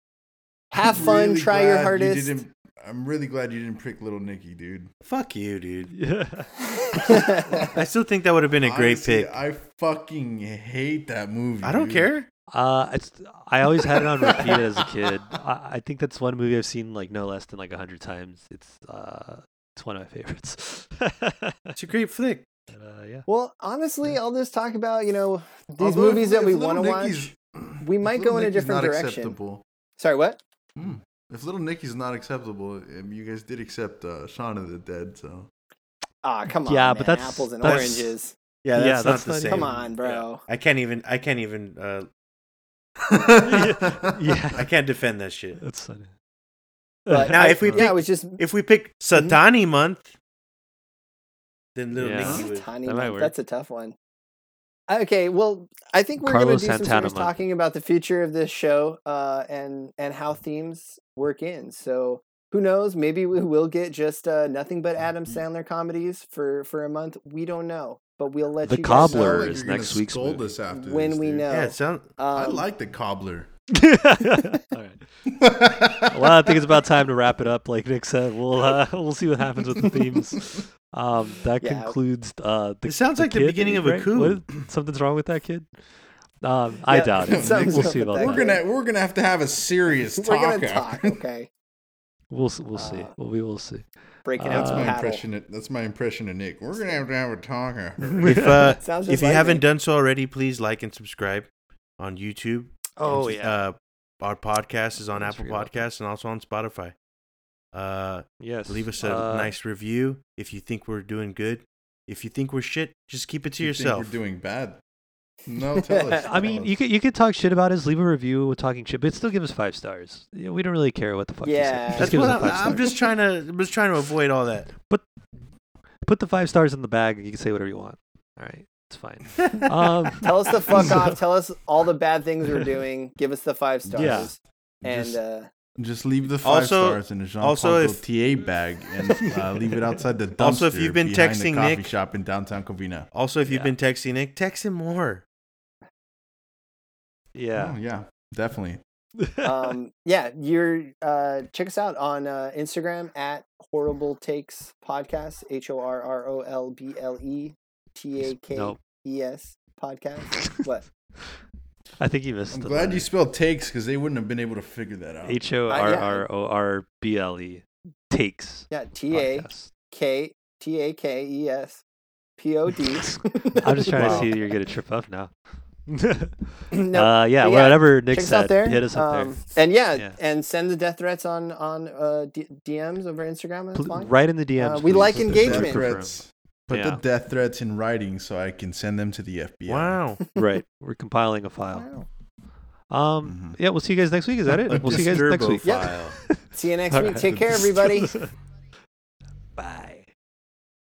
I'm Have fun, really try your glad you hardest. didn't- I'm really glad you didn't prick little Nicky, dude. Fuck you, dude. Yeah. [LAUGHS] I still think that would have been a great Honestly, pick. I, I fucking hate that movie. don't dude. care. [LAUGHS] Uh, it's, I always had it on repeat as a kid. I, I think that's one movie I've seen like no less than like a hundred times. It's uh, it's one of my favorites. [LAUGHS] But, It's a great flick. uh, yeah. [LAUGHS] well, honestly, I'll just talk about, you know, these Although if- movies that if we Little want to Nicky's- watch. we if might Little go in a Nicky's different not direction. Acceptable, Sorry, what? Hmm. If Little Nicky's not acceptable, um, you guys did accept uh, Shaun of the Dead, so [LAUGHS] Ah, come on. Yeah, but man. that's- apples and that's- oranges. Yeah, that's, Yeah, not that's the not same. even- Come on, bro. [LAUGHS] I can't even. I can't even. Uh, I [LAUGHS] [LAUGHS] yeah, [LAUGHS] can't defend that shit. that's funny. [LAUGHS] But Now, I- if we yeah, it pick- was just If we pick Satani month, then little Yeah. Nicky would. Tiny That might month. work. That's a tough one. Okay, well, I think we're Carlos going to do some Santana serious month. talking about the future of this show uh, and and how themes work in. So who knows? Maybe we will get just uh, nothing but Adam Mm-hmm. Sandler comedies for for a month. We don't know, but we'll let The you guys know Cobbler Sound like is you're gonna next week's scold movie. us after when this, we dude. know. Yeah, it sound, I Um, like the cobbler. [LAUGHS] All right. well, Well, I think it's about time to wrap it up. Like Nick said, we'll uh, [LAUGHS] we'll see what happens with the themes. Um, that Yeah. concludes. Uh, the, It sounds like the kid, beginning of a right? coup. What- something's wrong with that kid. [LAUGHS] Um, I Yeah, doubt it. something's We'll wrong see with about that that. we're gonna we're gonna have to have a [LAUGHS] serious we're talk. going to after- talk. Okay, We'll s- we'll see. Uh, Well, we will see. breaking out That's the Uh, my paddle. impression. Of, that's my impression of Nick. We're gonna have to have a talk. after. if uh, Sounds if just you like haven't me. done so already, please like and subscribe on YouTube. Oh And, yeah. [LAUGHS] Uh, our podcast is on Let's Apple forget about Podcasts and also on Spotify. Uh, Yes. leave us a uh, nice review if you think we're doing good. If you think we're shit, just keep it to You think yourself. We're doing bad. [LAUGHS] No, tell us. I mean, Tell you us. could you could talk shit about us, leave a review with talking shit, but still give us five stars. Yeah, we don't really care what the fuck you Yeah. say. Just [LAUGHS] That's give what us the I'm, five I'm stars. just trying to. I'm just trying to avoid all that. Put the five stars in the bag. and You can say whatever you want. All right, it's [LAUGHS] fine. [LAUGHS] Um, Tell us the [LAUGHS] fuck So- off. Tell us all the bad things we're doing. Give us the five stars. Yeah. And Just- uh, Just leave the five Also- stars in a Jean also also if- TA bag and uh, leave it outside the dumpster. [LAUGHS] Also, if you've been behind texting the coffee Nick- shop in downtown Covina. Also, if you've Yeah. been texting Nick, text him more. Yeah, yeah. oh, yeah, definitely. um, yeah, you're uh, check us out on uh, Instagram at Horrible Takes Podcast. H o r r o l b l e t a k Nope. e s [LAUGHS] podcast. What? [LAUGHS] I think you missed. I'm the glad you letter. spelled takes because they wouldn't have been able to figure that out. H O R R O R B L E takes Yeah, T E A [LAUGHS] podcast. K T A K E S P O D. [LAUGHS] I'm just trying to Wow. see you're gonna trip up [LAUGHS] now. [CLEARS THROAT] No, uh, yeah, but yeah, whatever Nick check us said, out there. hit us up Um, And yeah, Yeah. and send the death threats on on uh, D- DMs over Instagram. there. That's Pl- fine. right in the DMs. Uh, we like please, if Death that's engagement. what you prefer. threats. Put Yeah. the death threats in writing so I can send them to the FBI. Wow. [LAUGHS] Right, we're compiling a file. Wow. Um, yeah, we'll see you guys next week. Is that it? A [LAUGHS] We'll see you guys next disturbo week. Yeah. file. See you next All week. [LAUGHS] right. Take care, everybody.